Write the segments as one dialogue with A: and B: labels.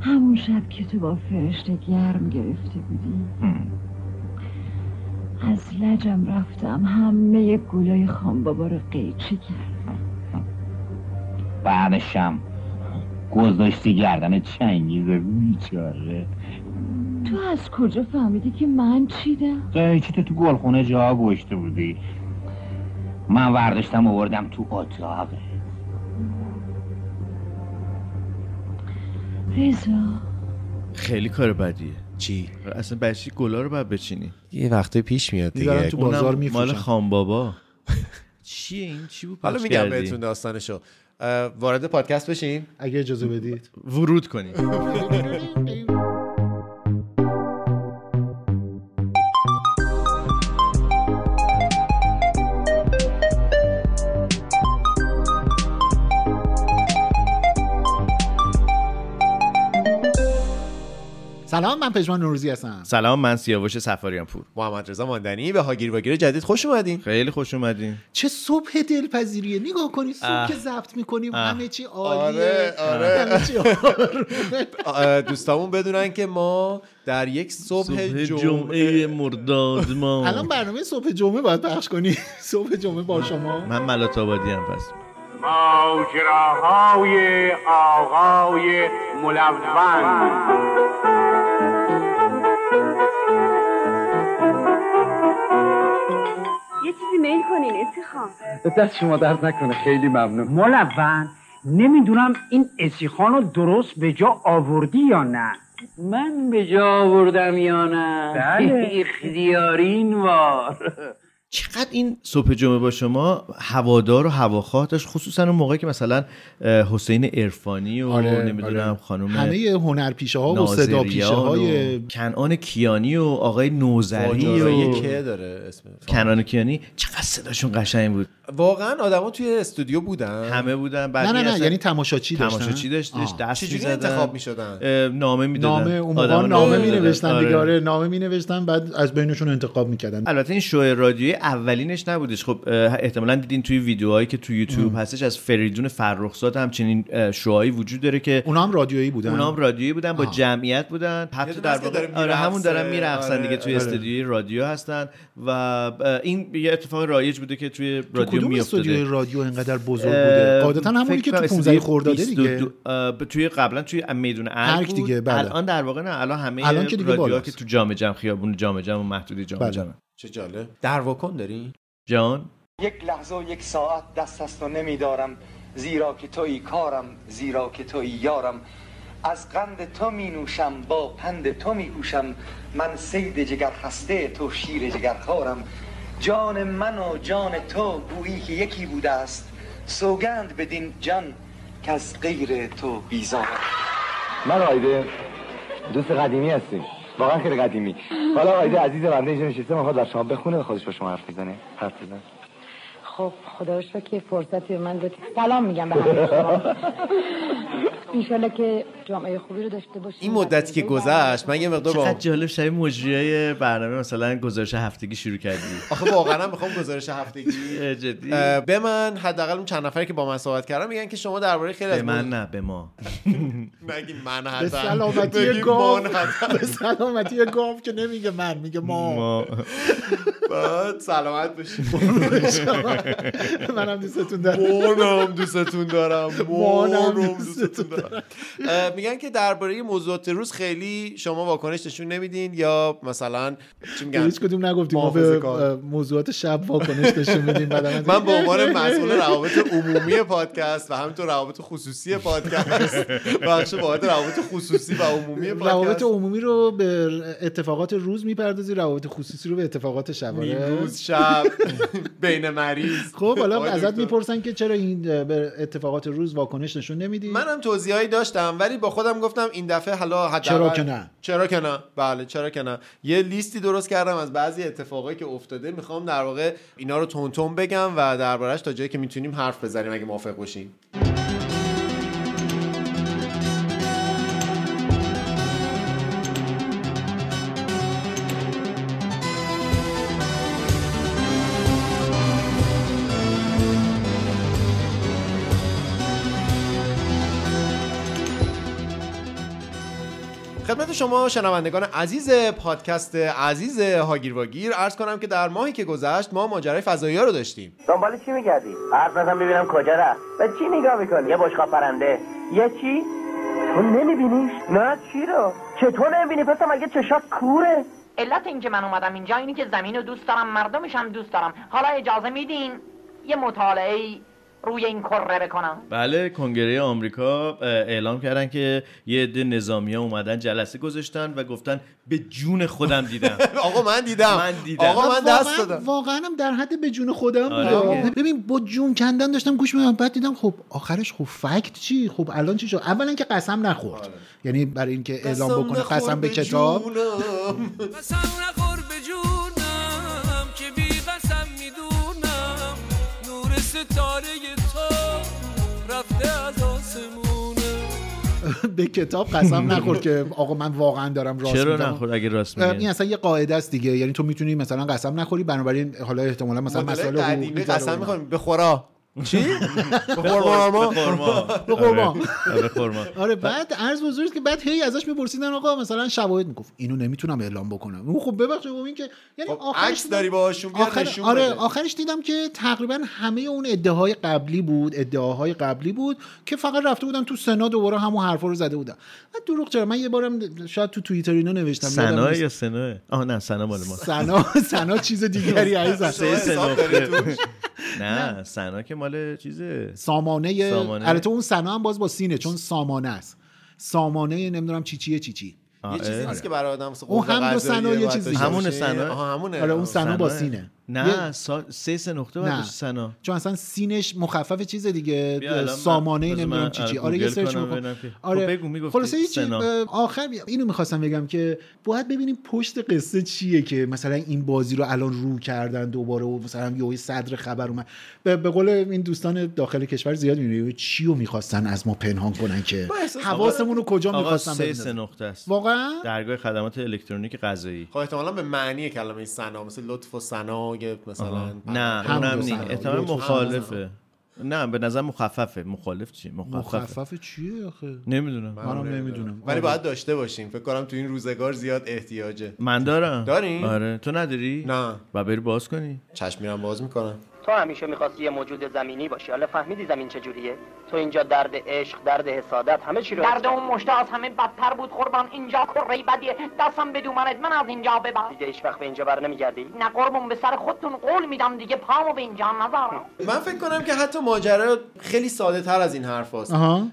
A: همون شب که تو با فرشته گرم گرفته بودی از لجم رفتم همه گلای خان بابا رو قیچی کرد
B: بعدشم گذاشتی گردن چنگیز بیچاره
A: تو از کجا فهمیدی که من چیدم
B: قیچی تو تو گلخونه جا گوشته بودی من ورداشتم آوردم تو اتاقه
A: رضا
C: خیلی کار بدیه
D: چی
C: اصلا بچه گلا رو باید بچینی
D: یه وقته پیش میاد
E: میبرن
D: دیگه
E: تو
C: اونم
E: بازار
C: مال
E: میفروشن
C: خان بابا چیه این چی بود
D: حالا
C: پخش
D: میگم
C: کردی؟
D: بهتون داستانشو اه، وارد پادکست بشین
E: اگه اجازه بدید
C: ورود کنی
E: سلام من پژمان نوروزی هستم
C: سلام من سیاوش سفاریان پور
D: محمد رضا ماندنی به هاگیر واگیر جدید خوش اومدین
C: خیلی خوش اومدین
E: چه صبح دلپذیریه نگاه کنی صبح
C: اه.
E: که ضبط میکنیم
C: اه.
E: همه چی عالیه
D: آره، آره.
E: همه چی آرومه.
D: آه، دوستامون بدونن که ما در یک صبح
C: صبح
D: جمعه
C: جمعه مرداد
E: الان
C: ما
E: برنامه صبح جمعه باید پخش کنی صبح جمعه با شما
C: من ملات آبادی هم پس
F: ماجراهای آقای ملون
G: یه چیزی میل کنین اتخام
H: دست شما درد نکنه خیلی ممنون
I: ملون نمیدونم این اسیخان رو درست به جا آوردی یا نه
H: من به جا آوردم یا نه
I: بله.
H: اختیارین وار
C: چقدر این صبح جمعه با شما هوادار و هواخواه داشت خصوصا اون موقع که مثلا اه، حسین عرفانی و نمیدونم
E: آره.
C: خانم
E: همه هنرپیشه ها و صدا پیشه
C: ناظریان
E: های
C: و کنعان کیانی و آقای نوزری
D: یه
C: و
D: که داره اسم
C: کنعان کیانی چقدر صداشون قشنگ بود
D: واقعا آدما توی استودیو بودن
C: همه بودن
E: نه
C: بقیه
E: نه نه
C: اصلا
E: یعنی تماشاچی داشتن
C: تماشاچی داشتش
E: آه.
C: دست
D: چجوری
C: می‌زدن.
D: انتخاب می‌شدن؟
C: اه، نامه میدادن
E: نامه اون موقع نامه می نوشتن دیگه آره نامه می نوشتن بعد از بینشون انتخاب میکردن
C: البته این شو رادیوی اولینش نبودش خب اه، احتمالا دیدین توی ویدیوهایی که توی یوتیوب هستش از فریدون فرخزاد همچنین اه، شوهایی وجود داره که
E: اونا هم رادیویی بودن
C: اونا هم رادیویی بودن با جمعیت بودن حتی
D: دونه
C: در
D: است که
C: واقع
D: داره
C: آره
D: میرقصه.
C: همون دارن میرقصن
D: آره،
C: دیگه توی
D: آره.
C: استودیوی رادیو هستن و اه، این یه اتفاق رایج بوده که توی
E: تو
C: رادیو
E: کدوم استودیو
C: میافتاده
E: رادیو انقدر بزرگ بوده قاعدتا همونی که تو 15 خورداده دیگه
C: توی قبلا توی میدون ارگ
E: ارگ
C: بود
E: دیگه، بله.
C: الان در واقع نه الان همه
E: الان که دیگه
C: رادیوها
E: بالاست.
C: که تو جام جم خیابون جام جم و محدوده جام
E: بله.
C: جم
D: چه جالب در واکن داری
C: جان
H: یک لحظه و یک ساعت دست از تو نمیدارم زیرا که توی کارم زیرا که توی یارم از قند تو می نوشم با پند تو می گوشم من سید جگر خسته تو شیر جگرخوارم جان من و جان تو گویی که یکی بوده است سوگند بدین جان که از غیر تو بیزارم
J: من آیده دوست قدیمی هستیم واقعا خیلی قدیمی حالا آیده عزیز بنده اینجا نشسته میخواد بر شما بخونه خودش با شما حرف بزنه حرف بزن
G: خب خدا رو شکر که فرصتی به من دادی سلام میگم به همه شما اینشالله که جامعه خوبی رو داشته باشیم
D: این مدت که گذشت من یه مقدار با
C: چقدر جالب شبیه مجریای برنامه مثلا گزارش هفتگی شروع کردی
D: آخه واقعا میخوام گزارش هفتگی
C: اه، جدی
D: اه، به من حداقل اون چند نفری که با من صحبت کردم میگن که شما درباره خیلی
C: به
D: از
C: من
D: موضوع-
C: نه به ما
D: نگی من
E: به
D: حتما
E: سلامتی
D: بگی
E: گاو
D: من حتما.
E: به سلامتی گاو که نمیگه من میگه ما
C: ما
D: بعد سلامت باشی
E: منم دوستتون دارم
D: مانم دوستتون دارم
E: مانم
D: مانم دوستتون دارم اه، میگن که درباره موضوعات روز خیلی شما واکنش نشون نمیدین یا مثلا چی
E: به
D: میگن
E: هیچ کدوم نگفتیم ما
D: محافظه
E: به
D: کار.
E: اه، موضوعات شب واکنش نشون میدیم بعد
D: من به عنوان مسئول روابط عمومی پادکست و همینطور روابط خصوصی پادکست بخش واحد روابط خصوصی و عمومی
E: روابط
D: پادکست
E: عمومی رو به اتفاقات روز میپردازی روابط خصوصی رو به اتفاقات شبانه
D: نیمروز شب بین مریض
E: خب حالا
D: آقای
E: ازت
D: دکتر.
E: میپرسن که چرا این اه، به اتفاقات روز واکنش نشون نمیدی
D: منم توضیحایی داشتم ولی با خودم گفتم این دفعه حالا حداقل-
E: چرا که نه؟
D: چرا که نه بله چرا که نه یه لیستی درست کردم از بعضی اتفاقایی که افتاده میخوام در واقع اینا رو تون بگم و دربارش تا جایی که میتونیم حرف بزنیم اگه موافق باشین خدمت شما شنوندگان عزیز پادکست عزیز هاگیر واگیر عرض کنم که در ماهی که گذشت ما ماجرای فضایی ها رو داشتیم
K: دنبال چی میگردی؟ حرف نزن ببینم کجا رفت به چی نگاه میکنی؟ یه بشقاب پرنده یه چی؟ تو نمیبینیش؟ نه چی رو؟ چطور نمیبینی پس مگه چشات کوره؟
L: علت اینکه من اومدم اینجا اینه که زمین رو دوست دارم مردمش هم دوست دارم حالا اجازه میدین یه مطالعه روی این کره بکنم
C: بله کنگره آمریکا اه، اعلام کردن که یه عده نظامی اومدن جلسه گذاشتن و گفتن به جون خودم دیدم
D: آقا من دیدم
C: من دیدم
E: واقعاً- واقعا هم در حد به جون خودم
C: آره
E: بودم.
C: دیگه.
E: ببین با جون کندن داشتم گوش میدم بعد دیدم خب آخرش خب فکت چی خب الان چی شد اولا که قسم نخورد
D: آره.
E: یعنی برای اینکه اعلام بکنه قسم به کتاب
M: قسم نخور به جونم که بی قسم میدونم نور ستاره تو رفته از آسمونه
E: به کتاب قسم نخورد که آقا من واقعا دارم راست
C: چرا
E: میگم.
C: نخورد اگه راست
E: اه،
C: میگه
E: این اصلا یه قاعده است دیگه یعنی تو میتونی مثلا قسم نخوری بنابراین حالا احتمالا مثلا
D: مدل
E: مسائل
D: قدیمی
E: حقوقی
D: قسم می‌خوریم. به خورا چی؟ به
E: خورما.
D: به خورما. خب،
E: به خورما.
C: آره، به خورما.
E: آره بعد عرض بزرگ که بعد هی ازش میپرسیدن آقا مثلا شواهد میگفت اینو نمیتونم اعلام بکنم اون خب ببخشید خب این که یعنی آخرش
D: عکس داری باهاشون بیا
E: آخر
D: نشون
E: آره
D: بده.
E: آخرش دیدم که تقریبا همه اون ادعاهای قبلی بود ادعاهای قبلی بود که فقط رفته بودن تو سنا دوباره همون حرفا رو زده بودن من دروغ چرا من یه بارم شاید تو توییتر اینا نوشتم یادم
C: سنا
E: نیست.
C: یا سنا آه نه سنا مال ما
E: سنا سنا چیز دیگری عزیزم
C: سه سنخته نه سنا که مال چیزه
E: سامانه
C: سامانه.
E: البته اون سنا هم باز با سینه چون سامانه است سامانه نمیدونم چی چیه چی چی
D: یه
C: آره.
D: چیزی نیست که برای آدم مثل
E: اون
D: قوه
E: هم دو
D: قضاییه
E: سنا یه
D: باید
E: چیز
D: داشته
E: همونه
D: باشی.
E: سنا.
D: آها، همونه
E: آره، اون سنا با سینه.
C: نه
E: یه-
C: سا... سه سه نقطه
E: نه.
C: بعد سنا
E: چون اصلا سینش مخفف چیز دیگه
C: بیا الان من-
E: سامانه
C: بذار
E: نمیدونم
C: من
E: چی چی
C: الان
E: آره یه
C: گوگل
E: سرچ
C: کنم
E: می‌کنم.
C: ببینم که-
E: آره
C: خب بگو، می‌گفتی
E: خلاصه یه چی-
C: سنا.
E: اه، آخر اینو میخواستم بگم که باید ببینیم پشت قصه چیه که مثلا این بازی رو الان رو کردن دوباره و مثلا یه صدر خبر اومد به به قول این دوستان داخل کشور زیاد میبینی چی رو میخواستن از ما پنهان کنن که حواسمون رو کجا
C: آقا
E: میخواستن
C: سه سه
E: ببینن
C: نقطه است
E: واقعا
C: درگاه خدمات الکترونیک غذایی
D: خب احتمالا به معنی کلمه سنا مثل لطف و سنا یه
C: آها.
D: مثلا
C: نه اونم نی احتمال مخالفه نه به نظر مخففه مخالف چی مخففه آره.
E: مخفف چیه آخه
C: نمیدونم
E: منم نمیدونم آره.
D: ولی باید داشته باشیم فکر کنم تو این روزگار زیاد احتیاجه
C: من دارم
D: داری؟
C: آره تو نداری نه و بری باز کنی
D: چشم میرم باز میکنم
K: تو همیشه میخواستی یه موجود زمینی باشی حالا فهمیدی زمین چجوریه تو اینجا درد عشق درد حسادت همه چی رو
L: درد اون مشته از همه بدتر بود قربان اینجا کره بدیه دستم به دومنت من از اینجا ببر
K: دیگه هیچ وقت به اینجا بر نمیگردی
L: نه قربون به سر خودتون قول میدم دیگه پامو به اینجا نذارم
D: من فکر کنم که حتی ماجرا خیلی ساده تر از این حرف هست.
E: آها.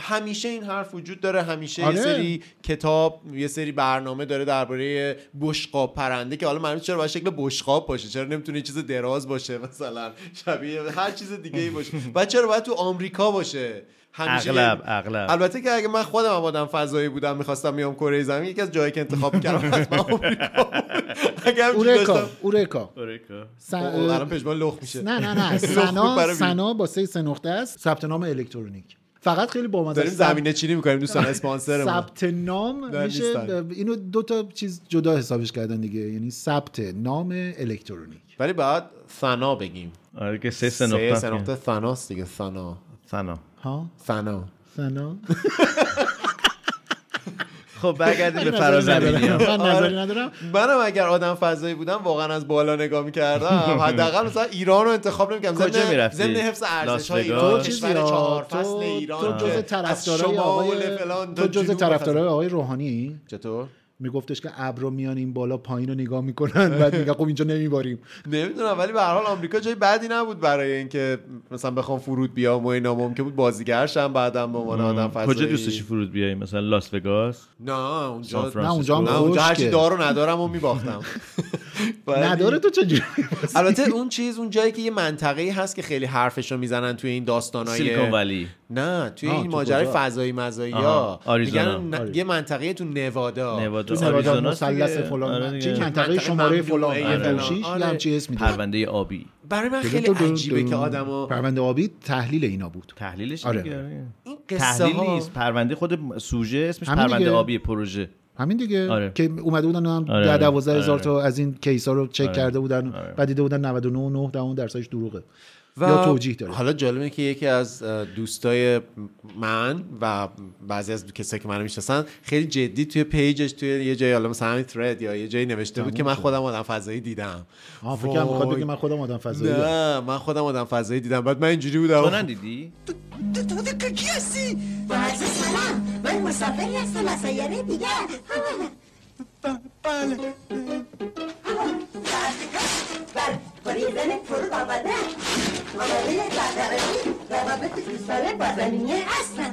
D: همیشه این حرف وجود داره همیشه
E: آره.
D: یه سری کتاب یه سری برنامه داره درباره بشقاب پرنده که حالا معلوم چرا باید شکل بشقاب باشه چرا نمیتونه یه چیز دراز باشه مثلا شبیه هر چیز دیگه ای باشه بعد چرا باید تو آمریکا باشه همیشه
C: اغلب اغلب
D: البته که اگه من خودم هم آدم فضایی بودم میخواستم بیام کره زمین یکی از جایی که انتخاب کردم حتما آمریکا بود. اگه همچین
E: اورکا
D: داشتم-
E: اورکا
D: اوه،
E: سن-
D: الان پشمان لخ میشه
E: نه نه نه
D: لخ بود
E: سنا
D: برای بیرون.
E: سنا با سه سه نقطه است ثبت نام الکترونیک فقط خیلی با
D: داریم زمینه چینی میکنیم دوستان اسپانسرمون
E: ثبت نام
D: نه،
E: میشه
D: نیستن.
E: اینو دو تا چیز جدا حسابش کردن دیگه یعنی ثبت نام الکترونیک
D: ولی باید ثنا بگیم
C: آره که سه سه
D: سه
C: نقطه
D: سه نقطه ثناست دیگه ثنا
C: ثنا
E: ها
D: ثنا
E: سنا
D: آره.
C: خب برگردیم به
E: من نظری
C: فرازمینی
E: ندارم. من نظری
D: آره.
E: ندارم
D: منم اگر آدم فضایی بودم واقعا از بالا نگاه میکردم حداقل مثلا ایران رو انتخاب نمیکردم
C: کجا می‌رفتی؟
D: ضمن حفظ ارزش های
C: لاس
D: ایران
C: وگاس؟
D: کشور
E: تو چیزی ها؟
D: چهار
E: تو-
D: فصل ایران
E: تو جز
D: که از
E: طرفدارای
D: شمال
E: آقای
D: فلان تا
E: تو جز
D: جنوب
E: طرفدارای
D: فصل.
E: آقای روحانی
D: چطور
E: میگفتش که ابرو میان این بالا پایین رو نگاه میکنن بعد میگه خب اینجا نمیباریم
D: نمیدونم ولی به هر حال آمریکا جای بدی نبود برای اینکه مثلا بخوام فرود بیام و اینا ممکن بود بازیگرشم بعدم به عنوان آدم فضایی
C: کجا دوست داشتی فرود بیای مثلا لاس وگاس
D: نه اونجا
C: سان
E: نه، اونجا هم
D: نه اونجا هرچی
E: خشکه.
D: دارو ندارم و میباختم ولی-
E: نداره تو چجوری
D: البته اون چیز اون جایی که یه منطقه ای هست که خیلی حرفشو میزنن توی این داستانای
C: سیلیکون ولی
D: نه توی
E: آه،
D: این
E: تو
D: ماجرای
E: کجا؟
D: فضایی مزایی ها
C: آها، آریزونا.
D: میگن نه- یه منطقه تو نوادا
C: نوادا
E: تو نوادا
C: آریزوناست
E: مثلث
C: دیگه. آره
E: فلان
C: دیگه.
E: چه منطقه
D: منطقه
E: شماره
D: ممنوعه
E: فلان
D: فلان.
E: 56
D: آره.
E: یه همچین اسمی داره.
C: پرونده آبی
D: برای من خیلی عجیبه که آدمو
E: پرونده آبی تحلیل اینا بود
C: تحلیلش
E: آره.
C: دیگه، آره.
D: این قصه
C: تحلیل
D: ها
C: نیست پرونده خود سوژه اسمش
E: همین
C: پرونده
E: دیگه.
C: آبی پروژه
E: همین دیگه
C: آره.
E: که اومده بودن هم
C: آره،
E: ده
C: آره.
E: دوازده هزار
C: آره.
E: تا از این کیسا رو چک کرده بودن
C: آره.
E: بعد دیده بودن 99 و 9 دهم درصدش دروغه یا توجیه داره
D: حالا جالبه که یکی از اه، دوستای من و بعضی از کسایی که منو میشناسن خیلی جدی توی پیجش توی یه جایی حالا مثلا همین ترد یا یه جایی نوشته بود
E: تموم
D: که من
E: شد.
D: خودم آدم فضایی دیدم
E: آه، فکر کنم می‌خواد بگه من خودم آدم فضایی
D: نه
E: دیدم.
D: من خودم آدم فضایی دیدم بعد من اینجوری بودم
C: تو ندیدی
N: تو دکه کی هستی؟ با عرض سلام من مسافری هستم از سیاره دیگر بله بریدن فرو آمده آمده بردارانی روابط دوستانه با زمینیه هستم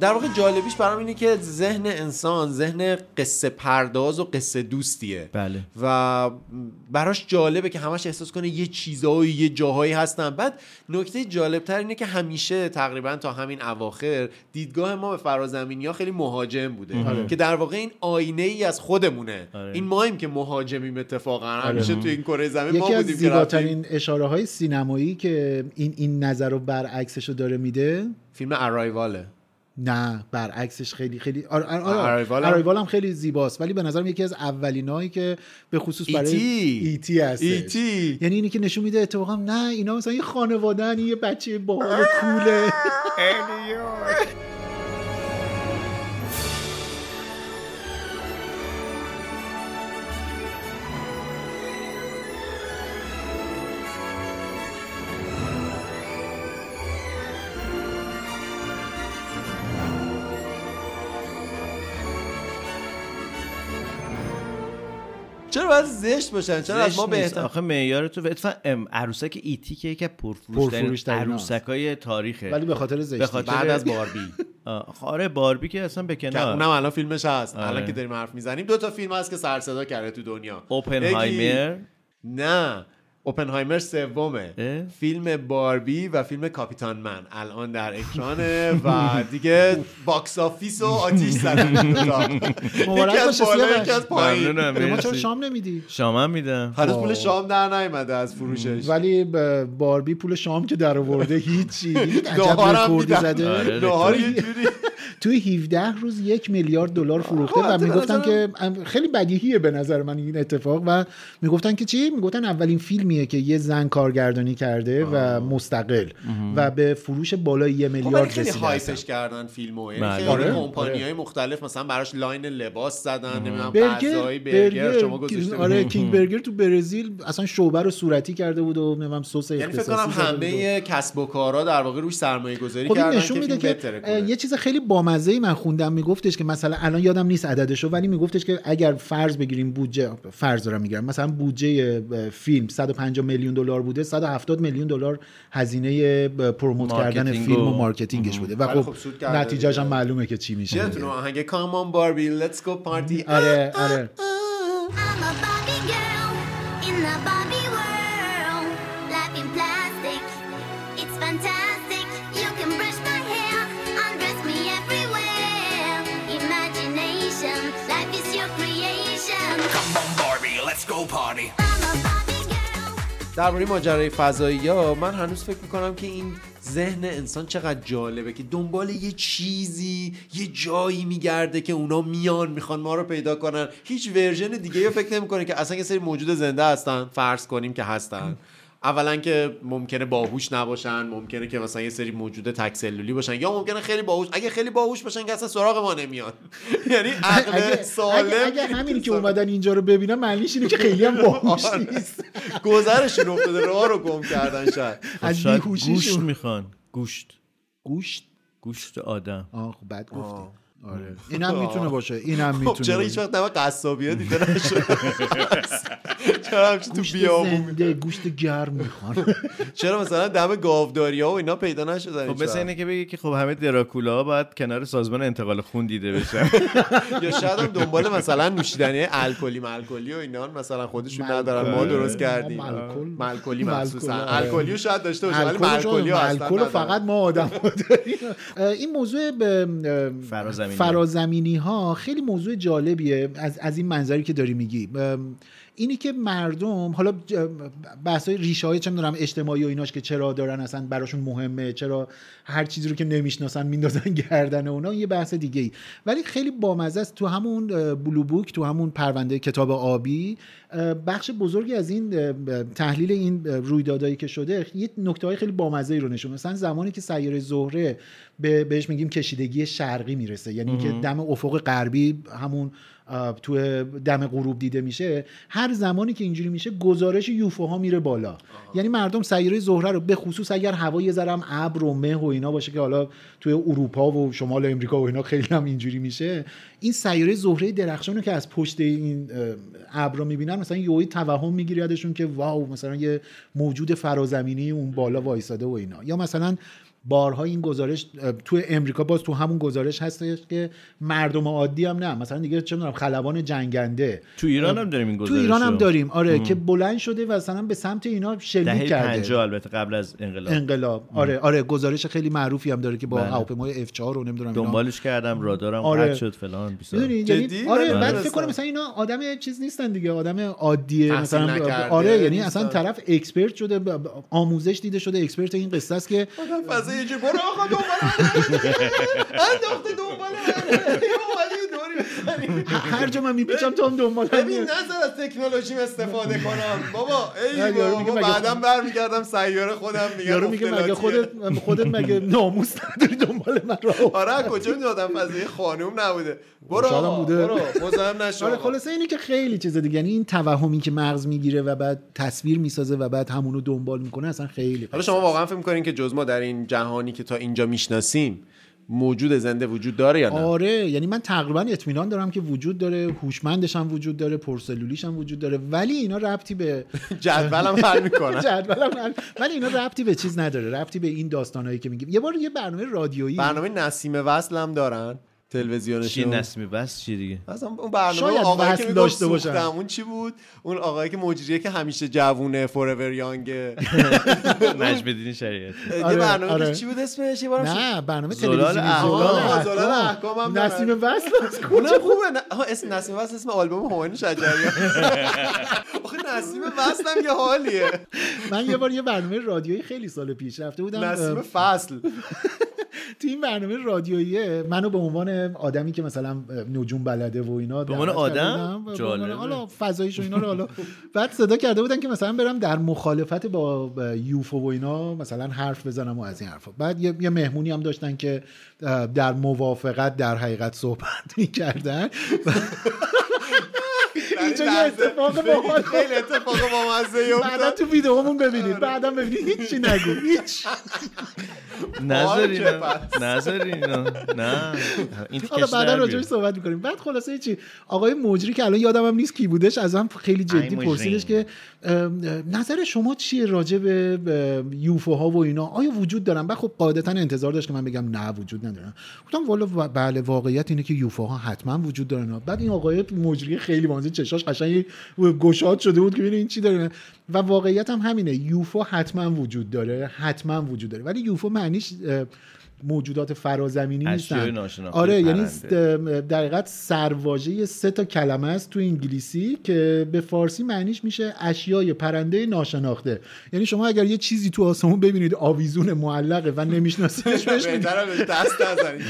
D: در واقع جالبیش برام اینه که ذهن انسان ذهن قصه پرداز و قصه دوستیه
C: بله
D: و براش جالبه که همش احساس کنه یه چیزایی یه جاهایی هستن بعد نکته جالبتر اینه که همیشه تقریبا تا همین اواخر دیدگاه ما به فرازمینی ها خیلی مهاجم بوده
E: آره.
D: که در واقع این آینه ای از خودمونه این مایم که مهاجمیم اتفاقا همیشه تو این کره زمین
E: یکی
D: ما
E: از
D: بودیم که رفتیم
E: زیباترین اشاره های سینمایی که این این نظر رو برعکسش رو داره میده
D: فیلم ارایواله
E: نه برعکسش خیلی خیلی آره آره
D: Arrival هم-
E: آره Arrival هم خیلی زیباست ولی به نظرم یکی از اولینایی که به خصوص برای
D: E.T.
E: ایتی هست
D: E.T.
E: یعنی اینی که نشون میده اتفاقا نه اینا مثلا یه خانواده‌ن یه بچه باحال و کوله
D: چرا باید زشت باشن چرا از ما
C: زشت نیست.
D: بهتر
C: آخه معیار تو اتفاقا ام، عروسک ایتی که یکی پرفروش
E: پرفروش‌ترین
C: عروسک های تاریخه
E: ولی به خاطر زشتی.
D: بعد از باربی.
C: آه، آخه آره باربی که اصلا به
D: که
C: کنار
D: اونم الان فیلمش هست
C: آره.
D: الان که داریم حرف میزنیم دو تا فیلم هست که سر صدا کرده تو دنیا
C: اوپنهایمر؟
D: یکی- نه اوپنهایمر سومه فیلم باربی و فیلم کاپیتان من الان در اکرانه و دیگه باکس آفیس و آتیش زدن این دوتا. یکی
E: مبارک
D: از
E: باشه
D: بالا
E: سیاوش.
D: یکی از پایین
C: ممنونم،
E: به آره، یعنی ما چرا
C: مرسی.
E: شام نمیدی
C: شامم میدم خب،
D: هنوز پول شام در نیومده از فروشش
E: خب. ولی ب- باربی پول شام که در آورده هیچی دیدید عجب
D: ناهارم
E: رکوردی
D: دیدم.
E: زده
D: آره، ناهار
E: توی-
D: یه
E: توی 17 روز یک میلیارد دلار فروخته
D: آه،
E: و
D: البته
E: میگفتن
D: به
E: که ام، خیلی بدیهیه به نظر من این اتفاق و میگفتن که چی میگفتن اولین فیلمیه که یه زن کارگردانی کرده و مستقل و به فروش بالای یه
D: خب ولی
E: میلیارد
D: خیلی
E: رسیده اصلا.
D: هایپش کردن فیلمو
E: بله.
D: یعنی
E: آره.
D: خیلی کمپانی های مختلف مثلا براش لاین لباس زدن نمیدونم
E: برگر
D: غذای برگر شما
E: برگر
D: گذاشته
E: آره
D: بودن.
E: کینگ برگر تو برزیل اصلا شعبه رو صورتی کرده بود و نمیدونم سس
D: یعنی فکر کنم
E: اختصاصی زده بود و-
D: همه کسب و کارها در واقع روش سرمایه گذاری
E: خب این
D: کردن
E: نشون میده
D: فیلم
E: که
D: بهتره
E: اه،
D: کنه.
E: یه چیز خیلی بامزه ای من خوندم میگفتش که مثلا الان یادم نیست عددشو ولی میگفتش که اگر فرض بگیریم بودجه فرض دارم میگم مثلا بودجه اه، فیلم 150 میلیون دلار بوده 170 میلیون دلار هزینه اه، پروموت کردن
C: مارکتینگ
E: فیلم و
C: و-
E: مارکتینگش بوده و
D: ولی
E: خب
D: خب سود کرده
E: نتیجهش هم
D: دیگه.
E: معلومه که چی میشه
D: یادتونه
E: دیگه.
D: آهنگ کامان باربی لتس گو پارتی
E: آره آره
N: I'm a Barbie girl in the Barbie world Life in plastic, it's fantastic You can brush my hair, undress me everywhere Imagination, life is your creation
O: Barbie, let's go party.
D: درباره ماجرای فضایی ها من هنوز فکر میکنم که این ذهن انسان چقدر جالبه که دنبال یه چیزی یه جایی میگرده که اونا میان میخوان ما رو پیدا کنن هیچ ورژن دیگه یا فکر نمیکنه که اصلا یه سری موجود زنده هستن فرض کنیم که هستن اولا که ممکنه باهوش نباشن ممکنه که مثلا یه سری موجود تکسلولی باشن یا ممکنه خیلی باهوش اگه خیلی باهوش باشن که اصلا سراغ ما نمیان یعنی عقل
E: اگه,
D: سالم
E: اگه- اگه همین که اومدن اینجا رو ببینم معنیش اینه که خیلی هم باهوش
D: آره.
E: نیست
D: گذرشون افتاده راه رو گم کردن شاید
C: خب
E: از
C: شاید
E: بیهوشیشون.
C: گوشت میخوان گوشت
E: گوشت
C: گوشت آدم
E: آه خب بد گفتی آره اینم میتونه باشه اینم
D: خب
E: میتونه
D: چرا
E: باشه.
D: هیچ وقت نبا قصابی ها دیده نشد چرا همچه تو بیابون
E: زنده گوشت گرم میخوان
D: چرا مثلا دم گاوداری ها و اینا پیدا
E: آره،
D: نشدن هیچ
C: خب مثل
D: وقت؟
C: اینه که بگی که خب همه دراکولا باید کنار سازمان انتقال خون دیده بشن
D: یا شاید هم دنبال مثلا نوشیدنی الکلی ملکلی و اینا مثلا خودشون ندارن ما درست کردیم ملکلی مخصوصا
C: آره.
D: الکلی رو شاید داشته باشن ولی ملکلی ها اصلا
E: الکل رو
D: ندارن.
E: فقط ما آدم ها داریم اه، این موضوع به
C: فرازمینی
E: فرازمینی ها خیلی موضوع جالبیه از, از این منظری که داری میگی ام، اینی که مردم حالا بحث های ریشه های چه میدونم اجتماعی و ایناش که چرا دارن اصلا براشون مهمه چرا هر چیزی رو که نمیشناسن میندازن گردن اونا یه بحث دیگه ای ولی خیلی بامزه است تو همون بلو بوک تو همون پرونده کتاب آبی بخش بزرگی از این تحلیل این رویدادایی که شده یه نکته های خیلی بامزه ای رو نشون مثلا زمانی که سیاره زهره به بهش میگیم کشیدگی شرقی میرسه یعنی که دم افق غربی همون تو دم غروب دیده میشه هر زمانی که اینجوری میشه گزارش یوفو ها میره بالا آه. یعنی مردم سیاره زهره رو به خصوص اگر هوا یه ذره هم ابر و مه و اینا باشه که حالا توی اروپا و شمال امریکا و اینا خیلی هم اینجوری میشه این سیاره زهره درخشان رو که از پشت این ابر رو میبینن مثلا یوی توهم میگیره یادشون که واو مثلا یه موجود فرازمینی اون بالا وایساده و اینا یا مثلا بارها این گزارش تو امریکا باز تو همون گزارش هستش که مردم عادی هم نه مثلا دیگه چه میدونم خلبان جنگنده
C: تو ایران هم داریم این گزارش
E: تو ایران هم داریم آره ام. که بلند شده و مثلا به سمت اینا شلیک کرده
C: 50 البته قبل از انقلاب
E: انقلاب آره آره گزارش خیلی معروفی هم داره که با هواپیمای اف 4 رو نمیدونم
C: دنبالش کردم رادارم آره. شد فلان
E: یعنی آره بعد فکر کنم مثلا اینا آدم چیز نیستن دیگه آدم عادیه مثلا آره یعنی اصلا طرف اکسپرت شده آموزش دیده شده اکسپرت این قصه است که
D: یه جه برو آقا دنبال انداخته دنبال
E: هر جا من میپیچم تو هم دنبال
D: ببین نظر از تکنولوژی استفاده کنم بابا ای بابا بعدم برمیگردم سیاره خودم میگم
E: یارو میگه مگه خودت خودت مگه ناموس نداری دنبال من رو
D: آره کجا میدونم آدم فضای خانوم نبوده برو آقا برو مزاحم نشو
E: آره خلاصه اینه که خیلی چیز دیگه یعنی این توهمی که مغز میگیره و بعد تصویر میسازه و بعد همونو دنبال میکنه اصلا خیلی
D: حالا شما واقعا فکر میکنین که جز ما در این جهانی که تا اینجا میشناسیم موجود زنده وجود داره یا نه
E: آره یعنی من تقریبا اطمینان دارم که وجود داره هوشمندش هم وجود داره پرسلولیش هم وجود داره ولی اینا ربطی به
D: جدولم حل میکنه
E: جدولم ولی اینا ربطی به چیز نداره ربطی به این داستانایی که میگیم یه بار یه برنامه رادیویی
D: برنامه نسیم وصل هم دارن تلویزیونش
C: چی نسمی بس چی دیگه
D: اصلا اون برنامه آقایی که داشته باشن اون چی بود اون آقایی که مجریه که همیشه جوونه فوراور یانگ
C: نجم الدین شریعت
D: یه برنامه چی بود اسمش یه بارم
E: آره، نه برنامه تلویزیونی احکام
D: زلال احکام هم
E: نسیم وصل
D: اونم خوبه اسم نسیم وصل اسم آلبوم همایون شجریان آخه نسیم وصل هم یه حالیه
E: من یه بار یه برنامه رادیویی خیلی سال پیش رفته بودم
D: نسیم فصل
E: تو این برنامه رادیویی منو به عنوان آدمی که مثلا نجوم بلده و اینا
C: به عنوان آدم جالب
E: حالا فضایش و اینا رو حالا بعد صدا کرده بودن که مثلا برم در مخالفت با یوفو و اینا مثلا حرف بزنم و از این حرفا بعد یه, یه مهمونی هم داشتن که در موافقت در حقیقت صحبت میکردن اینجا یه اتفاق با
D: ما یعنی خیلی اتفاق با مزه
E: بعدا تو ویدیومون ببینید بعدا ببینید هیچی نگو هیچ
C: نذارین نذارین نه این
E: حالا بعدا راجعش صحبت میکنیم بعد خلاصه چی آقای مجری که الان یادم هم نیست کی بودش از هم خیلی جدی پرسیدش که نظر شما چیه راجع به یوفو ها و اینا آیا وجود دارن بعد خب قاعدتا انتظار داشت که من بگم نه وجود ندارن گفتم والا بله واقعیت اینه که یوفو ها حتما وجود دارن بعد این آقای مجری خیلی واضحه چشاش قشنگ گشاد شده بود که ببین این چی داره و واقعیت هم همینه یوفو حتما وجود داره حتما وجود داره ولی یوفو معنیش موجودات فرازمینی نیستن آره یعنی در حقیقت سرواژه سه تا کلمه است تو انگلیسی که به فارسی معنیش میشه اشیای پرنده ناشناخته یعنی شما اگر یه چیزی تو آسمون ببینید آویزون معلقه و نمیشناسیدش بهش
D: دست
E: آره.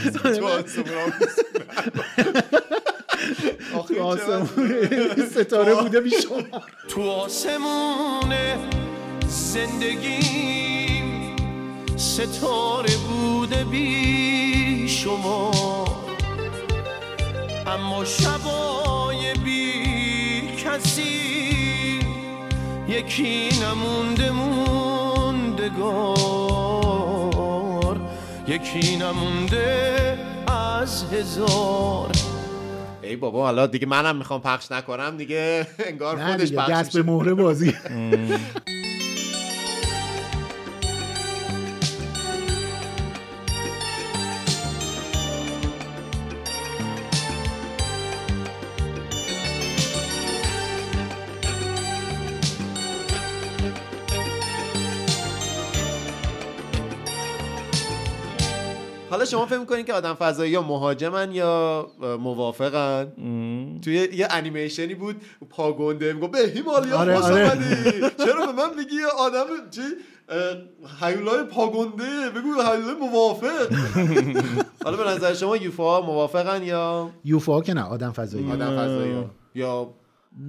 E: تو آسمون ستاره
D: خب.
E: بوده بی شما
M: تو آسمون زندگیم ستاره بوده بی شما اما شبای بی کسی یکی نمونده موندگار یکی نمونده از هزار
D: ای بابا حالا دیگه منم میخوام پخش نکنم دیگه انگار
E: نه
D: خودش
E: دیگه.
D: پخش
E: دست به مهره بازی
D: حالا شما فکر میکنین که آدم فضایی یا مهاجمن یا اه، موافقن توی یه انیمیشنی بود پاگونده میگو به هیمالیا
E: آره،
D: خوش
E: آره.
D: آمدی چرا به من میگی یه آدم چی اه، هیولای پاگونده بگو هیولای موافق حالا به نظر شما یوفا موافقن یا
E: یوفا که نه آدم فضایی
D: آدم فضایی ها؟ یا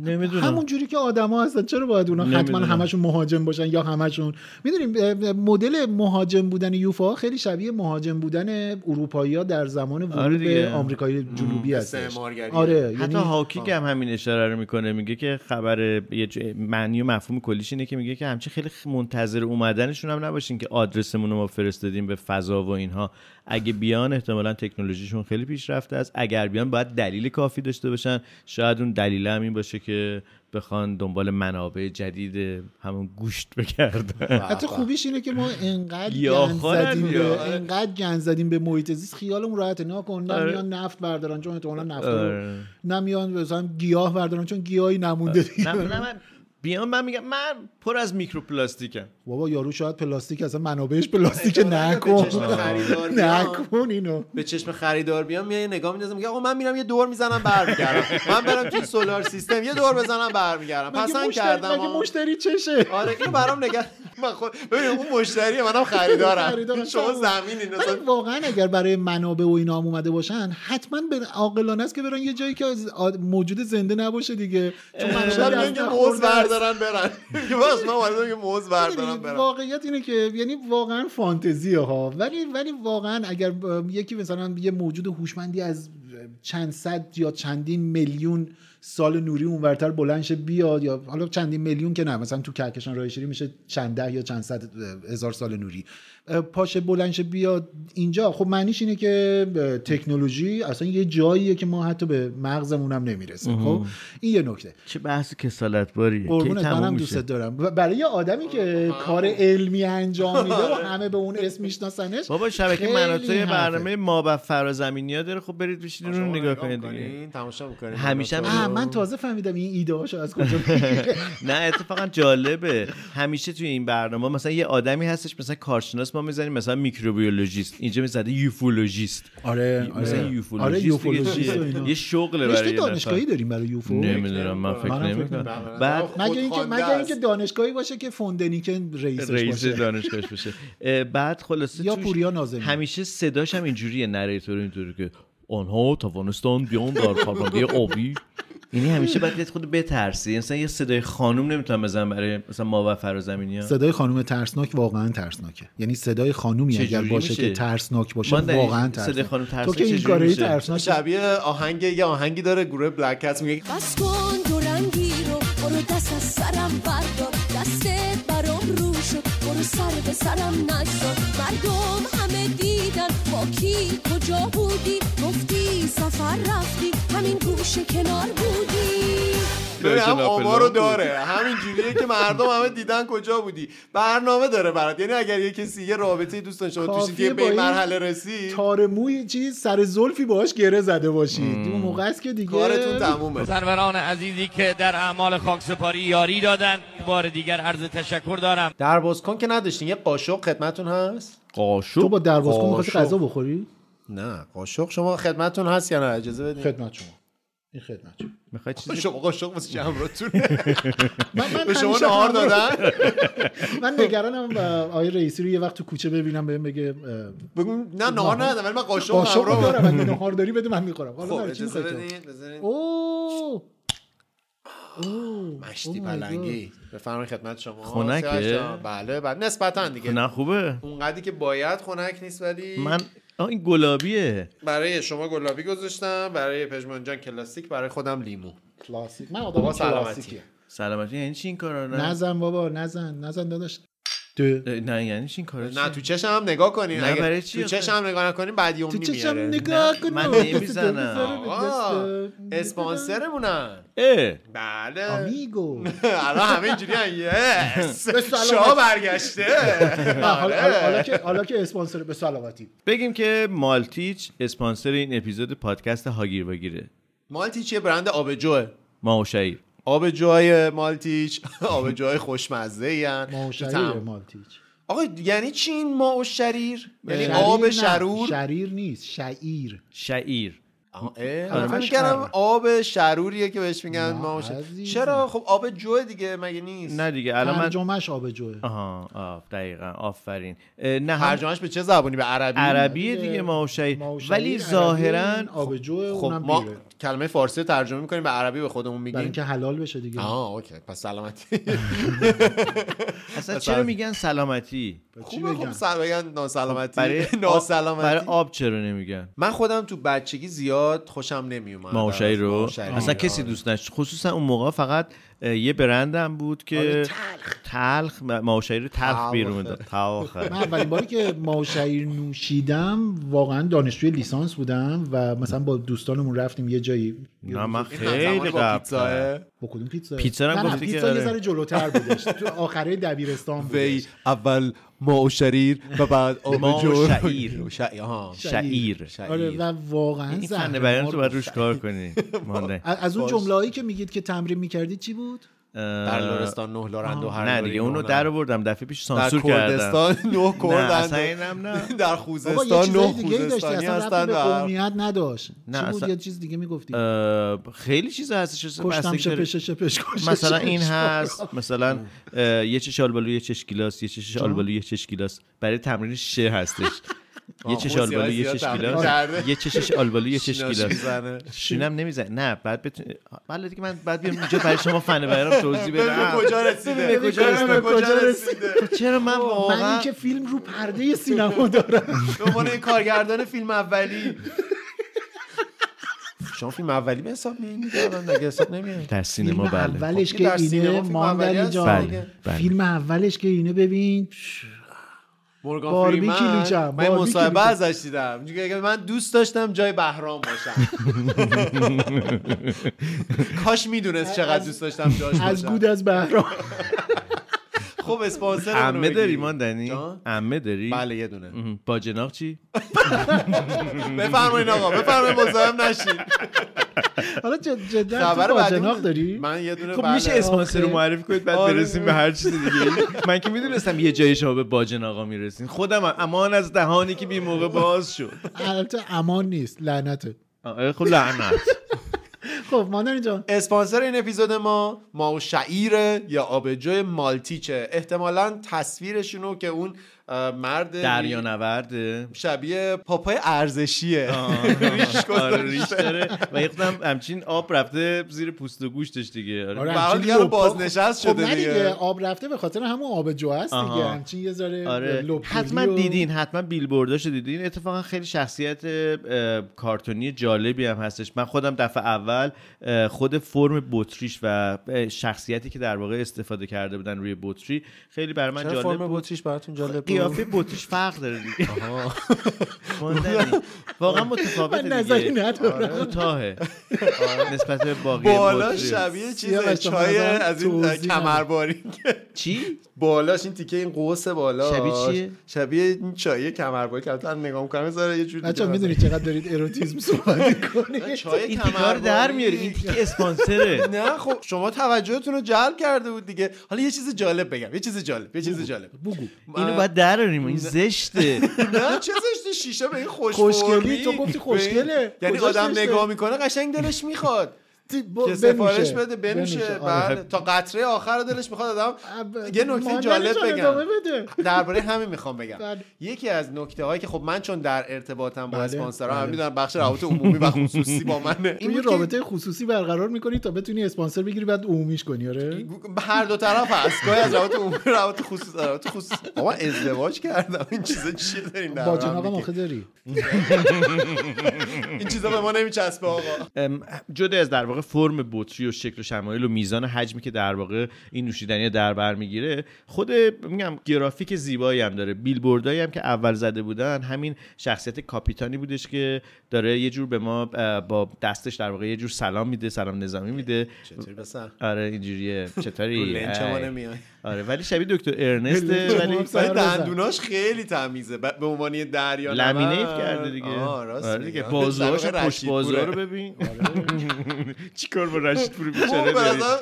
C: نمیدونم
E: همون جوری که آدما هستن چرا باید اونا حتما
C: نمیدونم.
E: همشون مهاجم باشن یا همشون میدونیم مدل مهاجم بودن یوفا خیلی شبیه مهاجم بودن اروپایی ها در زمان ورود
C: آره
E: به
C: دیگه.
E: آمریکای جنوبی
C: مم.
E: هست
C: آره
E: آره
C: حتی هاکی هم همین اشاره رو میکنه میگه که خبر یه ج- معنی و مفهوم کلیش اینه که میگه که همچین خیلی خ- منتظر اومدنشون هم نباشین که آدرسمون رو ما فرستادیم به فضا و اینها اگه بیان احتمالا تکنولوژیشون خیلی پیشرفته است اگر بیان باید دلیل کافی داشته باشن شاید اون دلیل هم این باشه که بخوان دنبال منابع جدید همون گوشت بگردن
E: حتی خوبیش اینه که ما انقدر
C: یا
E: گند
C: خورن
E: زدیم
C: یا-
E: به انقدر گند زدیم به محیط زیست خیالمون راحته نه کن نه
C: آره.
E: میان نفت بردارن چون احتمالاً نفت
C: آره. آره.
E: رو نه میان مثلا گیاه بردارن چون گیاهی نمونده دیگه.
C: نه نه من بیام من میگم من پر از میکروپلاستیکم
E: بابا یارو شاید پلاستیک اصلا منابعش پلاستیک نکن
D: آره، چشم خریدار بیان.
E: نکن اینو
D: به چشم خریدار بیام میای نگاه میندازم میگه آقا من میرم یه دور میزنم برمیگردم من برم توی سولار سیستم یه دور بزنم برمیگردم
E: مگه
D: پسند
E: مشتری-
D: کردم
E: مگه
D: آه.
E: مشتری چشه
D: آره اینو برام نگه من خود ببین اون مشتریه منم خریدارم
E: خریدارم.
D: شما زمینی
E: ولی
D: مثلا
E: واقعا اگر برای منابع و اینا هم اومده باشن حتما به عاقلانه است که برن یه جایی که از آد- موجود زنده نباشه دیگه چون منابع
D: شب
E: از
D: میگه
E: دست
D: موز
E: خورده است.
D: بردارن برن میگه باش من اومدم که موز بردارن
E: می‌دونید،
D: برن
E: واقعیت اینه که یعنی واقعا فانتزیه ها ولی ولی واقعا اگر اه، یکی مثلا یه موجود هوشمندی از چند صد یا چندین میلیون سال نوری اونورتر بلند شه بیاد یا حالا چندین میلیون که نه مثلا تو کهکشان راه شیری میشه چند ده یا چند صد اه، هزار سال نوری اه، پاشه بلند شه بیاد اینجا خب معنیش اینه که اه، تکنولوژی اصلا یه جاییه که ما حتی به مغزمون هم نمیرسه
C: مهم.
E: خب این یه نکته
C: چه بحث کسالت باریه
E: قربونت منم دوستت دارم و برای یه آدمی که کار علمی انجام میده و همه به اون اسم میشناسنش
C: بابا شبکه
E: خیلی
C: مناطق
E: حرفه.
C: برنامه ما و فرازمینی ها داره خب برید بشینید اون رو نگاه کنید دیگه
D: این تماشا میکنه
C: همیشه هم-
E: آه، من تازه فهمیدم این ایده هاشو از کجا
C: نه اتفاقا جالبه همیشه توی این برنامه مثلا یه آدمی هستش مثلا کارشناس ما میزنیم مثلا میکروبیولوژیست اینجا میزده یوفولوژیست
E: آره
C: مثلا
E: آره. آره،
C: یوفولوژیست دیگه
E: یوفولوژیست
C: چیه؟
E: و اینا.
C: یه شغله
E: رشته
C: برای یه نفر.
E: دانشگاهی داریم برای یوفو؟
C: نمیدونم من فکر
E: منم آره، فکر
C: نمی‌کنم بعد
E: مگه اینکه مگه اینکه دانشگاهی باشه که فوندنیکن رئیسش
C: رئیس
E: باشه
C: دانشگاهش باشه اه، بعد خلاصه
E: یا
C: توش
E: پوریا ناظمی.
C: همیشه صداش هم اینجوریه نریتور اینطوری که آنها توانستان بیان در پرونده آبی یعنی همیشه باید یه خود بترسی مثلا یه صدای خانم نمیتونم بزنم برای مثلا ما و فرازمینی ها
E: صدای خانم ترسناک واقعا ترسناکه یعنی صدای خانومی
C: چه
E: اگر
C: جوری
E: باشه
C: میشه؟
E: که ترسناک باشه
C: من دقیقاً
E: واقعا
C: صدای
E: ترسناک
C: خانم
E: تو
C: ترسناک
E: که
C: چه
E: این
C: جوری
E: کارایی
C: میشه؟
E: ترسناک
D: شبیه آهنگ یه آهنگی داره گروه بلک هست میگه
P: بس کن دو رنگی رو برو دست از سرم بردار دستت برام رو شد برو سر به سرم نگذار مردم همه دیدن با کی کجا بودی گفتی سفر رفتی همین گوشه کنار بودی
D: ببین هم
P: داشتن
D: آما
P: آپلان
D: رو
P: بود.
D: داره همین جوریه که مردم همه دیدن کجا بودی برنامه داره برات یعنی اگر یه کسی یه رابطه دوستان شما توشید
E: کافیه
D: که به
E: با
D: این
E: این
D: مرحله رسید
E: تار موی چیز سر زلفی باهاش گره زده باشید اون موقع است که دیگه
Q: سروران عزیزی که در اعمال خاکسپاری یاری دادن بار دیگر عرض تشکر دارم
D: در بازکن که نداشتین یه قاشق خدمتون هست
C: قاشق
E: تو با دروازکن می‌خواستی
D: می‌خواستی
E: غذا بخوری
D: نه قاشق شما خدمتون هست یا نه اجازه بدین
E: خدمت شما این خدمت شما
C: میخوای
D: شما قاشق واسه چه همراهتون
E: من- من
D: به شما
E: همیشه
D: نهار
E: همراه-
D: دادن
E: من نگرانم اه، آیه رئیسی رو یه وقت تو کوچه ببینم بهم بگه
D: بگو نه نهار ندادم، ولی من قاشق همراه
E: دارم
D: دارم.
E: اگه نهار داری بده من میخورم حالا
D: خب،
E: برای چی
D: اجازه
E: می‌خوای تو؟
D: بدین، بذارین.
E: اوه اوه
D: مشتی پلنگی بفرمایید خدمت شما
C: خنکه؟
D: سیاوش جان. بله بله نسبتا دیگه
C: نه خوبه
D: اونقدری که باید خنک نیست ولی
C: من آه، این گلابیه
D: برای شما گلابی گذاشتم برای پژمان جان کلاسیک برای خودم لیمو
E: کلاسیک من آدم
D: بابا سلامتی
E: کلاسیکیه.
C: سلامتی یعنی چی این کارا نه
E: نزن بابا نزن نزن داداش
C: اه، نه یعنی چی این کارا
D: نه تو چشم هم نگاه کنین
C: نه،
D: اگه
C: برای چی
D: تو
C: آخه؟
D: چشم هم نگاه نکنین بعد یوم
E: تو چشم
D: میاره
E: نگاه کن
C: من
E: بابا.
C: نمیزنم
D: آقا اسپانسرمونن
C: اه
D: بله
E: آمیگو
D: الان همه اینجوری هم یس
E: به سلامت.
D: شاه برگشته
E: نه، حالا حالا- حالا
D: آره.
E: که حالا که اسپانسر به سلامتی
C: بگیم که مالتیچ اسپانسر این اپیزود پادکست هاگیر واگیره
D: مالتی چیه برند آب جوه
C: ما و شعیر
D: آب جای مالتیچ آب جای خوشمزه این
E: ماهوشهری مالتیچ
D: آقا یعنی چین ما و شریر یعنی
E: شریر
D: آب
E: نه،
D: شرور
E: شریر نیست شعیر
C: شعیر
D: آره، فکر می‌کردم آب شروریه که بهش میگن ما و شریر. چرا خب آب جو دیگه مگه نیست
C: نه دیگه الان من
E: ترجمهش آب جوه
C: آها آه دقیقا آفرین اه، نه هم-
D: ترجمهش به چه زبونی به عربی
C: عربیه دیگه ما و شعیر
D: شعیر
C: ولی
D: عربی،
C: ظاهرا
E: آب جوه
D: خب
E: اونم
D: ما
E: بیره
D: کلمه فارسی رو ترجمه میکنیم به عربی به خودمون
E: برای
D: میگیم
E: اینکه حلال بشه دیگه
D: آه اوکی پس سلامتی
C: اصلا چرا میگن سلامتی
D: خوبه خب سر بگن ناسلامتی
C: برای آب-
D: ناسلامتی
C: برای آب چرا نمیگن
D: من خودم تو بچگی زیاد خوشم نمیومد
C: ماوشایی رو
D: ماهوشهری. آره.
C: اصلا کسی دوست نداشت خصوصا اون موقع فقط اه، یه برندم بود که
E: آره،
C: تلخ تلخ م- ماهوشهری رو تلخ
E: تلخه.
C: بیرون داد تلخه.
E: من اولین باری که ما و شعیر نوشیدم واقعا دانشجوی لیسانس بودم و مثلا با دوستانمون رفتیم یه جایی
C: نه من
E: همزمان
C: خیلی آره.
E: با
C: قبل
E: پیتزاه؟ با کدوم پیتزا
C: پیتزا رو
E: نه، نه،
C: گفتی که
E: پیتزا یه
C: آره.
E: ذره جلوتر بودش تو آخره دبیرستان بود
D: وی اول ما و شریر و بعد آب
C: ما و
D: جو رو-
C: شعیر.
D: شعیر آها.
C: شعیر
E: آره و واقعا
C: یعنی این فن
E: زهر
C: بیان
E: مار
C: تو باید روش کار کنی مانده
E: از از اون
C: باش.
E: جمله هایی که میگید که تمرین میکردید چی بود
D: در لرستان نه لارند و هر
C: نه
D: لاری
C: دیگه اونو
D: نهانند.
C: در آوردم دفعه پیش سانسور
D: در کردن
C: کردم
D: نه
C: نه
D: کردند
C: اصلا اینم نه
D: در
E: بابا یه
D: خوزستان
E: چیزای
D: نه
E: دیگه ای داشتی
D: خوزستانی
E: اصلا
D: هستند
E: ربطی به
D: و هر-
E: قومیت نداشت
C: نه،
E: چی بود
C: اصلا-
E: یه چیز دیگه میگفتی
C: اه، خیلی چیز هستش اصلا
E: کشتم
C: بستگی داره.
E: شپش شپش کشش
C: مثلا این
E: شپش.
C: هست مثلا اه، یه چش آلبالو یه چش گیلاس یه چش آلبالو یه چش گیلاس برای تمرین ش هستش یه
B: آه،
C: چش
B: خوب
C: آلبالو یه
B: زیاد
C: چش
B: تمرین
C: گیلاس
B: کرده.
C: یه چشش آلبالو یه چش
B: شیناش
C: گیلاس
B: میزنه.
C: شینم نمیزنه نه بعد بتونی بله دیگه من بعد بیام اینجا برای شما فن برام توضیح
D: ببین
C: بدم
D: کجا رسیده.
C: ببین
D: ببین
C: کجا
D: کجا
C: رسیده
D: رسیده.
C: تو چرا من
E: من
C: واقعا
E: این که فیلم رو پرده سینما دارم
D: به عنوان یه کارگردان فیلم اولی شما فیلم اولی به حساب میاد مگه حساب نمیاد
C: در
E: فیلم
C: سینما بله
E: اولش
D: خب،
E: که
D: در سینما
E: اینه
D: فیلم
E: ماندنی
D: اولی
E: جان
D: هست دیگه.
C: بله.
E: فیلم اولش که اینه ببین
D: مورگان
E: باربی
D: فریمن،
E: کلیجم،
D: من یه
E: باربی
D: مصاحبه
E: کلیجم.
D: ازش دیدم میگه که من دوست داشتم جای بهرام باشم کاش میدونست چقدر دوست داشتم جاش
E: از
D: باشم
E: گود از بهرام
D: خب اسپانسر
C: عمه داری ماندنی عمه داری
D: بله یه دونه
C: با جناق چی
D: بفرمایید آقا بفرمایید مزاحم نشین
E: حالا جد- جدا
D: خبر
E: تو با
D: بعدی
E: جناق
D: من-
E: داری
D: من یه دونه
C: خب
D: بله.
C: میشه اسپانسر رو
D: آخه.
C: معرفی کنید بعد
D: آره.
C: برسیم به هر چیز دیگه من که میدونستم یه جایی شما به باجن آقا میرسین خودم هم. امان از دهانی که بی موقع باز شد
E: البته امان نیست لعنته
C: آه، خب لعنت
E: خب ماندنی جان
D: اسپانسر این اپیزود ما ما و شعیر یا آبجو مالتیچه احتمالا تصویرشونو که اون اه، مرد
C: دریا نورده
D: شبیه پاپای ارزشیه ریش
C: آره
D: گذاشته.
C: ریش داره و یه خودم همچین آب رفته زیر پوست و گوشتش دیگه آره.
E: آره،
D: به هر حال
E: همچین
D: دیگه رو
E: لپا-
D: بازنشست
E: خب
D: شده
E: نه
D: دیگه.
E: دیگه آب رفته به خاطر همون آب جو است دیگه
C: آها.
E: همچین یه ذره
C: آره
E: لپولی
C: حتما
E: و-
C: دیدین حتما بیلبورداشو دیدین اتفاقا خیلی شخصیت اه، کارتونی جالبی هم هستش من خودم دفعه اول اه، خود فرم بطریش و اه، شخصیتی که در واقع استفاده کرده بودن روی بطری خیلی برای من
D: چرا
C: جالب
D: فرم
C: بود
D: بطریش براتون جالب بود
C: قیافه بطریش فرق داره دیگه ماندنی. واقعا متفاوته
E: من
C: دیگه
E: نظری ندارم.
C: آره، کوتاهه نسبت به باقی
D: بالا
C: بطری.
D: شبیه چیز
E: سیاوش، شما
D: چای
E: نظرم
D: از این اه،
E: توضیح
D: کمرباری
C: چی
D: بالاش این تیکه این قوس بالا
E: شبیه چیه؟
D: شبیه این چای کمرباری که الان نگاه می‌کنم ذره یه جوری
E: بچه
D: دیگه
E: میدونی چقدر دارید اروتیزم صحبت میکنید
D: چای
C: این تیکه رو در میاری این تیکه اسپانسره
D: نه خب شما توجهتون رو جلب کرده بود دیگه حالا یه چیز جالب بگم یه چیز جالب یه چیز جالب
E: بگو
C: اینو باید دراریم این زشته
D: نه چه زشته شیشه به این خوش
E: خوشگلی؟
D: فرمی،
E: تو گفتی
D: به این-
E: خوشگله.
D: یعنی
E: کجاش
D: آدم
E: زشته؟
D: نگاه میکنه قشنگ دلش میخواد که
E: بنوشه.
D: سفارش بده بنوشه
E: بنوشه، آره.
D: بله تا قطره آخر دلش میخواد آدم یه نکته
E: ماندنی
D: جالب
E: جان
D: بگم
E: ادامه بده.
D: درباره همین میخوام بگم
E: بله.
D: یکی از نکته هایی که خب من چون در ارتباطم با
E: بله،
D: اسپانسرها
E: بله.
D: هم میدونم بخش روابط عمومی و خصوصی با منه
E: تو یه
D: بود که
E: رابطه خصوصی برقرار میکنی تا بتونی اسپانسر بگیری بعد عمومیش کنی آره
D: هر دو طرف هست گاهی از روابط عمومی روابط خصوص روابط خصوص آقا من ازدواج کردم این چیزا چیه داریم در
E: با
D: هم
E: جناقم
D: می‌گیم؟
E: آخه داری
D: این چیزا به ما نمیچسبه آقا
C: ام، جدا از در واقع فرم بطری و شکل و شمایل و میزان حجمی که در واقع این نوشیدنی در بر میگیره خود میگم گرافیک زیبایی هم داره بیلبوردایی هم که اول زده بودن همین شخصیت کاپیتانی بودش که داره یه جور به ما اه، با دستش در واقع یه جور سلام میده سلام نظامی میده
D: چطوری پسر؟
C: آره اینجوریه
D: رو
C: چطوری
D: لنچ ما
C: ای.
D: نمیای.
C: آره ولی شبیه دکتر ارنست ولی
D: ولی دندوناش خیلی تمیزه ب- به عنوان یه دریا نورد.
C: لامینیت کرده دیگه
D: آه راست
C: آره
D: میگه
C: دیگه بازوهاش
D: طبق
C: پشت
D: رشید
C: بازوها
D: پوره.
C: رو ببین چیکار با رشید پوری
D: بابا،
C: بیچاره
D: آره. به
C: داری؟
D: نظرم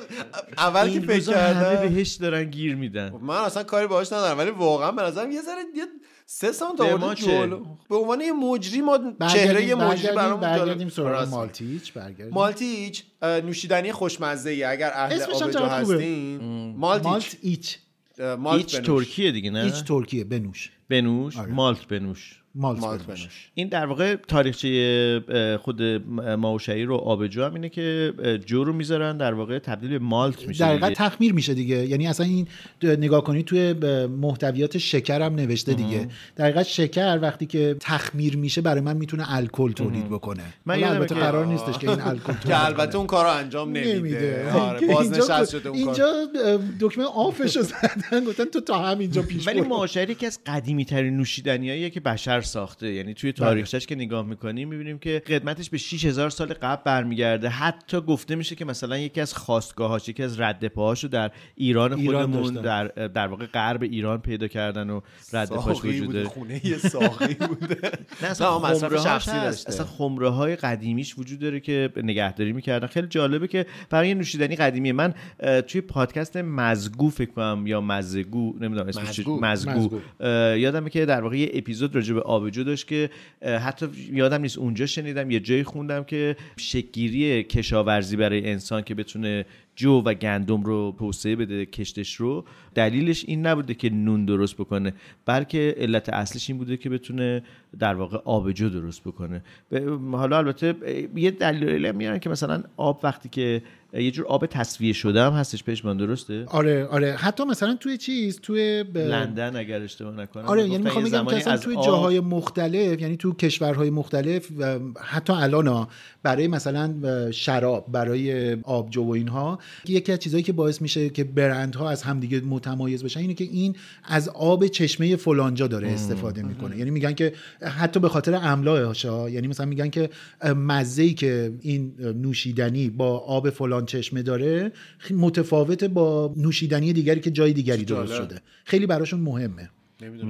D: اول که
C: این
D: فکر
C: روزا همه
D: کردم
C: بهش دارن گیر میدن
D: خب من اصلا کاری باهاش ندارم ولی واقعا به نظرم یه ذره یه سه سانت
C: به
D: آورده
C: ما چه؟
D: جلو به عنوان یه مجری ما
E: برگردیم-
D: چهره یه مجری
E: برگردیم-
D: برامون جالب.
E: برگردیم سراغ
D: راست.
E: مالتیچ برگردیم
D: مالتیچ اه، نوشیدنی خوشمزه ای اگر اهل
E: اسمش هم
D: آبجو
E: چقدر خوبه.
D: هستین مالتیچ
E: مالت ایچ
D: اه، مالت
C: هیچ
D: بنوش.
C: ترکیه دیگه نه
E: ایچ ترکیه بنوش
C: بنوش مالت بنوش
E: مالت,
C: بنوش. این در واقع تاریخچه اه، خود ماوشعیر و آبجو هم اینه که اه، جو رو میذارن در واقع تبدیل به مالت میشه
E: دقیقا
C: دیگه.
E: تخمیر میشه دیگه یعنی اصلا این نگاه کنید توی ب- محتویات شکر هم نوشته دیگه دقیقا شکر وقتی که تخمیر میشه برای من میتونه الکل تولید بکنه
D: من
E: من
D: یادمه
E: البته
D: که-
E: قرار نیستش که این الکل
D: که
E: تولید
D: البته اون کارو انجام نمیده آره بازنشست شده اون کار
E: اینجا دکمه آفش رو زدن گفتن تو تا همینجا پیش
C: ولی
E: برو.
C: معاشر یکی از قدیمی ترین نوشیدنیاییه که بشر ساخته یعنی توی تاریخچش که نگاه میکنیم میبینیم که قدمتش به 6000 سال قبل برمیگرده حتی گفته میشه که مثلا یکی از خواستگاهاش یکی از رد پاهاشو در ایران
E: ایران
C: خودمون
E: داشتن.
C: در در واقع غرب ایران پیدا کردن و رد پاش
D: ساقی
C: وجود
D: بوده
C: داره
D: خونه یه ساقی بوده
C: نه اصلا
D: اون مصرف
C: خمره‌هاش
D: شخصی
C: هست.
D: داشته
C: اصلا خمره های قدیمیش وجود داره که نگهداری میکردن خیلی جالبه که برای یه نوشیدنی قدیمی من اه، توی پادکست مزگو فکر کنم یا مزگو نمیدونم اسمش چی-
D: مزگو.
C: مزگو
D: مزگو.
C: اه، یادمه که در واقع یه اپیزود راجع به آبجو داشت که اه، حتی یادم نیست اونجا شنیدم یه جایی خوندم که شکگیری کشاورزی برای انسان که بتونه جو و گندم رو توسعه بده کشتش رو دلیلش این نبوده که نون درست بکنه بلکه علت اصلش این بوده که بتونه در واقع آبجو درست بکنه به- حالا البته اه، یه دلیل میارن که مثلا آب وقتی که اه، یه جور آب تصفیه شده هم هستش پشمان درسته
E: آره آره حتی مثلا توی چیز توی ب-
C: لندن اگر اشتباه نکنم
E: آره
C: می‌گفتن
E: یعنی میخوام
C: یه
E: بگم که
C: زمانی
E: اصلا
C: از
E: توی
C: آب-
E: جاهای مختلف یعنی تو کشورهای مختلف و حتی الان ها، برای مثلا اه، شراب برای آبجو و اینها یکی از چیزهایی که باعث میشه که برندها از همدیگه متمایز بشن اینه که این از آب چشمه فلانجا داره استفاده میکنه یعنی میگن که حتی به خاطر املاحش ها یعنی مثلا میگن که مزه ای که این نوشیدنی با آب فلان چشمه داره خی- متفاوته با نوشیدنی دیگری که جای دیگری درست
C: جالب.
E: شده خیلی براشون مهمه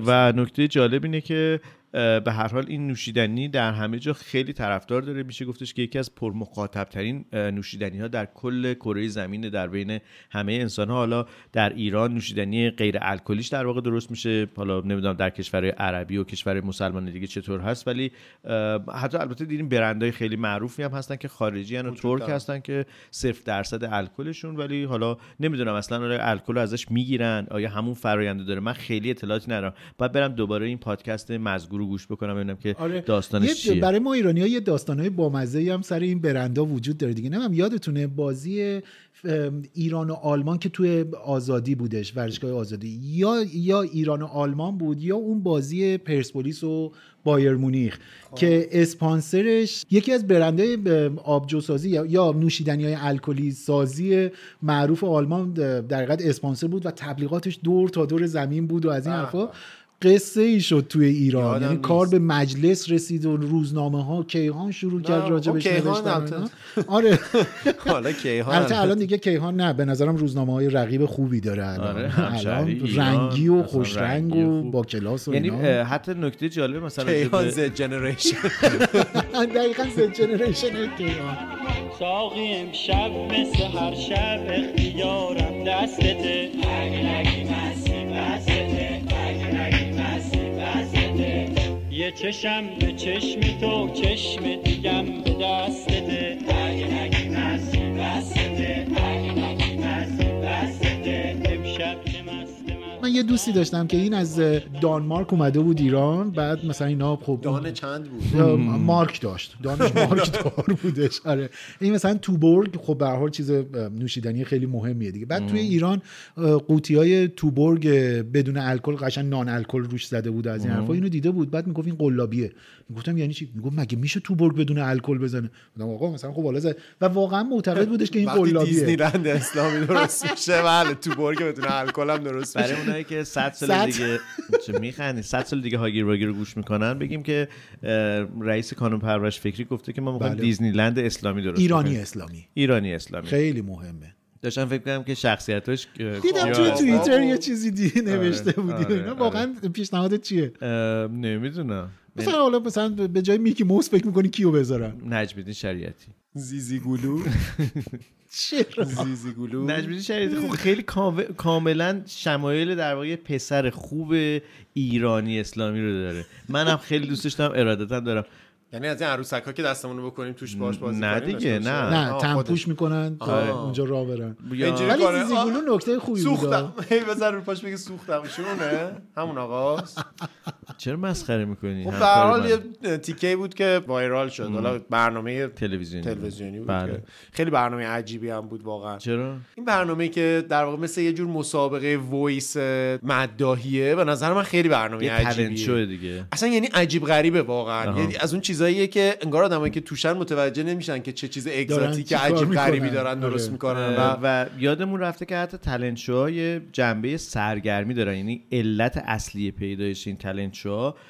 C: و نکته جالب اینه که اه، به هر حال این نوشیدنی در همه جا خیلی طرفدار داره میشه گفتش که یکی از پرمخاطب ترین نوشیدنی ها در کل کره زمین در بین همه انسان ها حالا در ایران نوشیدنی غیر الکلیش در واقع درست میشه حالا نمیدونم در کشورهای عربی و کشور مسلمان دیگه چطور هست ولی اه، حتی البته دیدیم برندهای خیلی معروفی هم هستن که خارجی و ترک
D: دارن.
C: هستن که صفر درصد الکلشون ولی حالا نمیدونم اصلا آیا الکل رو ازش میگیرن آیا همون فراینده داره من خیلی اطلاعاتی ندارم باید برم دوباره این پادکست مزگو رو گوش بکنم ببینم که داستانش
E: آره. یه-
C: چیه
E: برای ما ایرانی ها یه داستان های بامزه هم سر این برندا وجود داره دیگه نمیم یادتونه بازی ام، ایران و آلمان که توی آزادی بودش ورزشگاه آزادی یا یا ایران و آلمان بود یا اون بازی پرسپولیس و بایر مونیخ که اسپانسرش یکی از برندهای ام، آبجوسازی یا- یا نوشیدنی های الکلی سازی معروف آلمان در حقیقت اسپانسر بود و تبلیغاتش دور تا دور زمین بود و از این حرفا قصه ای شد توی ایران
D: یادم
E: یعنی
D: نیست.
E: کار به مجلس رسید و روزنامه ها کیهان شروع
D: نه،
E: کرد راجبش
D: خب کیهان
E: نوشتن و
D: البته.
E: اینا. آره
D: حالا کیهان
E: البته الان دیگه کیهان نه به نظرم روزنامه های رقیب خوبی داره الان,
C: آره، همشهری،
E: الان
C: ایران،
E: رنگی و
C: اصلا
E: خوش رنگ
C: رنگی
E: و
C: خوب.
E: با کلاس و
C: یعنی
E: اینا
C: اه، حتی نکته جالب مثلا
D: کیهان
C: راجع
D: زد جنریشن
E: دقیقا زد جنریشن کیهان
R: ساقی امشب مثل هر شب اختیارم دستته یه چشم به چشم تو چشم دیگم به دستته امشب که مست
E: من یه دوستی داشتم که این از دانمارک اومده بود ایران بعد مثلا اینا خب
D: دانه چند بود
C: Hmm.
E: یا مارک داشت دانش مارک دار بودش آره این مثلا توبورگ خب به هر حال چیز اه، نوشیدنی خیلی مهمیه دیگه بعد
C: Hmm.
E: توی ایران قوطی های توبورگ اه، بدون الکل قشنگ نان الکل روش زده بود از این
C: مم.
E: حرفا اینو دیده بود بعد میگفت این قلابیه میگفتم یعنی چی میگفت مگه میشه توبورگ بدون الکل بزنه گفتم آقا مثلا خب حالا زد. و واقعا معتقد بودش که این
D: وقتی دیزنی
E: قلابیه
D: لند اسلامی درست میشه بله تو برگ بتونه الکل هم درست
C: برای
D: میشه
C: اونایی که 100
D: صد.
C: سال دیگه چه میخندی 100 سال دیگه هاگیر واگیر رو گوش میکنن بگیم که اه، رئیس کانون پرورش فکری گفته که ما میخوایم
E: بله.
C: دیزنیلند اسلامی درست
E: ایرانی
C: کنیم.
E: اسلامی.
C: ایرانی اسلامی
E: خیلی مهمه
C: داشتم فکر کنم که شخصیتاش اه،
E: دیدم
C: کیا
E: توی
C: هستن.
E: توییتر یه چیزی دی نوشته
C: خب، آره،
E: بودی و
C: آره،
E: اینا واقعا پیشنهادت چیه
C: اه، نمیدونم
E: مثلا حالا مثلا به جای میکی موس فکر میکنی کیو بذارن
C: نجمیدین شریعتی
D: زیزی گلو
E: چرا
D: زیزی گلو
C: نجمیدی شریعتی خب خیلی کامل- کاملا شمایل در واقع پسر خوب ایرانی اسلامی رو داره منم خیلی دوستش دارم ارادتا دارم
D: یعنی از این عروسک ها که دستمون بکنیم توش باش بازی
C: نه
D: کنیم،
C: دیگه،
D: داشته
C: نه.
D: باشه.
E: نه
D: آه،
E: تنپوش
D: خودش.
E: میکنن
D: آره.
E: تا اونجا را برن
D: اینجوری
E: ولی
D: کنه.
E: زیزی
D: آه،
E: گلو نکته خوبی بود
D: سوختم هی بزن رو پاش بگه سوختم شونه همون آقاست
C: چرا مسخره میکنی
D: خب به هر حال یه تیکه بود که وایرال شد حالا برنامه
C: تلویزیونی بود.
D: تلویزیونی بود
C: بله.
D: که خیلی برنامه عجیبی هم بود واقعا
C: چرا
D: این برنامه که در واقع مثل یه جور مسابقه وایس مداهیه به نظر من خیلی برنامه
C: یه تلنت شو
D: خب عجیبیه
C: دیگه
D: اصلا یعنی عجیب غریبه واقعا
C: آها.
D: یعنی از اون چیزاییه که انگار آدمایی که توشن متوجه نمیشن که چه چیز اگزاتیک
C: چی کار
D: عجیب
C: می‌کنن.
D: غریبی دارن درست
C: آره.
D: میکنن
C: اه،
D: و
C: و یادمون رفته که حتی تلنت شوها یه جنبه سرگرمی دارن یعنی علت اصلی پیدایش این تلنت شوها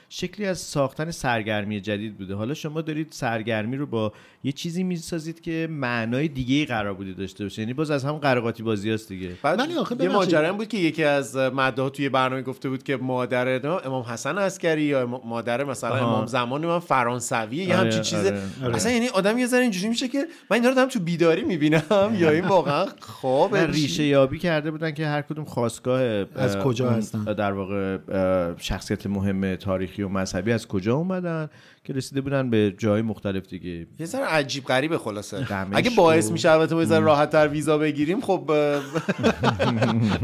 C: شکلی از ساختن سرگرمی جدید بوده حالا شما دارید سرگرمی رو با یه چیزی میسازید که معنای دیگه ای قرار بوده داشته باشه یعنی باز از همون قراقاتی بازی هست دیگه
D: بعد یه
C: ببخشید.
D: ماجرا این بود که یکی از مداها توی برنامه گفته بود که مادر نمی‌دونم امام حسن عسکری یا امام- مادر مثلا
C: آها.
D: امام زمان من فرانسویه یه
C: آره،
D: همچین چیزه
C: آره، آره.
D: اصلا یعنی آدم یه ذره اینجوری میشه که من اینا رو دارم تو بیداری میبینم یا این واقعا
E: خب،
D: خواب
C: نه، ریشه یابی کرده بودن که هر کدوم خواستگاه
E: از کجا
C: هستن در واقع اه، شخصیت مهم تاریخی و مذهبی از کجا اومدن که رسیده بودن به جای مختلف دیگه
D: یه ذره عجیب غریبه خلاصه
C: دمشق
D: اگه باعث
C: و-
D: میشه البته ما یه ذره راحت تر ویزا بگیریم خب اه،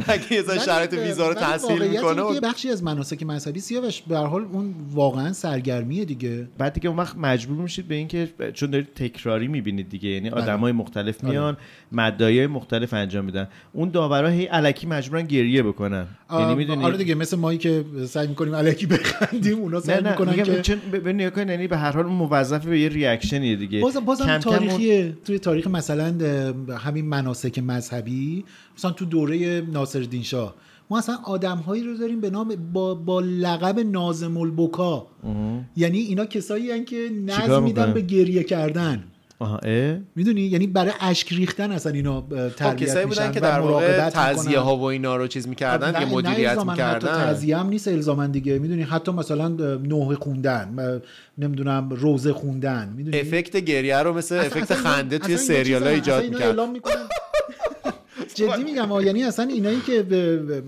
D: اگه یه ذره شرایط ویزا رو
E: ولی
D: تحصیل
E: واقعیت
D: میکنه
E: اینه که بخشی از مناسک مذهبی سیاوش به هر حال اون واقعا سرگرمیه دیگه
C: بعد دیگه اون وقت مجبور میشید به اینکه چون دارید تکراری میبینید دیگه یعنی
E: بله.
C: آدمای مختلف
E: بله.
C: میان مدایای مختلف انجام میدن اون داورا هی الکی مجبورن گریه بکنن یعنی میدونی
E: آره دیگه مثل مایی که سعی میکنیم الکی بخندیم اونا
C: نه
E: سعی
C: نه
E: میکنن
C: میگم
E: که
C: چون ب- ببین نگاه کن، یعنی به هر حال اون موظف به یه ریاکشنیه دیگه
E: بازم بازم
C: کم کم اون-
E: تاریخیه توی تاریخ مثلا اه، همین مناسک مذهبی مثلا تو دوره ناصرالدین شاه ما اصلا آدمهایی رو داریم به نام با, با لقب نازم البکا
C: اوه.
E: یعنی اینا کسایی هن که
C: چیکار می‌کنن؟
E: نظم میدن به گریه کردن
C: آها اه؟
E: میدونی یعنی برای اشک ریختن اصلا اینا اه،
D: خب
E: تربیت
D: کسایی بودن
E: میشن
D: که
E: و
D: در واقع
E: مراقبت
D: تعزیه
E: می‌کنن. خب،
D: ها و اینا رو چیز میکردن
E: نه-
D: یه
E: نه
D: مدیریت
E: الزاماً، حتی
D: میکردن
E: تعزیه هم نیست الزامن دیگه میدونی حتی مثلا اه، نوحه خوندن اه، نمیدونم روزه خوندن میدونی
D: افکت گریه رو مثل افکت
E: اصلا اینا-
D: خنده توی
E: اصلا اینا
D: سریال ها
E: چیزن.
D: ایجاد
E: اصلا اینا
D: میکرد
E: اعلام می‌کنن. جدی میگم آه، یعنی اصلا اینایی که به- به- به-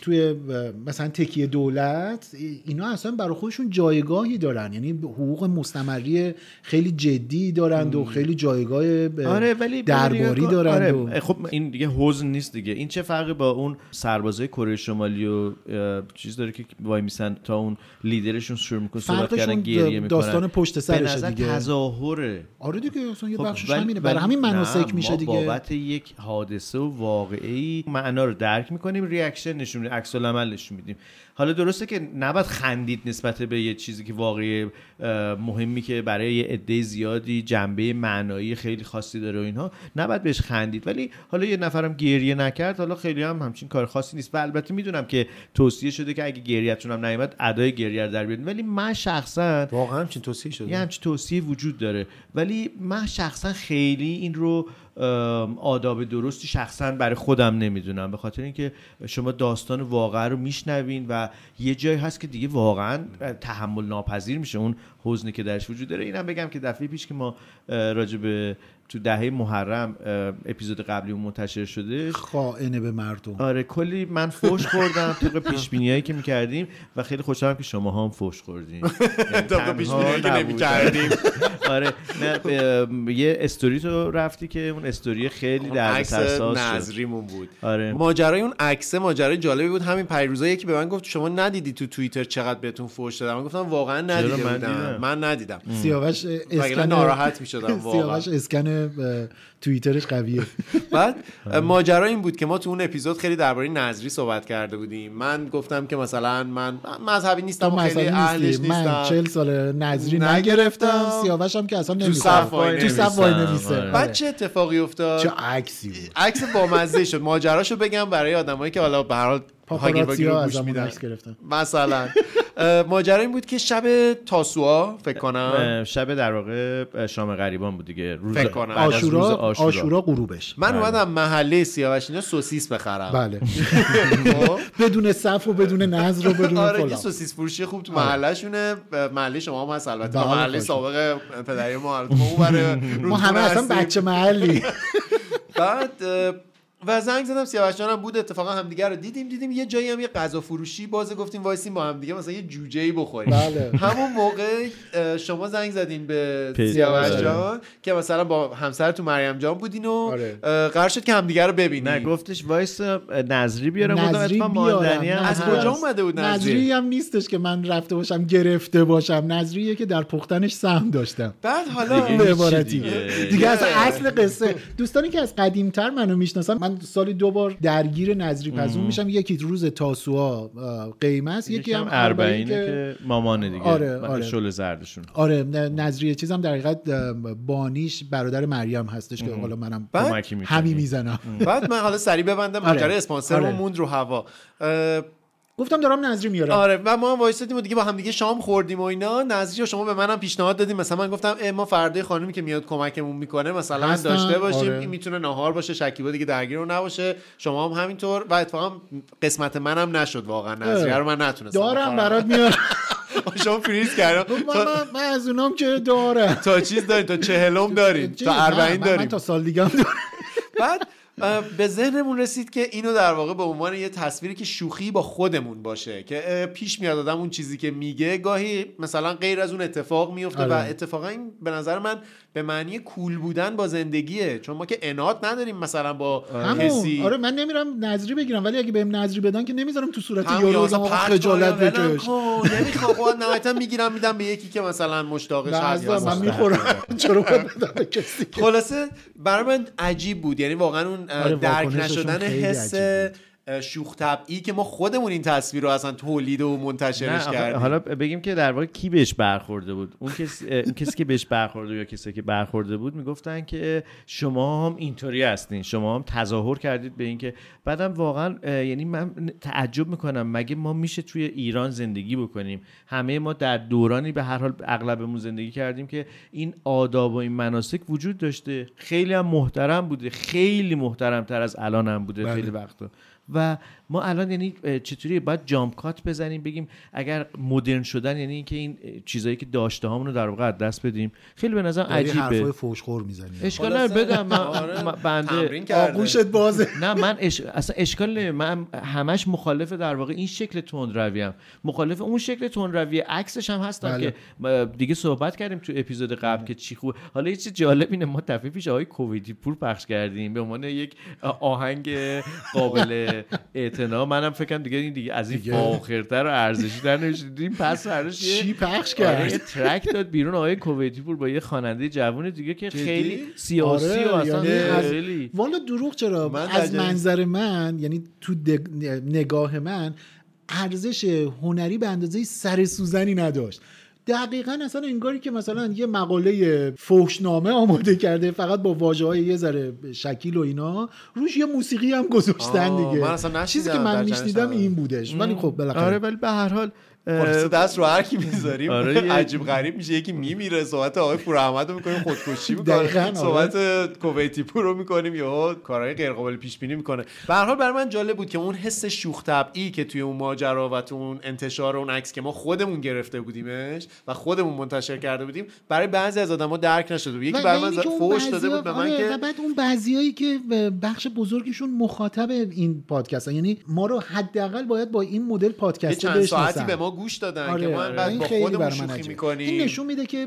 E: توی به- مثلا تکیه دولت ای- اینا اصلا برای خودشون جایگاهی دارن یعنی حقوق مستمری خیلی جدی دارند و خیلی جایگاه به-
C: آره ولی
E: درباری
C: آره،
E: دارند و
C: خب این دیگه حزن نیست دیگه این چه فرقی با اون سربازای کره شمالی و اه، چیز داره که وای میسن تا اون لیدرشون شروع میکنه صحبت
E: فرقشون
C: کردن گریه میکنن
E: داستان پشت
C: به
E: سرشه
C: نظر
E: دیگه.
C: تظاهره
E: آره دیگه اصلا یه
C: خب،
E: بخشش
C: ولی-
E: همینه برای
C: ولی
E: همین
C: نه،
E: مناسک میشه
C: ما
E: دیگه
C: بابت یک حادثه و واقعی معنا رو درک میکنیم ریاکشن نشون میدیم عکس العمل نشون میدیم حالا درسته که نباید خندید نسبت به یه چیزی که واقعی اه، مهمی که برای یه عده زیادی جنبه معنایی خیلی خاصی داره و اینها نباید بهش خندید ولی حالا یه نفرم گریه نکرد حالا خیلی هم همچین کار خاصی نیست و البته میدونم که توصیه شده که اگه گریهتون هم نیومد ادای گریه رو در بیارین ولی من شخصا
D: واقعا همچین توصیه شده
E: یعنی
C: یه همچین توصیه وجود داره ولی من شخصا خیلی این رو ام، آداب درستی شخصا برای خودم نمیدونم به خاطر اینکه شما داستان واقعه رو میشنوین و یه جایی هست که دیگه واقعا تحمل ناپذیر میشه اون حزنی که درش وجود داره اینم بگم که دفعه پیش که ما اه، راجع به تو دهه محرم اه، اپیزود قبلی اون منتشر شده
E: خائنه به مردم
C: آره کلی من فوش خوردم طبق پیش بینیایی که میکردیم و خیلی خوشحالم که شما هم فوش خوردین یعنی
D: طبق
C: تنها
D: پیش‌بینی‌هایی که
C: نبودم.
D: نمی‌کردیم.
C: آره نه ب- یه استوری تو رفتی که اون استوری خیلی
D: اون
C: در
D: خب، عکس
C: سرساز
D: نظریمون بود
C: آره
D: ماجرای اون عکسه ماجرای جالبی بود همین پیروزا یکی به من گفت شما ندیدی تو توییتر چقدر بهتون فوش دادم من گفتم واقعا
E: چرا
D: ندیده
E: من
D: بودم
E: دیدم؟
D: من ندیدم
E: سیاوش
D: وگرنه
E: اسکن
D: ناراحت میشدم واقعا
E: سیاوش اسکن اه، توییترش قویه
D: بعد ماجرا این بود که ما تو اون اپیزود خیلی درباره نظری صحبت کرده بودیم من گفتم که مثلا من مذهبی نیستم
E: تو
D: و خیلی
E: مذهبی
D: اهلش
E: نیستی. من
D: نیستم
E: 40 سال نظری نگرفتم سیاوش هم که اصلا
D: تو
E: نمیخواد
D: صف وای
E: تو صف وای
D: نمی‌سم.
E: نمی‌سه. آره.
D: بعد چه اتفاقی افتاد
E: چه عکسی بود
D: عکس بامزه شد ماجراشو بگم برای آدمایی که حالا به هر حال
E: پاپاراتزی
D: هاگیر واگیر
E: ها
D: رو
E: از
D: گوش
E: همون
D: میدن.
E: عکس گرفتن
D: مثلا اه، ماجرا این بود که شب تاسوعا فکر کنم
C: اه، شب در واقع اه، شام غریبان بود دیگه روز
D: فکر کنم.
C: بعد از
D: آشورا-
C: روز
E: آشورا غروبش
D: من
C: بله.
D: اومدم محله سیاوش اینا سوسیس بخرم خب؟
E: بله بدون صف و بدون نظر و بدون
D: آره یه
E: فلان.
D: سوسیس فروشی خوب تو
E: آره.
D: محلهشونه محله شما هم هست البته
E: بله،
D: محله
E: خوش.
D: سابق پدری ما خب، البته ما اونور
E: ما همه
D: رودخونه
E: اصلا
D: هستیم.
E: بچه محلی
D: بعد اه، و زنگ زدم سیاوش جانم بود اتفاقا همدیگه رو دیدیم دیدیم یه جایی هم یه غذا فروشی باز گفتیم وایسیم با همدیگه مثلا یه جوجه ای بخوریم
E: بله.
D: همون موقع اه، شما زنگ زدین به
E: پیدا.
D: سیاوش
E: آره.
D: جان که مثلا با همسر تو مریم جان بودین و
E: آره.
D: اه، قرار شد که همدیگه رو ببینیم
C: نه گفتش وایس نظری بیارم گفتم
E: نظری
C: اتفاقا ماندنی
E: بیارم
C: هم
D: از
C: هست.
D: کجا اومده بود
E: نظری هم نیستش که من رفته باشم گرفته باشم نظریه که در پختنش سهم داشتم
D: بعد حالا
E: دیگه به عبارتی دیگه, از
D: دیگه.
E: اصل قصه دوستانی که از قدیمتر منو میشناسن من سالی دو بار درگیر نظری پزون
D: Mm.
C: مهم.
E: میشم یکی روز تاسوعا اه، قیمه است یکی هم اربعینه
C: اربعینه که مامانه دیگه
E: آره،
C: بعد
E: آره.
C: شل زردشون
E: آره ن- نظریه چیزم در حقیقت اه، بانیش برادر مریم هستش که
D: مهم.
E: حالا منم
D: Mm-hmm. بعد- Mm.
E: کمکی می‌کنی. همی میزنم
D: بعد من حالا سریع ببندم
E: آره.
D: ماجرا اسپانسرمون
E: آره.
D: موند رو هوا اه،
E: گفتم دارم نظری میارم
D: آره و ما هم وایسادیم و دیگه با هم دیگه شام خوردیم و اینا نزدیک و شما به منم پیشنهاد دادیم مثلا من گفتم اه، ما فردا یه خانمی که میاد کمکمون میکنه مثلا
E: هستن،
D: داشته باشیم
E: آره.
D: این میتونه ناهار باشه شکیبا دیگه درگیر رو نباشه شما هم همینطور و اتفاقا قسمت منم نشد واقعا نظریه رو من نتونستم آره. بخورم.
E: دارم برات میارم
D: شما فریز کردم
E: من, من- من از اونام که دارم
D: تا چیز داریم تا چهلم داریم
E: چیز،
D: تا
E: نه،
D: اربعین
E: من- من
D: داریم
E: تا سال دیگه هم دارم.
D: بعد اه، به ذهنمون رسید که اینو در واقع به عنوان یه تصویری که شوخی با خودمون باشه که اه، پیش میاد آدم اون چیزی که میگه گاهی مثلا غیر از اون اتفاق میفته
E: آره.
D: و اتفاقا این به نظر من به معنی کول بودن با زندگیه چون ما که اناد نداریم مثلا با کسی
E: همون آره من نمیرم نظری بگیرم ولی اگه بهم نظری بدن که نمیذارم تو صورت
D: همون
E: یارو
D: یازا
E: بگم آقا
D: پرت
E: خجالت
D: کن، ولم
E: بکش
D: کن، نمیخوام خب نهایتا میگیرم میدم به یکی که مثلا مشتاقش
E: نه،
D: هست
E: اصلا من میخورم چرا باید بدم به کسی که-
D: خلاصه برای من عجیب بود یعنی واقعا اون اه،
E: آره،
D: درک
E: واکنششون
D: نشدن
E: خیلی
D: حس اه، شوخ طبعی که ما خودمون این تصویر رو اصلا تولید و منتشرش
C: نه، آخه-
D: کردیم
C: حالا بگیم که در واقع کی بهش برخورده بود اون کس- اه، اون کسی که بهش برخورده یا کسی که برخورده بود میگفتن که شما هم اینطوری هستین شما هم تظاهر کردید به اینکه بعدم واقعا اه، یعنی من تعجب میکنم مگه ما میشه توی ایران زندگی بکنیم همه ما در دورانی به هر حال اغلبمون زندگی کردیم که این آداب و این مناسک وجود داشته خیلی هم محترم بوده خیلی محترم تر از الان هم بوده
E: بله.
C: خیلی وقتا و ما الان یعنی اه، چطوری باید جامپ کات بزنیم بگیم اگر مدرن شدن یعنی اینکه این اه، چیزایی که داشته هامون رو در واقع از دست بدیم خیلی به نظر
E: داری یعنی حرفای
C: عجیبه
E: فوشخور میزنی
C: اشکال نداره،
E: خلاصه-
C: بدم من-
E: آره.
C: من بنده
E: تمرین کرده. آغوشت بازه
C: نه من اش... اصلا اشکال نمی من همش مخالف در واقع این شکل تند رویم مخالف اون شکل تند روی عکسش هم هستم
E: بله.
C: که ما دیگه صحبت کردیم تو اپیزود قبل که چی خوبه حالا یه چیز جالب اینه ما دفعه پیش آقای کوویدی پور پخش کردیم به عنوان یک آهنگ قابل اعتنا منم فکرم دیگه این دیگه از این
E: دیگه.
C: فاخرتر و ارزشی در نمیشدیم پس هرش یه-
E: چی پخش
C: آره،
E: کرد؟
C: یه ترک داد بیرون آقای کوویدی پور با یه خواننده جوون دیگه که
E: جدی؟
C: خیلی سیاسی و
E: آره،
C: اصلا
E: یعنی از-
C: خیلی
E: والا دروغ چرا
C: من
E: از
C: عجب-
E: منظر من یعنی تو دگ- نگاه من ارزش هنری به اندازه سر سوزنی نداشت دقیقا اصلا انگاری که مثلا یه مقاله فحشنامه آماده کرده فقط با واژه های یه ذره شکیل و اینا روش یه موسیقی هم گذاشتن
D: آه،
E: دیگه
D: من اصلا نشنیدم
E: چیزی که
D: در
E: من
D: جنش
E: میشنیدم
D: ندارم.
E: این بودش ولی خب بالاخره
C: آره ولی به هر حال
D: خلاصه دست رو هر کی میذاریم
C: آره، یه-
D: عجیب غریب میشه یکی میمیره صحبت آقای پور احمد رو میکنیم خودکشی
E: دقیقاً،
D: میکنه
E: آره.
D: صحبت کویتی پور رو میکنیم یا کارهای غیر قابل پیش بینی میکنه به هر حال برای من جالب بود که اون حس شوخ طبعی که توی اون ماجرا و تو اون انتشار اون عکس که ما خودمون گرفته بودیمش و خودمون منتشر کرده بودیم برای بعضی از آدما درک نشده بود یکی
E: و- و
D: برای من
E: اینی که اون
D: فوش داده
E: بعضیا-
D: بود به من
E: آره، و
D: که
E: بعد اون بعضیایی که بخش بزرگشون مخاطب این پادکست یعنی ما رو حداقل باید با این مدل
D: یه
E: پادکست
D: چند ساعتی
E: بشناسن
D: به ما گوش دادن
E: آره،
D: که ما
E: آره.
D: انقدر
E: این
D: با
E: خیلی
D: خودمون
E: برای من
D: شوخی
E: عجیبه.
D: میکنیم
E: این نشون میده که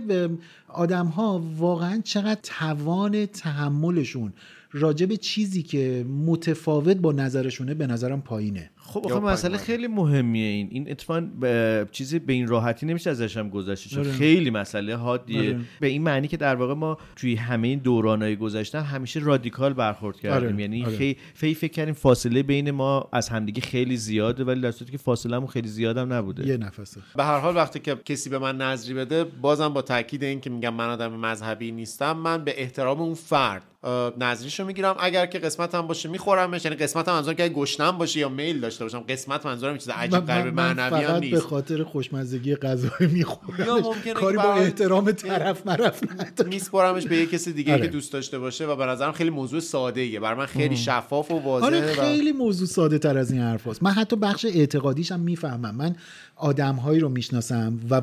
E: آدم ها واقعا چقدر توان تحملشون راجع به چیزی که متفاوت با نظرشونه به نظرم پایینه
C: خب آخه مسئله خیلی مهمیه این این اتفاقا ب- چیزی به این راحتی نمیشه ازش هم گذشته شد
E: آره.
C: خیلی مسئله حادیه
E: آره.
C: به این معنی که در واقع ما توی همه این دورانهای گذشتن همیشه رادیکال برخورد کردیم
E: آره.
C: یعنی
E: آره.
C: خیلی فکر کردیم فاصله بین ما از همدیگه خیلی زیاده ولی در صورتی که فاصله خیلی زیاد هم نبوده
E: یه نفسه
D: به هر حال وقتی که کسی به من نظری بده بازم با تاکید این که میگم من آدم مذهبی نیستم من به احترام اون فرد اه، نظریشو میگیرم اگر که قسمتم باشه میخورمش یعنی قسمتم منظور که اگه گشنم باشه یا میل داشته باشم قسمت منظورم چیز
E: من-
D: عجیب غریب
E: من, من
D: معنوی هم
E: فقط به
D: نیست
E: خاطر خوشمزگی غذای
D: یا
E: میخورم
D: ممکنه
E: کاری
D: که
E: با
D: برای-
E: احترام طرف مرف
D: میسپارمش به یه کسی دیگه
E: آره.
D: که دوست داشته باشه و به نظرم خیلی موضوع ساده ایه برای من
E: آه.
D: خیلی شفاف و واضحه
E: آره
D: و-
E: خیلی موضوع ساده تر از این حرف هست. من حتی بخش اعتقادیش هم میفهمم من آدم هایی رو میشناسم و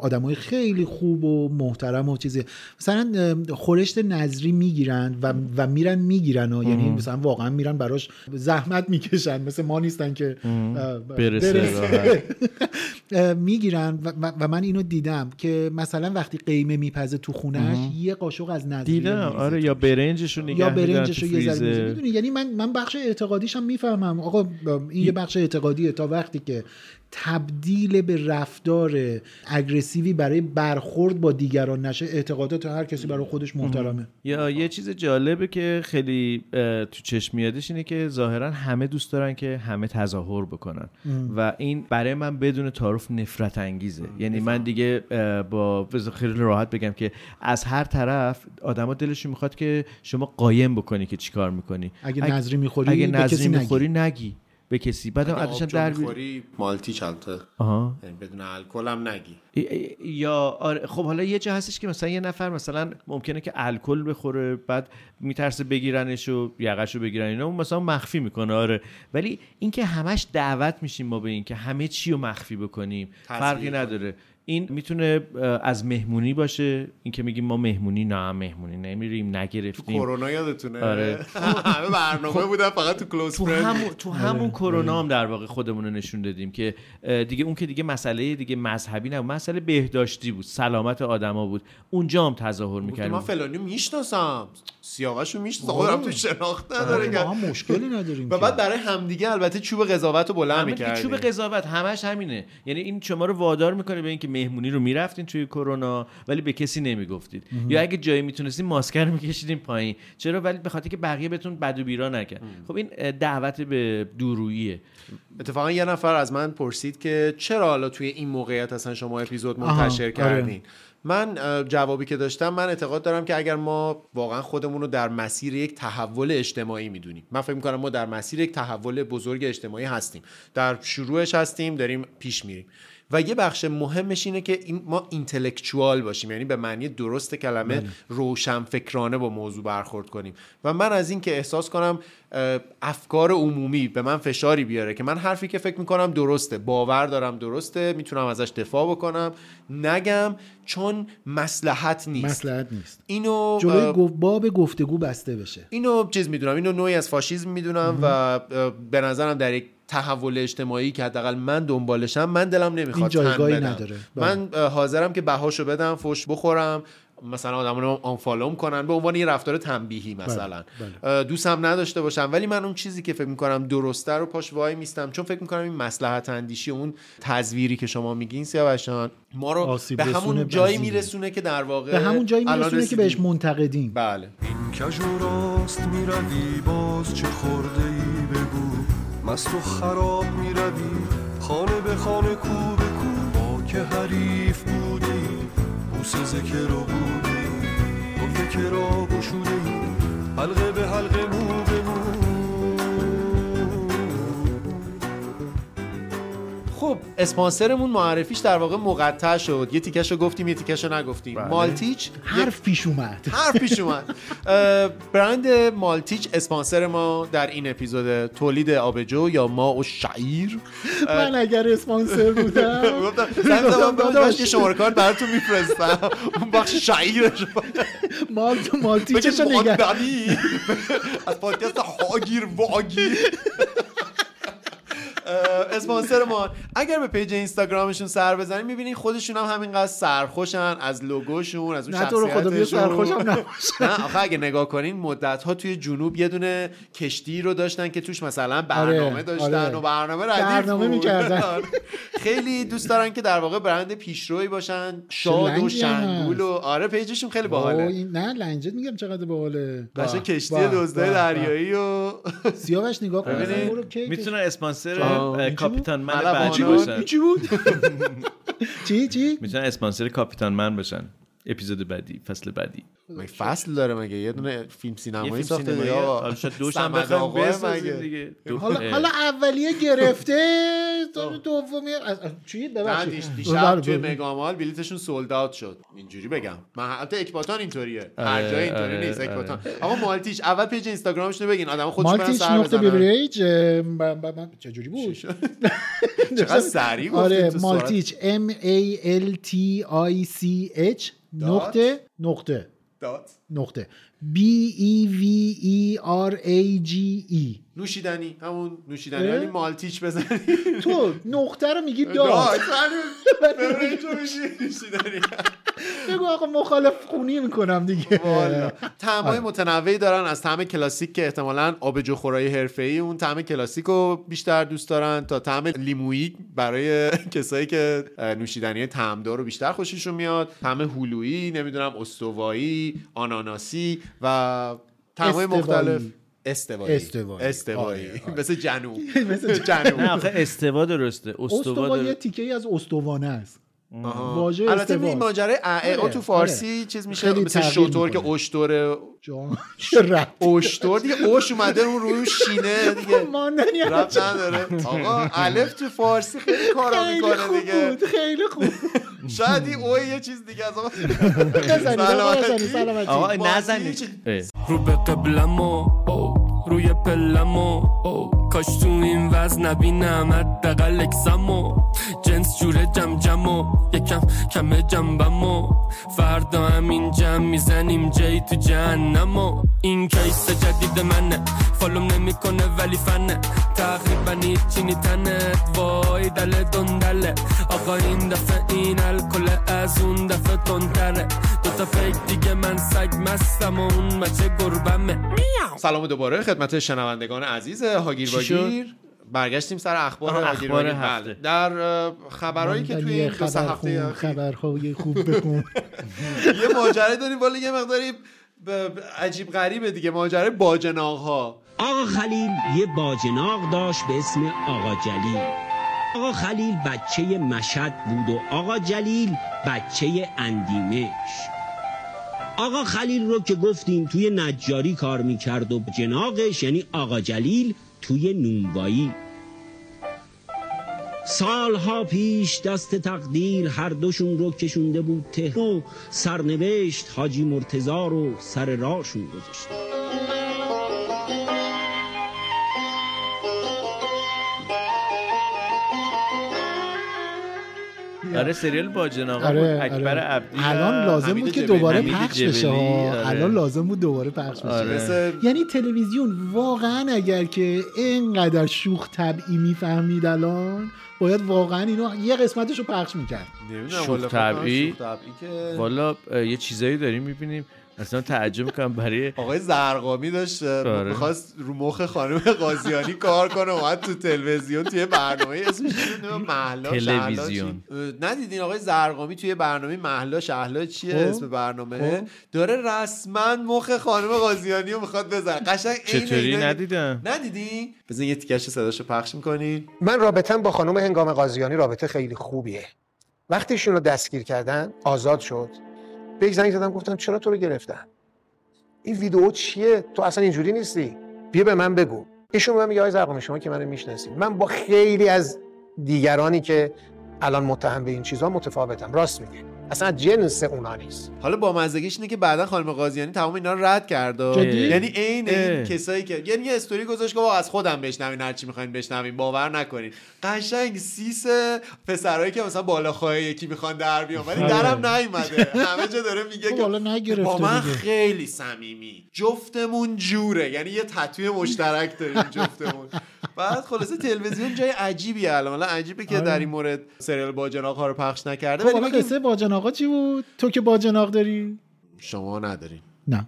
E: آدم های خیلی خوب و محترم و چیزی مثلا ام، خورشت نظری میگیرن و, و میرن میگیرن و یعنی
C: مم.
E: مثلا واقعا میرن براش زحمت میکشن مثل ما نیستن که اه،
C: برسه راحت.
E: میگیرن و, و- و من اینو دیدم که مثلا وقتی قیمه میپزه تو خونش
C: مم.
E: یه قاشق از نظری
C: دیدم آره یا برنجش رو نگه
E: یا
C: می‌دارن
E: برنجش
C: تو
E: رو یه
C: فریزر.
E: ذره می‌ریزه. می‌دونی، یعنی من من بخش اعتقادیش هم میفهمم آقا ب- این یه بخش اعتقادیه تا وقتی که تبدیل به رفتار اگریسیوی برای برخورد با دیگران نشه اعتقادات هر کسی برای خودش محترمه
C: یا یه چیز جالبه که خیلی اه، تو چشم میادش اینه که ظاهرا همه دوست دارن که همه تظاهر بکنن
E: ام.
C: و این برای من بدون تعارف نفرت انگیزه یعنی من دیگه اه، با بذار خیلی راحت بگم که از هر طرف آدما دلشون میخواد که شما قایم بکنی که چیکار میکنی
E: اگه نظری می‌خوری،
C: اگه
E: به
C: نظری
E: کسی نگی.
C: میخوری نگی به کسی بعدم
D: اگه
C: ارزشم
D: آبجو
C: در بی-
D: می‌خوری، مالتی چلته
C: آها.
D: یعنی بدون الکل هم نگی
C: ای- ای- یا آره خب حالا یه جا هستش که مثلا یه نفر مثلا ممکنه که الکل بخوره بعد میترسه بگیرنش و یقش رو بگیرن اینا اون مثلا مخفی میکنه آره ولی اینکه همش دعوت میشیم ما به اینکه همه چی رو مخفی بکنیم
B: تصویر
C: فرقی
B: کنیم.
C: نداره این میتونه از مهمونی باشه اینکه میگیم ما مهمونی نه مهمونی نمیریم نگرفتیم
D: کرونا یادتونه
C: آره
D: همه برنامه بودن فقط تو کلوز
C: تو
D: فرند.
C: همون تو همون کرونا
D: آره.
C: هم در واقع خودمون رو نشون دادیم که اه، دیگه اون که دیگه مسئله دیگه مذهبی نبود مسئله بهداشتی بود سلامت آدما بود اونجا هم تظاهر
D: گفتم من
C: میکردیم
D: فلانی میشناسم سیاوش رو میشناسم
E: آره.
D: خودم تو شناخت
E: آره،
D: نداره
E: ما هم مشکلی نداریم
D: و بعد برای همدیگه البته چوب قضاوت رو بلند
C: همین دیگه چوب
D: میکردیم
C: قضاوت همش همینه یعنی این شما رو وادار میکنه به اینکه مهمونی رو میرفتین توی کرونا ولی به کسی نمیگفتید
B: مهم.
C: یا اگه جایی میتونستین ماسکر میکشیدین پایین چرا ولی به خاطر که بقیه بهتون بد و بیرا نکرد خب این اه، دعوت به دوروییه
D: اتفاقا یه نفر از من پرسید که چرا حالا توی این موقعیت اصلا شما اپیزود
C: آها،
D: منتشر
C: آره.
D: کردین من اه، جوابی که داشتم من اعتقاد دارم که اگر ما واقعا خودمون رو در مسیر یک تحول اجتماعی میدونیم من فکر میکنم ما در مسیر یک تحول بزرگ اجتماعی هستیم در شروعش هستیم داریم پیش میریم و یه بخش مهمش اینه که این ما اینتלקچوال باشیم یعنی به معنی درست کلمه
B: بله.
D: روشنفکرانه با موضوع برخورد کنیم و من از این که احساس کنم اه، افکار عمومی به من فشاری بیاره که من حرفی که فکر میکنم درسته باور دارم درسته میتونم ازش دفاع بکنم نگم چون مسلحت نیست
E: مسلحت نیست
D: اینو
E: جلوی
D: خب، اه،
E: گف- باب گفتگو بسته بشه
D: اینو چیز میدونم اینو نوعی از فاشیسم میدونم و اه، به نظرم در یک تحول اجتماعی که حداقل من دنبالشم من دلم
E: این
D: نمیخواد تن
E: جایگاهی
D: بدم.
E: نداره. بله.
D: من اه، حاضرم که بهاشو بدم فش بخورم مثلا آدم رو آنفالوم کنن به عنوان یه رفتار تنبیهی مثلا
E: بله.
D: اه، دوستم نداشته باشم ولی من اون چیزی که فکر میکنم درسته رو پاش وای میستم چون فکر میکنم این مسلحت اندیشی اون تزویری که شما میگین سیاوش جان، ما رو
E: آسیب
D: به
E: رسونه
D: همون جایی
E: وزیره.
D: میرسونه که در واقع
E: به همون جایی
D: الان
E: میرسونه که
D: رسیدیم.
E: بهش منتقدیم
D: بله
M: کژو راست میروی باز چه خورده ای بگو مست و خراب میروی خانه به خانه کو به کو با که حریف بوده ای بوسه ذکر رو بوده ای گفت که را گشوده ای حلقه به حلقه مو به مو
D: خب اسپانسرمون معرفیش در واقع مقطع شد یه تیکش رو گفتیم یه تیکش رو نگفتیم مالتیچ
E: حرف پیش اومد
D: حرف پیش اومد اه، برند مالتیچ اسپانسر ما در این اپیزود تولید آبجو یا ما و شعیر اه،
E: من اگر اسپانسر بودم
D: گفتم زنگ زدم بهش، من یه شماره کارت براتون میفرستم اون بخش شعیرش
E: مالت مالتی چشو
D: بگه
E: نگه
D: ماندنی. از پادکست هاگیر واگیر اه، اسپانسر ما اگر به پیج اینستاگرامشون سر بزنید میبینین خودشون هم همینقدر سرخوشن از لوگوشون از اون
E: نه، تو رو خدا بیا
D: شخصیتشون.
E: سرخوشم نباش.
D: نه آخه اگه نگاه کنین مدت ها توی جنوب یه دونه کشتی رو داشتن که توش مثلا برنامه
E: آره،
D: داشتن
E: آره.
D: و برنامه ردیف
E: برنامه
D: بود.
E: می‌کردن.
D: آره. خیلی دوست دارن که در واقع برند پیشروی باشن شاد و
E: شلنگی هم هست.
D: شنگول و آره پیجشون خیلی باحاله
E: وای، این- نه لنجت میگم چقدر باحاله
D: قشنگ
E: باه،
D: کشتی
E: باه،
D: دزدای
E: باه،
D: دریایی و
E: سیاوش نگاه کن
D: ببینی؟
E: مثلا برو کی-
C: میتونن اسپانسر
E: آه،
C: اه،
E: این چی بود؟
C: کاپیتان من
E: ملوانان.
C: بعدی
E: این
C: باشن
E: چی بود چی چی
C: میتونن اسپانسر کاپیتان من باشن اپیزود بعدی فصل بعدی
D: مگه فصل داره مگه یه دونه فیلم
C: یه
D: سینمایی
C: فیلم
D: ساخته
C: سینمایی
D: دیگه آقا.
E: آره،
C: حالا شاید دوش هم
D: سمد
C: بخوایم
D: آقاه
C: بسازیم
D: مگه؟
C: دیگه. دو-
E: حالا,
C: اه.
E: حالا اولیه گرفته دومی از- از- چی
D: نه
E: ببخشید
D: دیش-
E: بله،
D: دیشب توی
E: بله.
D: مگامال بلیتشون سولد آوت شد اینجوری بگم من حتی اکباتان اینطوریه
E: آره،
D: هر جای اینطوری
E: آره،
D: نیست
E: آره.
D: اکباتان اما مالتیش اول پیج اینستاگرامش رو بگین آدم خودش برن
E: مالتیچ
D: سر
E: نقطه
D: بزنن
E: بیوریج اه، من- من- من- چجوری بود
D: چقدر سریع گفتید
E: آره
D: تو سرعت.
E: مالتیچ M A L T I C H نقطه نقطه
D: داد.
E: نقطه B E V E R A G E
D: نوشیدنی همون نوشیدنی
E: اه؟
D: ولی مالتیچ بزنی
E: تو نقطه رو میگی
D: داد.
E: داد
D: بله. برنج رو می‌شی، نوشیدنی.
E: بگو آقا مخالف خونی میکنم دیگه
D: طعمای
E: آره.
D: متنوعی دارن از طعم کلاسیک که احتمالا آبجو خورای حرفه‌ای اون طعم کلاسیک رو بیشتر دوست دارن تا طعم لیمویی برای کسایی که اه، نوشیدنی طعمدار رو بیشتر خوششون میاد طعم هلویی نمیدونم استوایی آناناسی و طعمای
E: استوایی.
D: مختلف استوایی
E: استوایی. آره،
D: استوایی مثل جنوب
E: مثل
D: جنوب
C: نه آخه استوا درسته استوا
E: استوا یه
C: داره
E: تیکه ای از استوانه است
D: آها.
E: واژه
D: البته
E: استوا
D: این ماجرای اه اه
E: آره،
D: تو فارسی
E: آره.
D: چیز میشه
E: خیلی
D: مثل
E: تغییر
D: شطور
E: می‌کنه.
D: که اشتوره
E: جان
D: اشتر دیگه اوش اومده اون روی اون شینه
E: خب
D: دیگه
E: ماندنی
D: رب نداره آقا الف تو فارسی خیلی کارا
E: خیلی خوب
D: میکنه دیگه
E: بود خیلی خوب
D: شاید این اوی یه چیز دیگه از آقا
E: نزنید، آقا نزنید، سلامتی.
D: سلامتی.
E: آقا نزنید.
S: رو به قبلم و او روی پلم و او کاش تو این وزن نبینم حداقل اکسم و جنس جوره جم جم و یکم کمه جنبم و فردا همین جم میزنیم جی تو جهنم و این کیس جدید منه فالوم نمیکنه ولی فنه تقریبا هیچی نیتنت وای دل دندله آقا این دفعه این الکل از اون دفعه تندتره دوتا فکر دیگه من سگ مستم و اون مچه گربمه
D: سلام دوباره خدمت شنوندگان عزیز هاگیر
S: چی شد؟
D: واگیر برگشتیم سر اخبار
S: آها،
D: هاگیر
S: اخبار
D: واگیر. بله.
S: هفته.
D: در اه، خبرایی که توی این دو سه هفته
E: خبرخون، خبرهای خوب بخون
D: یه ماجرایی داریم والا یه مقداری ب- ب- عجیب غریبه دیگه ماجرای باجناق ها
T: آقا خلیل یه باجناق داشت به اسم آقا جلیل آقا خلیل بچه مشد بود و آقا جلیل بچه اندیمش آقا خلیل رو که گفتیم توی نجاری کار میکرد و جناقش یعنی آقا جلیل توی نونوایی سالها پیش دست تقدیر هر دوشون رو کشونده بود تهران و سرنوشت حاجی مرتزا رو سر راشون گذاشت
C: آره سریال باجناقا
E: آره،
C: بود اکبر
E: آره.
C: عبدی و
E: الان لازم
C: حمید
E: بود که
C: جبلی.
E: دوباره
C: حمید
E: پخش
C: جبلی،
E: بشه
C: آره.
E: ها الان لازم بود دوباره پخش بشه
C: آره. مثل-
E: یعنی تلویزیون واقعا اگر که اینقدر شوخ طبعی میفهمید الان باید واقعا اینو یه قسمتش رو پخش میکرد
D: نمیدونم
C: شوخ طبعی
D: که-
C: والا اه، یه چیزایی داریم میبینیم اصلا تعجب میکنم برای
D: آقای زرقامی داشت
C: آره.
D: میخواست رو مخ خانم قاضیانی کار کنه اومد تو تلویزیون توی برنامه اسمش چی بود؟ مهلا شهلا چی؟
C: تلویزیون.
D: اه، ندیدین آقای زرقامی توی برنامه مهلا شهلا چیه
C: خب.
D: اسم برنامه
C: خب.
D: داره رسما مخ خانم قاضیانی رو میخواد بزنه قشنگ عین
C: چطوری
D: اینا-
C: ندیدم
D: ندیدین بزن یه تیکش صداشو پخش میکنین
U: من رابطم با خانم هنگام قاضیانی رابطه خیلی خوبیه وقتی ایشون رو دستگیر کردن آزاد شد به یک زنگ زدم گفتم چرا تو رو گرفتن این ویدیو چیه تو اصلا اینجوری نیستی بیا به من بگو ایشون به من میگه آقای زرقامی شما که منو میشناسید من با خیلی از دیگرانی که الان متهم به این چیزها متفاوتم راست میگه اصلا از جنس اونا نیست
D: حالا با مزدگیش اینه که بعدا خانم قاضیانی تمام اینا رو رد کرد و-
U: جدی؟
D: یعنی عین این
U: اه.
D: کسایی که یعنی یه استوری گذاشت که بابا از خودم بشنوین هر چی میخواین بشنوین باور نکنین قشنگ سیس پسرایی که مثلا بالا خواهی یکی میخوان در بیان ولی
E: آره.
D: درم نیومده همه جا داره میگه که با
E: خب، نگرفته
D: من
E: دیگه.
D: خیلی صمیمی جفتمون جوره یعنی یه تتوی مشترک داریم جفتمون بعد خلاصه تلویزیون جای عجیبیه الان حالا عجیبه که
E: آره.
D: در این مورد سریال باجناق ها رو پخش نکرده
E: خب
D: ولی
E: حالا
D: بگیم
E: قصه باجناقا چی بود تو که باجناق داری
D: شما ندارین
E: نه.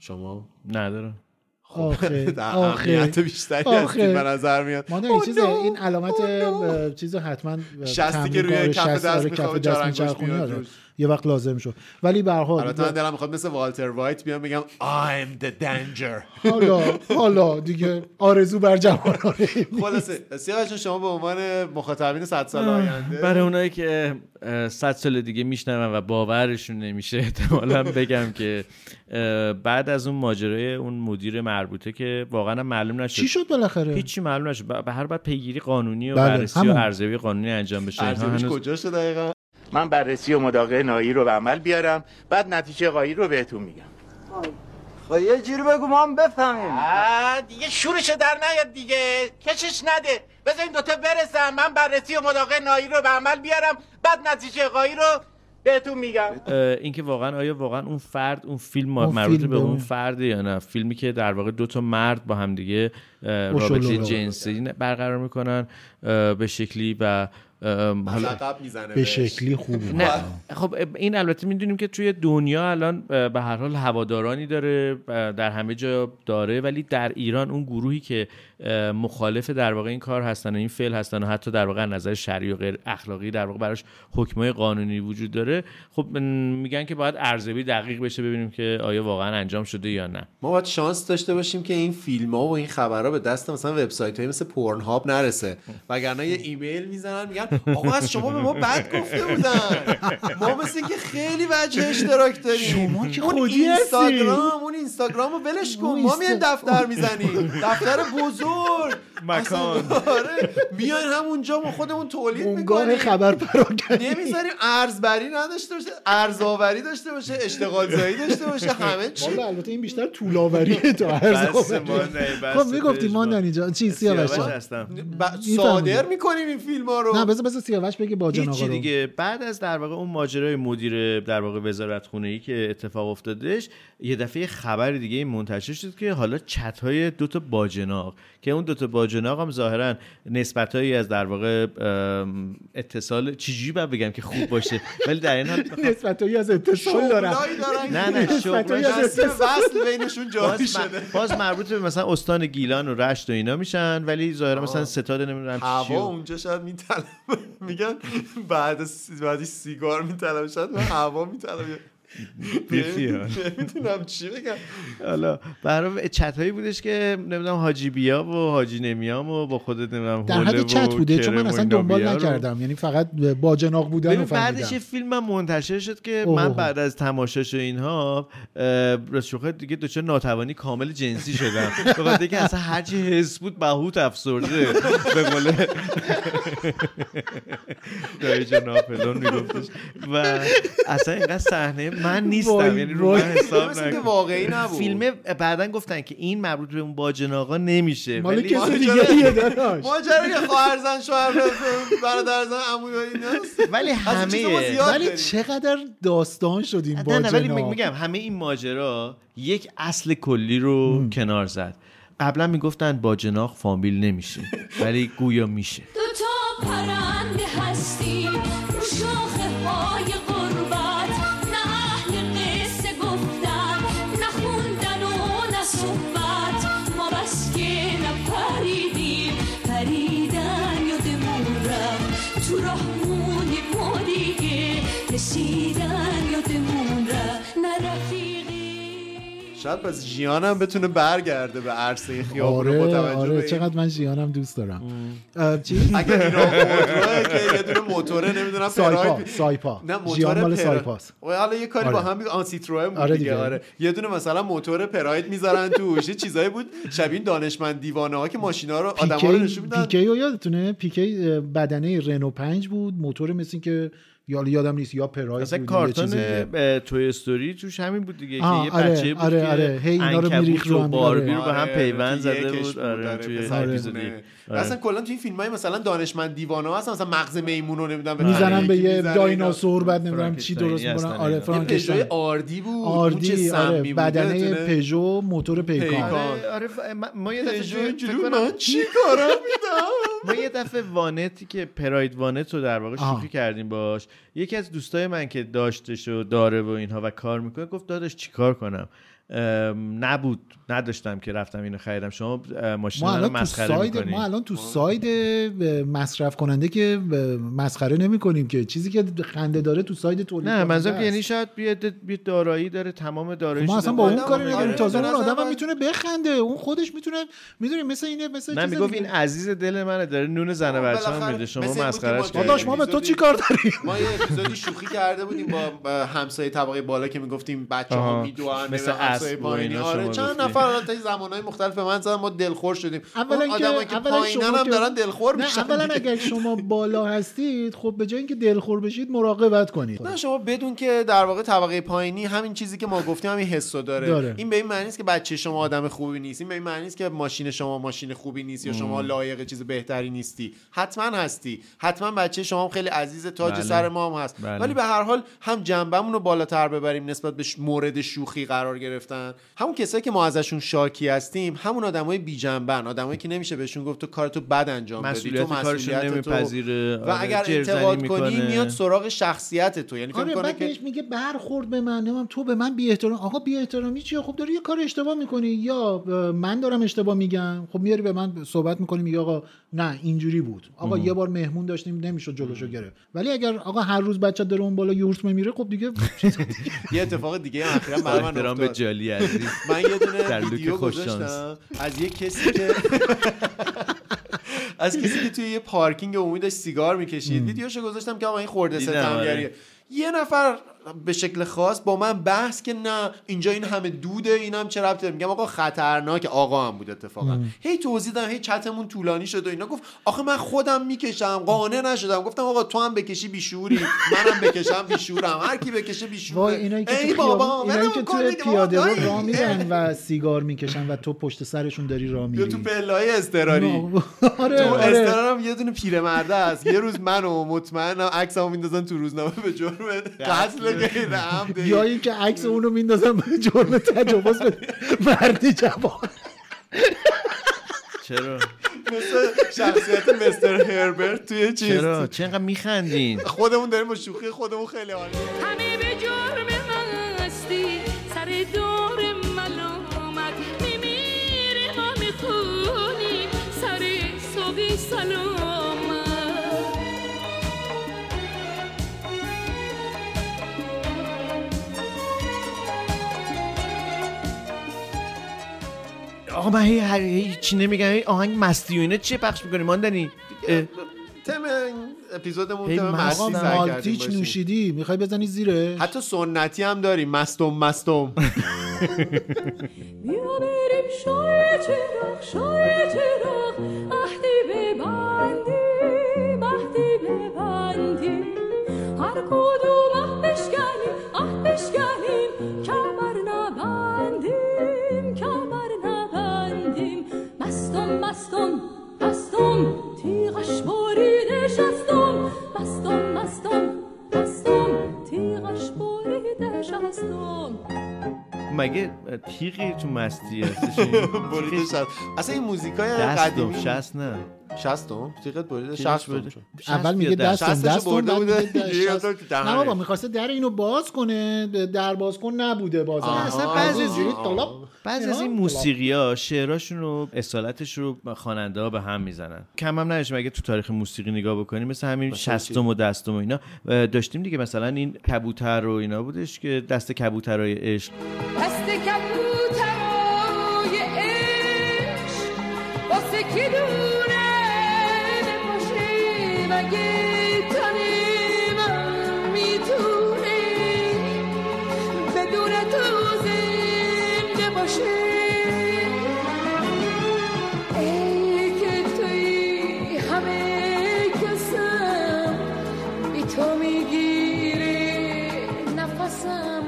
D: شما
C: ندارم
E: آخه
D: خب، در
E: آخه
D: اهمیت بیشتری Oh
E: آخه.
D: هستیم به نظر میاد
E: مادر این چیز این علامت اه، چیز رو حتما اه،
D: شستی که
E: تمرین
D: روی
E: کار،
D: کف دست
E: شست، آره،
D: میخوابه،
E: کف دست
D: چهار انگشت
E: میچرخونی،
D: میاد
E: آره.
D: روش.
E: یه وقت لازم شد ولی به هر حال
D: البته من دلم میخواد مثل والتر وایت بیام بگم I'm the danger
E: حالا حالا دیگه آرزو بر جوانانه
D: خلاصه سیاوش جان، شما به عنوان مخاطبین صد سال آینده
C: برای اونایی که اه، صد سال دیگه میشنون و باورشون نمیشه احتمالا بگم که اه، بعد از اون ماجرای اون مدیر مربوطه که واقعا هم معلوم نشد
E: چی شد بالاخره
C: هیچی معلوم نشد ب- به هر بعد پیگیری قانونی و
E: بله،
C: بررسی و
E: همون.
C: ارزیابی قانونی انجام بشه اینها
D: ارزیابیش
C: هنوز-
D: کجا شد دقیقا
A: من بررسی و مداقه نایی رو به عمل بیارم بعد نتیجه قایی رو بهتون میگم
V: خب یه جوری بگو ما هم بفهمیم
A: آه، دیگه شورش در نیاد دیگه کشش نده بذار این دوتا برسم من بررسی و مداقه نایی رو به عمل بیارم بعد نتیجه قایی رو بهتون میگم
C: اه، اینکه واقعا آیا واقعا اون فرد اون فیلم
E: اون
C: مربوط
E: فیلم
C: به
E: به
C: اون
E: اون.
C: فرد یا نه فیلمی که در واقع دو تا مرد با هم دیگه اه،
E: اوشو
C: رابطه
E: لورا.
C: جنسی برقرار میکنن اه، به شکلی و ام، حالا-
D: لقب میزنه
E: به شکلی خوبه
C: نه خب این البته میدونیم که توی دنیا الان اه، به هر حال هوادارانی داره اه، در همه جا داره ولی در ایران اون گروهی که اه، مخالف در واقع این کار هستن و این فعل هستن و حتی در واقع از نظر شرعی و غیر اخلاقی در واقع براش حکمای قانونی وجود داره خب م، میگن که باید ارزیابی دقیق بشه ببینیم که آیا واقعا انجام شده یا نه
D: ما باید شانس داشته باشیم که این فیلم ها و این خبرها به دست مثلا وبسایت های مثل پورن هاب نرسه وگرنه یه ایمیل میزنن میگن آقا از شما به ما بد گفته بودن ما مثل اینکه خیلی وجه اشتراک داریم شما که
E: خودی
D: اینستاگرام اون اینستاگرام رو ولش کن ما میایم دفتر میزنیم دفتر بزرگ مکان میایم همونجا ما خودمون تولید
E: گاره
D: میکنیم
E: خبر
D: نمیذاریم ارزبری نداشته باشه ارزآوری داشته باشه اشتغال زایی داشته باشه همه چی
E: والا البته این بیشتر طولاوریه تا
D: بس،
E: هرز
D: ماندنی، بس،
E: خب میگفتیم ماندنی جان چی سیاوش جان
D: ب- صادر میکنیم این فیلم ها رو
E: نه بذار بذار سیاوش بگه باجان آقا
C: هیچی
E: رو
C: دیگه بعد از در واقع اون ماجرای مدیر در واقع وزارت خونه ای که اتفاق افتادش یه دفعه یه خبر دیگه این منتشر شد که حالا چت های دو تا باجناق که اون دو تا باجناق هم ظاهرا نسبت از در واقع ام، اتصال چجوری باید بگم که خوب باشه ولی در این حال
E: نسبتایی از اتصال دارن
D: شغلایی دارن
C: نه، نه،
E: نسبتایی از
C: شغلش-
E: اتصال
D: وصل بینشون جاری
C: باز, م-
D: شده
C: باز مربوط به مثلا استان گیلان و رشت و اینا میشن ولی ظاهرا مثلا ستاد نمیدونم چی
D: هوا
C: و-
D: اونجا شاید میطلبه میگن بعد سی... بعدی سیگار میطلبه شاید من هوا میطلبه
C: بیخیال.
D: نمیدونم چی بگم
C: حالا برای چت هایی بودش که نمیدونم حاجی بیا و حاجی نمیام و با خودت نمیدونم
E: در حد چت بوده چون من اصلا دنبال نکردم یعنی فقط باجناق بودن
C: ببین
E: رو
C: بعدش یه
E: فهمیدم
C: فیلم هم منتشر شد که
E: اوه.
C: من بعد از تماشاش اینها اه، راست شوخه دیگه دچار ناتوانی کامل جنسی شدم به خاطر اینکه اصلا هرچی حس بود بهوت افسرده به قول دایی جان آپلون میگفتش و اصلا اینقدر صحنه من نیستم
D: وای،
C: یعنی رو من
D: وای.
C: حساب
D: مثل اینکه
C: نکن.
D: واقعی نبود.
C: فیلمه بعدا گفتن که این مربوط به اون باجن آقا نمیشه
D: مال
C: ولی-
D: کسی دیگه یه داداش. ماجرای خواهرزن شوهر برادرزن عمو ایناست
C: ولی همه
E: ولی چقدر داستان شد این
C: نه نه ولی می-
E: باجناق
C: میگم همه این ماجرا یک اصل کلی رو کنار زد قبلا میگفتن با جناق فامیل نمیشه ولی گویا میشه
P: دو تا پرنده هستیم رو شاخه های قربت نه اهل قصه گفتن نه خوندن و نه صحبت ما بس که نپریدیم پریدن یادمون رفت تو راه موندیم ما دیگه رسیدن یادمون رفت نه رفیقی
D: شاید پس جیان هم بتونه برگرده به عرصه این خیابون با
E: آره
D: توجه به
E: آره
D: این-
E: چقدر من ژیانم دوست دارم اه، چی؟
D: اگه اینا موتوره که یه دونه موتوره نمیدونم
E: سایپا
D: پراید-
E: سایپا
D: نه موتور
E: ژیان مال
D: پر-
E: سایپاست
D: و حالا یه کاری
E: آره.
D: با هم می- آن سیتروئن بود
E: آره
D: دیگه,
E: دیگه.
D: آره یه دونه مثلا موتور پراید میذارن توش یه چیزایی بود شبیه این دانشمند دیوانه ها که ماشینا رو آدما رو
E: پیکی
D: نشون میدن
E: پیکی رو یادتونه پیکی اه، بدنه رنو 5 بود موتور مثل این که یا یادم نیست یا پراید
C: مثلا
E: بود یا یه
C: کارتون
E: چیز دیگه.
C: اه، توی استوری توش همین بود دیگه که
E: آه،
C: یه
E: آره،
C: بچه بود
E: آره،
C: که
E: آره. هی اینا رو
C: عنکبوت
E: می‌ریخت رو
C: و
E: هم،
C: باربی
E: آره.
C: رو به هم
E: آره،
C: پیوند
D: توی
C: زده
D: یکش
C: بود آره
D: آره،
C: توی
D: پسر
C: اپیزودی.
D: دیوونه.
C: آره.
D: اصلا کلا توی این فیلم های مثلا دانشمند دیوانه ها هستن مثلا مغز میمون رو نمیدونم
E: میزنن به
D: آره، یکی
E: یه
D: میزنه،
E: دایناسور بعد نمیدونم چی
C: فرانکشتاین
E: درست
C: هستن اینا.
E: میکنن
C: یه
E: آره
D: یه پژوی
E: فرانکشتاین
D: آردی بود اون چه
E: آردی
D: سمی
E: آره
D: بود،
E: بدنه
D: یادتونه؟
E: پژو موتور پیکان
C: آره آره، ف- ما- ما یه دفعه
D: پژو
C: فکر
D: جلو
C: کنم-
D: من چی کارم
C: ما یه دفعه وانتی که پراید وانت رو در واقع
E: آها.
C: شوخی کردیم باش یکی از دوستای من که داشتش و داره و اینها و کار میکنه گفت داداش چیکار کنم اه، ام، نبود نداشتم که رفتم اینو خریدم شما اه، ماشین
E: ما
C: من رو
E: الان تو
C: مسخره
E: ساید
C: میکنی
E: ما الان تو ساید اه، مصرف کننده که اه، مسخره نمی کنیم که چیزی که خنده داره تو ساید تولید
C: نه
E: کننده
C: منظورم که
E: است.
C: یعنی شاید یه عده- یه دارایی داره تمام دارایی
E: خب ما اصلا با اون کاری
D: آره،
E: نداریم تازه اون آدم هم میتونه بخنده اون خودش میتونه میدونی مثل اینه مثل
C: من
E: چیز
C: میگفت
E: دیگه.
C: این عزیز دل منه داره نون زن بچه‌م میده شما مسخرهش کردی
E: داداش
D: یعنی
E: ما به تو چی کار داریم
D: ما یه اپیزودی شوخی کرده بودیم با با همسایه طبقه بالا که میگفتیم بچه ها
C: آها.
D: میدوان
C: مثل
D: همسایه
C: اسب و
D: پایینی
C: اینا
D: آره
C: شما
D: چند
C: گفتی.
D: نفر الان تا این زمانهای مختلف به من زدن ما دلخور شدیم
E: اولا
D: اون آدمایی که
E: اولا
D: پایینن
E: شما
D: هم
E: که-
D: دارن دلخور
E: نه،
D: میشن
E: اولا اگر شما بالا هستید خب به جای اینکه دلخور بشید مراقبت کنید
D: نه شما بدون که در واقع طبقه پایینی همین چیزی که ما گفتیم همین حسو داره.
E: داره.
D: این به این معنی نیست که بچه شما آدم خوبی نیست این به این معنی نیست که ماشین شما ماشین خوبی نیست یا شما
C: مم.
D: لایق چیز بهتری نیستی حتما هستی حتما بچه شما هم خیلی عزیز تاج
C: بله.
D: سر ما هم هست
C: بله.
D: ولی به هر حال هم جنبمون رو بالاتر ببریم نسبت به ش- مورد شوخی قرار گرفتن همون کسایی که ما ازشون شاکی هستیم همون آدمای بی جنبن آدمایی که نمیشه بهشون گفت تو کارتو بد انجام دادی تو
C: مسئولیت کارشون
D: مسئولیت تو-
C: نمیپذیره آره،
D: و اگر انتقاد کنی میاد سراغ شخصیت تو یعنی فکر
E: آره
D: کنه
E: بعد
D: که
E: بهش میگه برخورد به من نمیم تو به من بی احترام آقا بی احترامی چیه خب داری یه کار اشتباه میکنی یا اه، من دارم اشتباه میگم خب میاری به من صحبت میکنی میگه آقا نه اینجوری بود آقا
C: مهم.
E: یه بار مهمون داشتیم نمیشد جلوشو گرفت ولی اگر آقا هر روز بچه داره اون بالا یورت میره خب دیگه
D: یه اتفاق دیگه هم اخیراً برای من
C: احترام به
D: افتاد
C: جالی عزیز
D: من یه
C: در
D: دونه
C: لوک
D: ویدیو
C: خوش‌شانس.
D: گذاشتم از یه کسی که از کسی که توی یه پارکینگ عمومی داشت سیگار میکشید ویدیوشو گذاشتم که آقا این خورده
C: دیدم،
D: ستمگریه
C: آره.
D: یه نفر به شکل خاص با من بحث که نه اینجا این همه دوده این هم چه ربطه میگم آقا خطرناک آقا هم بود اتفاقا
E: مم.
D: هی توضیح دادم هی چتمون طولانی شد و اینا گفت آخه من خودم میکشم قانع نشدم گفتم آقا تو هم بکشی بیشوری منم بکشم بیشورم هر کی بکشه بیشوره
E: وای اینایی که
D: ای
E: تو
D: بابا
E: خیابون- اینایی
D: ولم
E: که
D: کن
E: تو
D: دیگه، بابا،
E: پیاده رو
D: دایی.
E: راه میرن و سیگار میکشن و تو پشت سرشون داری راه
D: یا
E: میری
D: تو پله‌های اضطراری
E: آره،
D: تو
E: آره.
D: اضطرارم یه دونه پیرمرده است یه روز منو مطمئنم عکسمو میندازن تو روزنامه به جرم قتل غیر عمد
E: یا اینکه عکس اونو میندازن به جرم تجاوز به مردی جوان
C: چرا
D: مثل شخصیت مستر هربرت توی چیز
C: چرا چرا اینقدر میخندین
D: خودمون داریم با شوخی خودمون خیلی حال می‌کنیم.
F: همه به جرم مستی سر دور ملومت میمیری ما میخونیم سر سوقی سلامت
C: آقا من هی هر هی چی نمیگم هی آهنگ مستی و اینا چه پخش میکنی ماندنی اه،
D: تم این اپیزودمون
C: هی
D: تم
C: مستم.
D: مستی سعی کردیم
E: مالتیچ
D: باشیم.
E: نوشیدی میخوای بزنی زیره
D: حتی سنتی هم داریم مستم مستم
F: میآوریم شای چراغ شای چراغ عهدی ببندیم عهدی ببندیم هر کدوم عهد بشکنیم عهد بشکنیم کمر نبندیم کمر نبندیم مستم مستم مستم تیغش بریده شستم مستم مستم مستم تیغش بریده شستم
C: مگه تیغی تو مستی هستش
D: بریده شست اصلا این موزیکای
C: دستم
D: قدیمی
C: شست نه
D: شستم تیغت بریده
C: تیغش
D: شستم آره،
C: بریده.
D: شد.
E: اول میگه
D: دستم.
E: دستم
D: دستشو
E: دستم
D: برده
E: بعد
D: بوده.
E: میگه دست-
D: یه
E: دست.
D: یادم تو دهنه.
E: نه بابا میخواسته در اینو باز کنه در باز کن نبوده باز
C: آها.
E: اصلا
C: بعضی
E: بعضی
C: از-
E: جوری طلاق
C: بعضی از این موسیقی ها شعراشون رو اصالتش رو خواننده ها به هم میزنن کم هم نشه اگه تو تاریخ موسیقی نگاه بکنیم مثل همین شستم و دستم و اینا اه، داشتیم دیگه مثلا این کبوتر و اینا بودش که دست کبوترای عشق
F: دست کبوترای عشق با سکیدونه بپاشی مگه تنی من میتونی بدون تو زنده باشی ای که توی همه کسم بی تو میگیری نفسم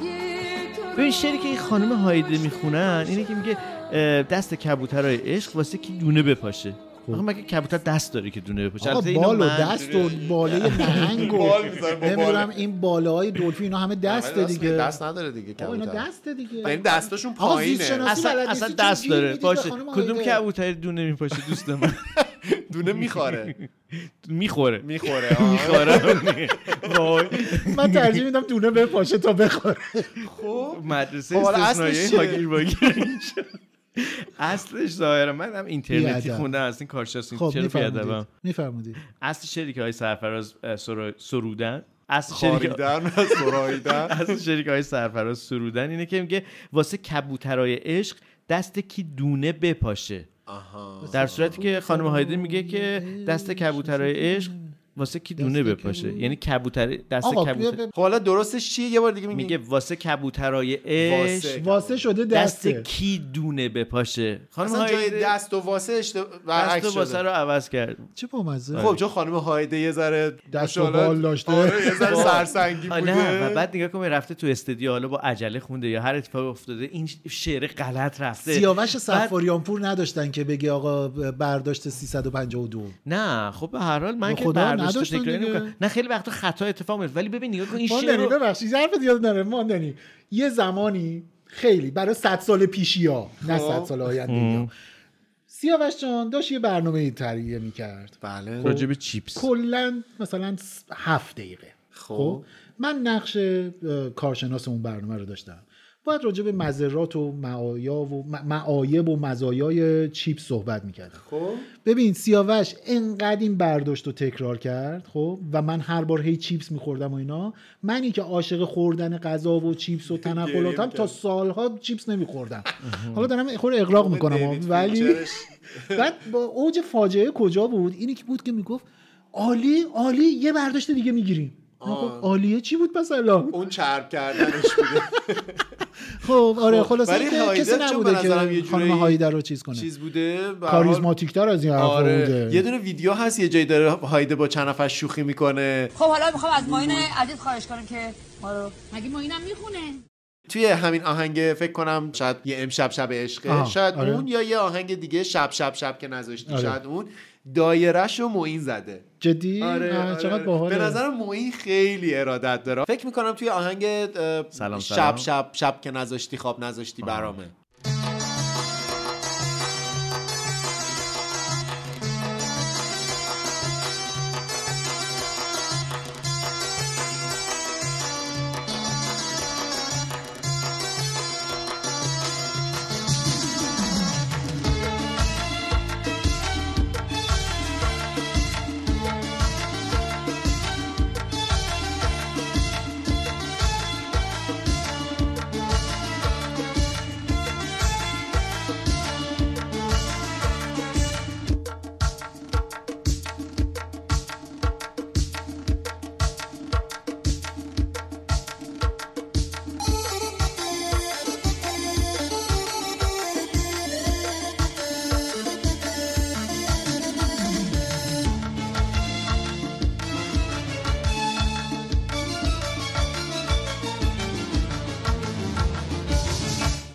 F: اگه تو
C: ببین شعری که این خانم هایده میخونن اینه که میگه اه، دست کبوترای عشق واسه که دونه بپاشه آقا مگه کبوتر دست داره که دونه بپاشه
E: خب. آقا
C: البته اینا
E: بال و
C: من-
E: دست و باله نهنگ و
D: بال می‌زنه با باله.
E: نمیدونم این باله های دلفین اینا همه دسته
D: ولی
E: دیگه
D: دست نداره دیگه
E: آقا اینا
D: کبوتر.
E: دسته دیگه
D: یعنی دستاشون
E: آقا
D: پایینه
E: زیست‌شناسی
C: اصلا,
E: بلد نیستی،
C: اصلا
E: چه
C: دست
E: گیری
C: داره
E: میدی به
C: باشه
E: خانم
C: کدوم
E: هایده؟
C: کبوتری دونه میپاشه دوست من
D: دونه میخوره
C: میخوره
D: میخوره
C: میخوره وای
E: من ترجیح میدم دونه بپاشه تا بخوره
D: خب
C: مدرسه
D: خب، حالا
C: استثنایی
D: اصلش چیه؟
C: هاگیر واگیر اصلش ظاهرا من هم اینترنتی
E: بی‌ادب.
C: خوندم از این کارشناسی
E: خب
C: چرا بیادبم
E: میفرمودید میفرمودید
C: اصل شعری که های سرفراز اه، سرا- سرودن اصل
E: خب.
C: شعری که-
D: خاریدن و سراییدن
C: اصل شعری که های سرفراز سرودن اینه که میگه واسه کبوترای عشق دست کی دونه بپاشه در صورتی که خانم هایده میگه که دست کبوترای عشق واسه کی دونه بپاشه یعنی کبوتر دست
E: آقا،
C: کبوتر
E: بیا-
D: خب حالا درستش چیه یه بار دیگه میگی
C: میگه واسه کبوترای عشق
E: واسه شده
C: دست
E: دسته
C: کی دونه بپاشه خانم
D: اصلا جای
C: هایده
D: دست و واسه اشتباه
C: دست
D: برعکس
C: و واسه
D: شده
C: رو عوض کرد
E: چه بامزه
D: خب چون خانم هایده یه ذره
E: دست و
D: ماشاءالله-
E: بال داشته
D: آره یه ذره
C: وای.
D: سرسنگی
C: خب. آه،
D: بوده
C: نه و بعد نگاه کن رفته تو استودیو حالا با عجله خونده یا هر اتفاق افتاده این شعر غلط رفته
E: سیاوش
C: بعد-
E: سفاریانپور نداشتن که بگه آقا برداشت 352
C: نه خب به هر حال من
E: به
C: که
E: خدا
C: برداشت
E: نداشتن
C: تکراری
E: دیگه.
C: نمی‌کنم. نه خیلی وقتا خطا اتفاق میفته ولی ببین نگاه کن این شعر
E: ماندنی
C: رو-
E: ببخشید حرف یاد نره ماندنی یه زمانی خیلی برای 100 سال پیشی ها نه
C: خب.
E: 100 سال آینده ها. سیاوش جان داشت یه برنامه ای تهیه میکرد
D: بله
E: خب. راجب
C: چیپس
E: کلا مثلا س- هفت دقیقه خب من نقش اه، کارشناس اون برنامه رو داشتم باید راجع به مذرات و معایا و م- معایب و مزایای چیپ صحبت میکردم
D: خب
E: ببین سیاوش انقدر این برداشت رو تکرار کرد خب و من هر بار هی چیپس میخوردم و اینا منی که عاشق خوردن غذا و چیپس و تنقلاتم تا سالها چیپس نمیخوردم حالا دارم خور اقراق میکنم ولی بعد با اوج فاجعه کجا بود اینی که بود که میگفت عالی عالی یه برداشت دیگه میگیریم
D: آه.
E: عالیه چی بود پس الان
D: اون چرب کردنش بوده
E: خب آره
D: خب،
E: خلاصه
D: ولی
E: اینکه
D: هایدر
E: کسی
D: چون به
E: نبوده
D: نظرم یه
E: که
D: جورایی
E: خانم هایدر رو چیز کنه
D: چیز بوده به هر حال-
E: کاریزماتیک تر از این حرفا
D: آره
E: بوده
D: یه دونه ویدیو هست یه جایی داره هایده با چند نفر شوخی میکنه
H: خب حالا میخوام از ماین عزیز خواهش کنم که ما رو مگه ماینم میخونه
D: توی همین آهنگ فکر کنم شاید یه امشب شب عشقه
E: آها،
D: شاید
E: آره.
D: اون یا یه آهنگ دیگه شب شب شب که نذاشتی
E: آره.
D: شاید اون دایرهش رو معین زده
E: جدی
D: آره،
E: آه،
D: آره،
E: چقدر
D: آره.
E: باحاله
D: به نظرم معین خیلی ارادت داره فکر میکنم توی آهنگ اه،
C: سلام،
D: شب
C: سلام.
D: شب شب که نذاشتی خواب نذاشتی برامه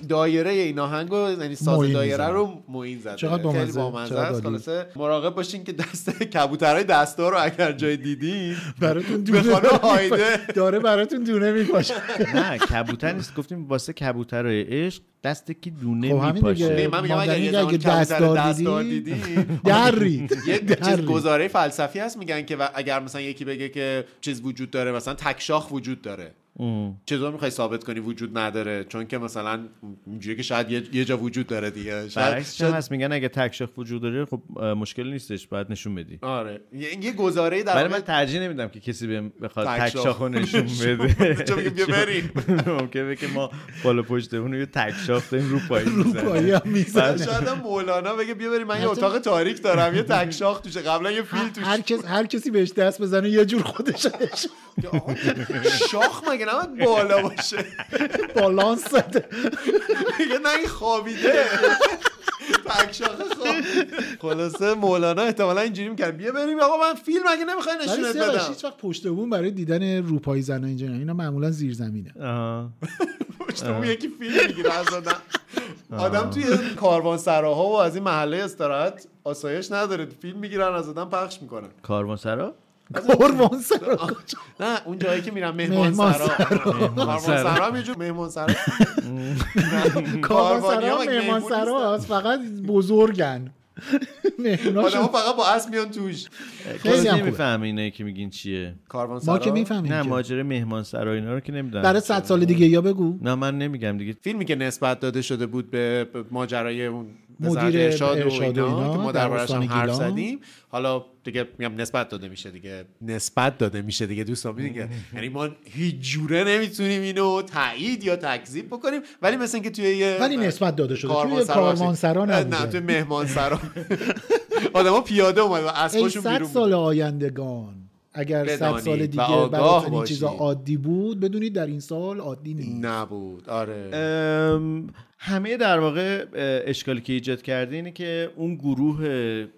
D: دایره این آهنگ رو یعنی ساز
E: معین
D: دایره
E: میزنه.
D: رو معین زده
E: چقدر بامزه،
D: خیلی بامزه
E: چقدر
D: است
E: عالی.
D: خلاصه مراقب باشین که دست کبوترهای دستا رو اگر جای دیدین
E: براتون
D: به
E: دونه
D: خانم هایده
E: داره براتون دونه میپاشه
C: نه کبوتر نیست گفتیم واسه کبوترای عشق دست کی
E: خب،
C: دونه
E: همین دیگه.
C: میپاشه
D: نه، من میگم اگر
E: ماندنی
D: یه
E: که
D: زمان
E: اگه
D: کبوتر
E: دستدار
D: دستدار
E: دیدی،
D: دیدی
E: دری.
D: یک چیز
E: دری.
D: گزاره فلسفی هست میگن که و- اگر مثلا یکی بگه که چیز وجود داره مثلا تکشاخ وجود داره چطور میخوای ثابت کنی وجود نداره چون که مثلا اینجوری که شاید یه- یه جا وجود داره دیگه شاید,
C: برعکسش هم
D: شاید
C: هست میگن اگه تکشف وجود داره خب اه، مشکل نیستش باید نشون بدی
D: آره یه, یه گزاره در
C: ولی
D: واقع-
C: من ترجیح نمیدم که کسی بهم بخواد
D: تک شاخ.
C: تکشاخو نشون بده
D: بده. چون میگه بیا بریم.
C: چون ممکنه که ما بالا پشت اون یه تکشاخ داریم رو پایی
E: پایی هم می‌زنه.
D: شاید هم مولانا بگه بیا بریم من یه
E: حتی-
D: اتاق تاریک دارم یه تکشاخ توشه قبلا یه فیل توشه
E: هر کس هر کسی بهش دست بزنه یه جور خودش
D: شاخ مگه نباید بالا باشه
E: بالانس زده
D: میگه نه این خوابیده تکشاخ خوابیده خلاصه مولانا احتمالا اینجوری میکرد بیا بریم آقا من فیلم مگه نمیخوای
E: ولی
D: نشونت
E: سیاوش
D: بدم
E: هیچ وقت پشت بوم برای دیدن روپایی زن و اینجا نه. اینا معمولا زیر زمینه
D: پشت اون یکی فیلم میگیره از آدم آدم توی کاروان سراها و از این محله استراحت آسایش نداره فیلم میگیرن از آدم پخش میکنن
C: کاروانسرا
E: قربان سر
D: نه اون جایی که میرم مهمان
E: مهمان
D: سرا کاروان سرا هم یه جور مهمان سرا
E: کاروان
D: کاروانی ها
E: سرا
D: مگه
E: مهمان
D: مهمون
E: سرا هست، فقط بزرگن
D: آدم فقط با اسب میان توش
E: خیلی هم خوبه.
C: نمیفهمه اینایی که میگین چیه
E: ما که می‌فهمیم
C: نه
E: که.
C: ماجرا مهمان سرا اینا رو که نمیدونم
E: برای صد سال دیگه یا بگو
C: نه من نمیگم دیگه
D: فیلمی که نسبت داده شده بود به به ماجرای اون وزارت
E: مدیر
D: ارشاد و
E: ارشاد و
D: اینا,
E: اینا،
D: که ما دربارش هم
E: دبیرستان
D: حرف
E: گیلان.
D: زدیم حالا دیگه میگم نسبت داده میشه دیگه نسبت داده میشه دیگه دوستان دیگه یعنی ما هیچ جوره نمیتونیم اینو تایید یا تکذیب بکنیم ولی مثل اینکه توی یه
E: ولی نسبت داده شده. توی
D: کاروانسرا
E: کاروانسرا
D: باشیم.
E: نبوده.
D: نه توی مهمانسرا آدما پیاده اومد و
E: ای
D: اسباشون
E: صد
D: بیرون
E: سال آیندگان اگر صد
D: بدانید و
E: سال دیگه
D: آگاه
E: براتون این
D: باشید.
E: چیزا عادی بود بدونید در این سال عادی نیست
D: نبود آره
C: ام، همه در واقع اه، اشکالی که ایجاد کرده اینه که اون گروه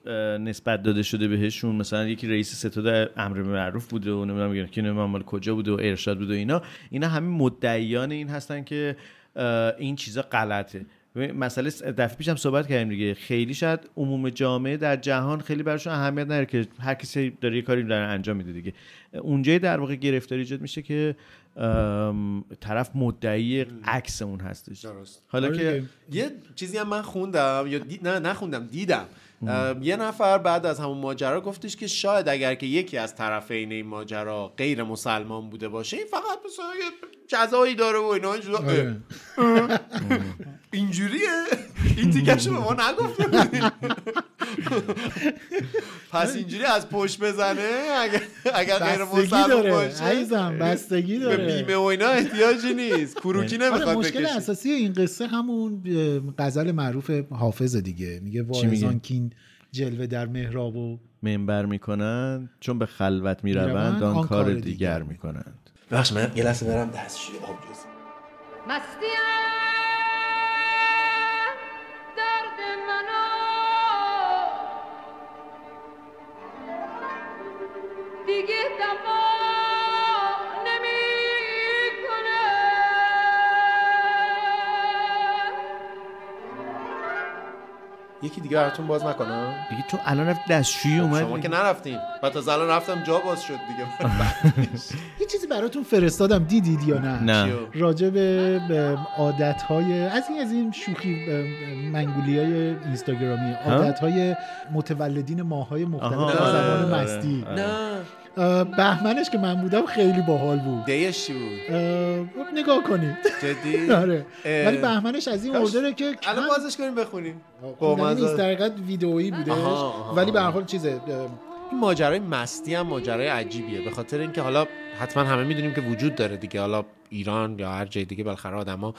C: اه، نسبت داده شده بهشون مثلا یکی رئیس ستاد امر به معروف بوده و نمیدونم که نمیدونم مال کجا بوده و ارشاد بوده و اینا اینا همه مدعیان این هستن که اه، این چیزا غلطه و مسئله س- دفعه پیشم صحبت کردیم دیگه خیلی شاید عموم جامعه در جهان خیلی براشون اهمیت نداره که هر کسی داره یه کاری داره انجام میده دیگه اونجای در واقع گرفتاری ایجاد میشه که ام، طرف مدعی عکس اون هستش درست حالا که
D: یه چیزی هم من خوندم یا دی... نه نخوندم دیدم ام، یه نفر بعد از همون ماجرا گفتش که شاید اگر که یکی از طرفین این ماجرا غیر مسلمان بوده باشه این فقط مثلا یه جزایی داره و اینا اینجوری-
E: آره.
D: اه، اه، اینجوریه این تیکشو به ما نگفته بودی. پس اینجوری از پشت بزنه اگر, اگر غیر
E: بستگی
D: مسلمان
E: داره
D: باشه
E: عزیزم بستگی
D: به
E: داره
D: بیمه و اینا احتیاجی نیست کروکی
E: آره
D: نمیخواد
E: مشکل
D: بکشه
E: اساسی این قصه همون اه، غزل معروف حافظ دیگه میگه
C: میگه؟
E: واعظان کین جلوه در محراب و
C: منبر میکنن چون به خلوت میروند
E: می‌روند،
C: آن
E: آن
C: کار
E: کار
C: دیگر میکنند
D: بخش من یه لحظه برم دستشویی آب بریزم.
F: مستیم درد منو دیگه دفا نمیکنه
D: یکی دیگه براتون باز نکنم
C: دیگه تو الان رفت دستشویی اومد
D: شما که نرفتین و تا الان رفتم جا باز شد دیگه
E: یه چیزی براتون فرستادم دیدید یا نه
C: نه.
D: چیو؟
E: راجع به عادت های از این از این شوخی منگولی های اینستاگرامی عادت های متولدین ماهای مختلف
D: آها.
E: و زبان
D: آره،
E: مستی
D: آره. نه.
E: اه، بهمنش که من بودم خیلی باحال بود
D: دیش چی بود
E: اه، نگاه کنید
D: جدی
E: آره
D: اه.
E: ولی بهمنش از این
D: کاش.
E: اوردره که
D: الان بازش کنیم بخونیم
E: با نیست در حقیقت ویدئویی بودش
D: آها، آها.
E: ولی به هر حال چیزه
D: این ماجرای مستی هم ماجرای عجیبیه به خاطر اینکه حالا حتما همه میدونیم که وجود داره دیگه حالا ایران یا هر جای دیگه بالاخره آدما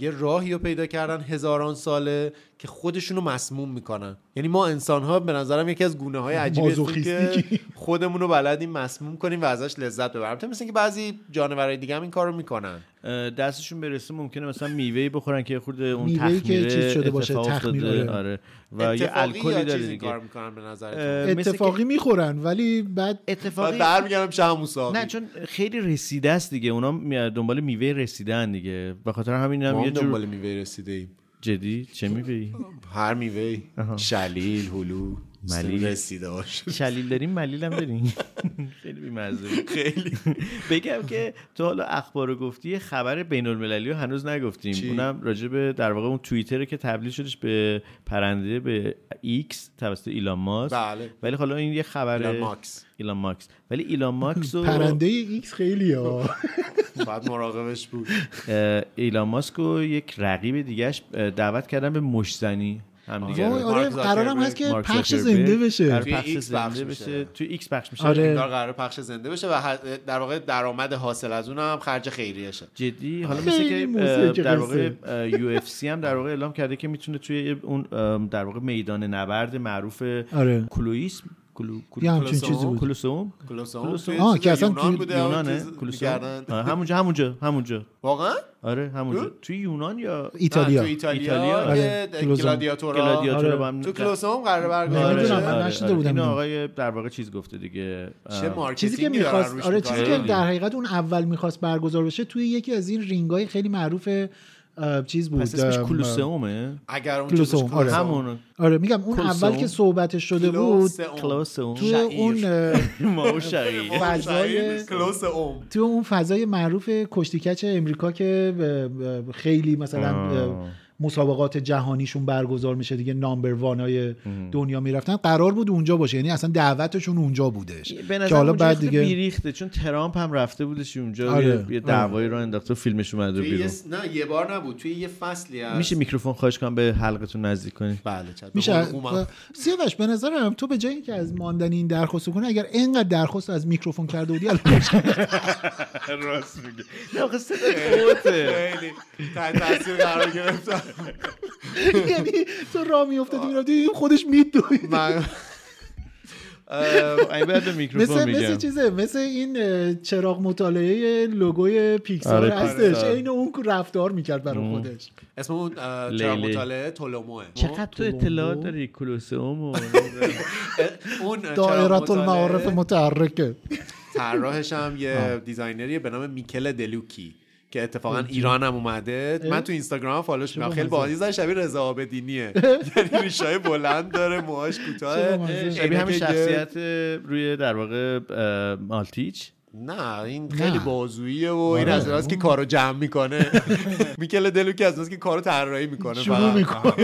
D: یه راهی رو پیدا کردن هزاران ساله که خودشونو مسموم میکنن یعنی ما انسان ها به نظرم یکی از گونه های عجیبی هستیم که
E: مازوخیستیکی.
D: خودمون رو بلدیم مسموم کنیم و ازش لذت ببریم تا مثل اینکه بعضی جانورای دیگه هم این کارو میکنن
C: اه، دستشون برسه ممکنه مثلا میوه بخورن که یه خورده اون
E: میوه‌ای که
C: تخمیره
E: چیز شده باشه،
C: اتفاق افتاده.
E: تخمیر، آره.
C: آره و یه
D: اتفاقی یا
C: الکلی داره
D: چیزی
C: دیگه
D: کار میکنن به نظرتون؟
C: اه، مثل
E: اتفاقی میخورن ولی بعد
C: اتفاقی
D: برمیگردم شه همون
C: نه چون خیلی رسیده است دیگه اونا می- دنبال میوه رسیدن دیگه به خاطر همین هم
D: ما
C: یه
D: هم
C: جور
D: دنبال میوه رسیده ایم
C: جدی چه میوه‌ای
D: هر میوه شلیل هلو
C: ملیل.
D: ملیل رسیده باشه
C: شلیل داریم ملیل هم داریم خیلی بیمزه بود.
D: خیلی
C: بگم که تو حالا اخبار رو گفتی یه خبر بین المللی رو هنوز نگفتیم
D: چی؟
C: اونم راجع به در واقع اون توییتره که تبدیل شدش به پرنده به ایکس توسط ایلان ماسک
D: بله.
C: ولی حالا این یه خبر
D: ایلان ماکس.
C: ایلان ماکس ولی ایلان ماکس و
E: پرنده ایکس خیلی ها
D: باید مراقبش بود
C: اه، ایلان ماسک و یک رقیب دیگهش دعوت کردن به مشزنی هم دیگه
E: وای،
C: رو.
E: آره،
C: مارک
E: قرارم
C: زاکربرگ.
E: هست که
C: مارک
E: پخش
C: زاکربرگ.
E: زنده بشه.
C: قرار
D: توی
C: پخش
D: ایکس پخش
C: زنده
D: میشه.
C: بشه توی ایکس پخش میشه
E: آره.
D: انگار قرار پخش زنده بشه و ه- در واقع درآمد حاصل از اون هم خرج خیریه شه
C: جدی حالا مثل که
E: خیلی موسیقی
C: اه، در واقع
E: قصه.
C: یو اف سی هم در واقع اعلام کرده که میتونه توی اون ام، در واقع میدان نبرد معروف
E: آره.
C: کلوئیسم کلو... کلو...
E: یه همچین
D: کلوسئوم.
E: چیزی بود
C: کلوسئوم
D: کلوسئوم
C: کلوسئوم.
D: توی
E: آه،
D: چیز
E: که اصلا
D: یونان
E: توی
D: بوده اون
C: یونانه
D: چیز
C: کلوسئوم
D: می‌کردن.
C: آه، همونجا همونجا همونجا
D: واقعا
C: آره همونجا توی یونان یا
E: ایتالیا.
D: نه، تو ایتالیا,
C: ایتالیا.
D: که
E: آره، کلوسئوم.
D: گلادیاتورا
C: گلادیاتورا آره.
E: آره.
C: با هم
D: تو کلوسئوم قراره برگزار
E: نمی‌دونم،
D: بشه
E: من نشنیده بودم
C: این
E: اینو.
C: آقای در واقع چیز گفته دیگه
D: چه
C: ام،
D: مارکتینگی
E: چیزی که
D: دارن
E: میخواست
D: روش
E: آره
D: می‌کنن.
E: چیزی که در حقیقت اون اول میخواست برگزار بشه توی یکی از این رینگای خیلی معروف اه، چیز بود
C: پس اسمش
E: ام،
C: کلوسئومه
D: اگر اون
E: کلوسئوم، آره.
C: همون
E: آره میگم اون
C: کلوسئوم.
E: اول که صحبتش شده بود
C: کلوسئوم
E: توی اون اه،
C: ما و شقیق.
D: خب.
E: فضای-
D: کلوسئوم
E: تو اون فضای معروف کشتیکچ امریکا که اه، اه، خیلی مثلا
C: آه.
E: اه، مسابقات جهانیشون برگزار میشه دیگه نامبر وانای دنیا میرفتن قرار بود اونجا باشه یعنی اصلا دعوتشون اونجا بودش
C: به نظر
E: که حالا
C: اونجا
E: بعد
C: خیلی
E: دیگه
C: بیریخته چون ترامپ هم رفته بودش اونجا
E: آره،
C: یه- یه
E: آره.
C: دعوایی رو انداخته و فیلمش اومده
D: توی یه
C: بیرون
D: س- نه یه بار نبود توی یه فصلی هست
C: میشه میکروفون خواهش کنم به حلقتون نزدیک کنید
D: بله
E: میشه سیاوش به نظرم تو به جای اینکه از ماندن این درخواست کنه اگر اینقدر درخواست رو از میکروفون کرده بودی الان مشکل
C: راست میگه نه آخه صدا قوته.
D: خیلی تحت تاثیر قرار گرفتم
E: یعنی تو راه میافتادی میرفتی این خودش میدوید
C: این بعد به میکروفون
E: مثل
C: میگم
E: مثل چیزه مثل این اه، چراغ مطالعه لوگوی پیکسار
C: آره،
E: هستش
D: پیکسار.
E: عین اون رفتار میکرد برای خودش
D: اسم اون اه، چرا
C: لیلی.
D: مطالعه تولوموه
C: چقدر تو اطلاعات داری کلوسئوم و
D: اون
E: دائرت المعارف متحرکه
D: طراحش هم یه دیزاینریه به نام میکل دلوکی که اتفاقا ایران هم اومده
E: اه؟
D: من تو اینستاگرام فالوش میکنم خیلی
E: بامزه.
D: بازی زن شبیه رضا عابدینیه یعنی ریشای بلند داره موهاش
C: اه،
D: کوتاه
C: شبیه همین شخصیت روی در واقع اه، مالتیچ
D: نه این خیلی
C: نه.
D: بازوییه و این از اوناست که کارو جمع میکنه میکل دلوکی از اوناست که کارو طراحی میکنه
E: شروع میکنه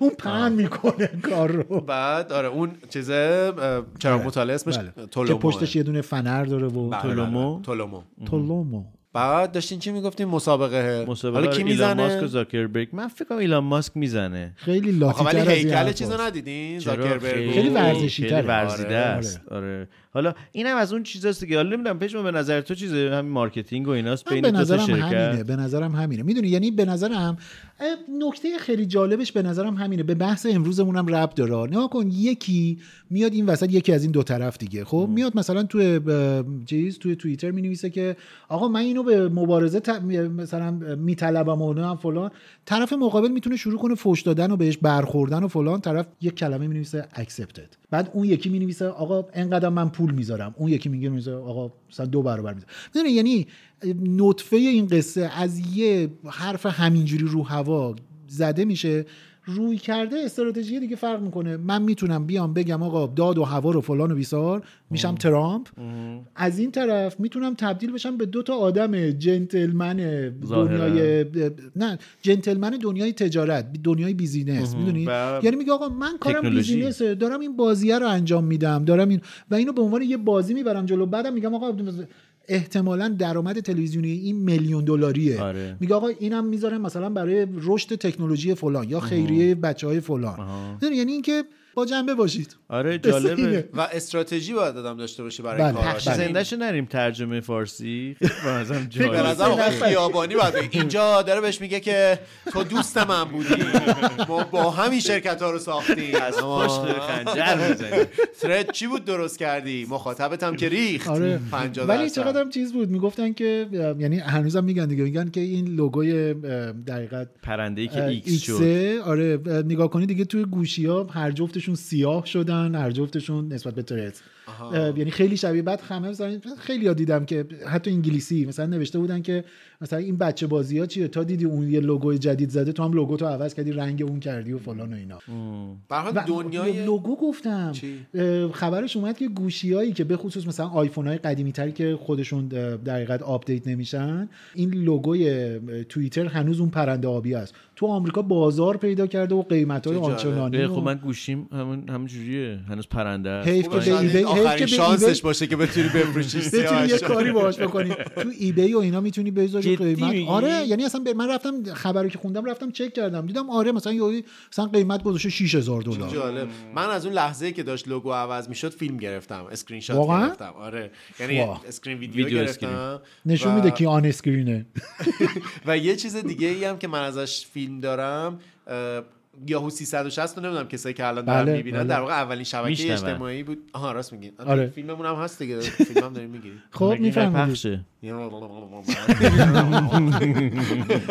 E: اون پن میکنه کار رو
D: بعد آره اون چیزه اه، چرا مطالعه اسمش
E: بله. که
D: تولوموه.
E: پشتش یه دونه فنر داره و
D: بله، بله، بله. تولومو
E: تولومو
D: بعد داشتین چی میگفتیم مسابقه
C: مسابقه
D: حالا
C: رو
D: کی
C: ایلان ماسک و
D: میزنه
C: زاکربرگ من فکر کنم ایلان ماسک میزنه
E: خیلی لاتی
D: ولی
E: از این
D: هیکل
E: حرفاست.
D: چیزو ندیدین
C: چرا؟
D: زاکربرگ
E: خیلی ورزشی‌تره.
C: خیلی ورزیده
E: آره.
C: است آره حالا اینم از اون چیزاست که حالا نمیدونم پشم به نظر تو چیزه همین مارکتینگ و ایناست
E: من
C: بین
E: به
C: دو تا
E: نظرم همینه
C: شرکت
E: به نظرم همینه میدونی یعنی به نظرم اه، نکته خیلی جالبش به نظرم همینه به بحث امروزمونم رب داره نگاه کن یکی میاد این وسط یکی از این دو طرف دیگه خب میاد مثلا توی اه، چیز توی توییتر می که آقا من اینو به مبارزه ت... مثلا میطلبم و هم فلان طرف مقابل میتونه شروع کنه فوش دادن و بهش برخوردن و فلان طرف یک کلمه می نویسه accepted بعد اون یکی می نویسه آقا انقدر من پول میذارم اون یکی میگه می آقا مثلا دو برابر میذارم میدونی یعنی نطفه این قصه از یه حرف همینجوری رو هوا زده میشه روی کرده استراتژی دیگه فرق میکنه من میتونم بیام بگم آقا داد و هوا رو فلان و بیسار میشم ترامپ از این طرف میتونم تبدیل بشم به دو تا آدم جنتلمن
C: ظاهراً.
E: دنیای نه جنتلمن دنیای تجارت دنیای بیزینس
C: مهم.
E: میدونی
C: و-
E: یعنی میگه آقا من کارم
C: تکنولوژی.
E: بیزینسه دارم این بازیه رو انجام میدم دارم این و اینو به عنوان یه بازی میبرم جلو بعدم میگم آقا احتمالا درآمد تلویزیونی این میلیون دلاریه
C: آره.
E: میگه آقا اینم میذاره مثلا برای رشد تکنولوژی فلان یا خیریه بچه های فلان میدونی؟ یعنی اینکه با جنبه باشید
C: آره
E: قصه اینه.
C: جالبه
D: و استراتژی باید آدم داشته باشه برای
E: بله.
D: کاراش
E: بله.
C: زندهشو نریم ترجمه فارسی خیلی به نظرم
D: به
C: جالبه.
D: نظر آقای
E: بله.
D: خیابانی باید بگه. اینجا داره بهش میگه که تو دوست من بودی ما با همین شرکت ها رو ساختیم از
C: پشت خنجر می‌زنی.
D: ترد چی بود درست کردی مخاطبت هم که ریخت
E: آره
D: 50
E: ولی
D: درصد.
E: چقدر هم چیز بود میگفتن که اه، یعنی هنوزم میگن دیگه میگن که این لوگوی اه، در حقیقت
C: پرنده ای که
E: اه،
C: ایکس شد
E: ایکسه آره اه، نگاه کنید دیگه توی گوشی ها هر جفتشون سیاه شدن هر جفتشون نسبت به ترت اه، یعنی خیلی شبیه بعد همه مثلا خیلی ها دیدم که حتی انگلیسی مثلا نوشته بودن که مثلا این بچه بازی ها چیه تا دیدی اون یه لوگو جدید زده تو هم لوگو تو عوض کردی رنگ اون کردی و فلان و اینا
D: به هر حال
E: و
D: دنیای
E: لوگو گفتم اه، خبرش اومد که گوشی هایی که به خصوص مثلا آیفون های قدیمی تری که خودشون اه، در حقیقت آپدیت نمیشن این لوگوی اه، توییتر هنوز اون پرنده آبی است تو آمریکا بازار پیدا کرده و قیمت های
D: چه جالب.
E: آنچنانی
C: اه، خب
E: و-
C: من گوشیم همون همون جوریه هنوز پرنده است.
E: حیف که
C: خوبه.
E: به ایبی-
D: شاید
E: حیف که
D: آخرین
E: به
D: شانسش
E: ایبی-
D: باشه که بتونی بفروشی
E: بتونی یه
D: سیاهش.
E: کاری باهاش بکنی تو ایبی و اینا میتونی بذاری
C: جدی
E: قیمت
C: میگی؟
E: آره یعنی اصلا به- من رفتم خبری که خوندم رفتم چک کردم دیدم آره مثلا یه مثلا قیمت گذاشته 6000 دلار
D: جالب من از اون لحظه که داشت لوگو عوض میشد فیلم گرفتم اسکرین شات
E: واقعا؟
D: گرفتم آره یعنی
E: واه.
D: اسکرین ویدیو,
C: ویدیو
D: گرفتم
E: نشون
D: و-
E: میده که آن اسکرینه
D: و یه چیز دیگه ای هم که من ازش فیلم دارم اه، یاهو 360 رو نمیدونم کسایی که الان دارن
E: بله،
D: میبینن
E: بله.
D: در واقع اولین شبکه
C: میشنون.
D: اجتماعی بود آها راست میگین
E: آره.
D: فیلممون هم هست دیگه فیلمم داریم میگیری
E: خب
C: مگه اینقدر
E: میفهمید
C: پخشه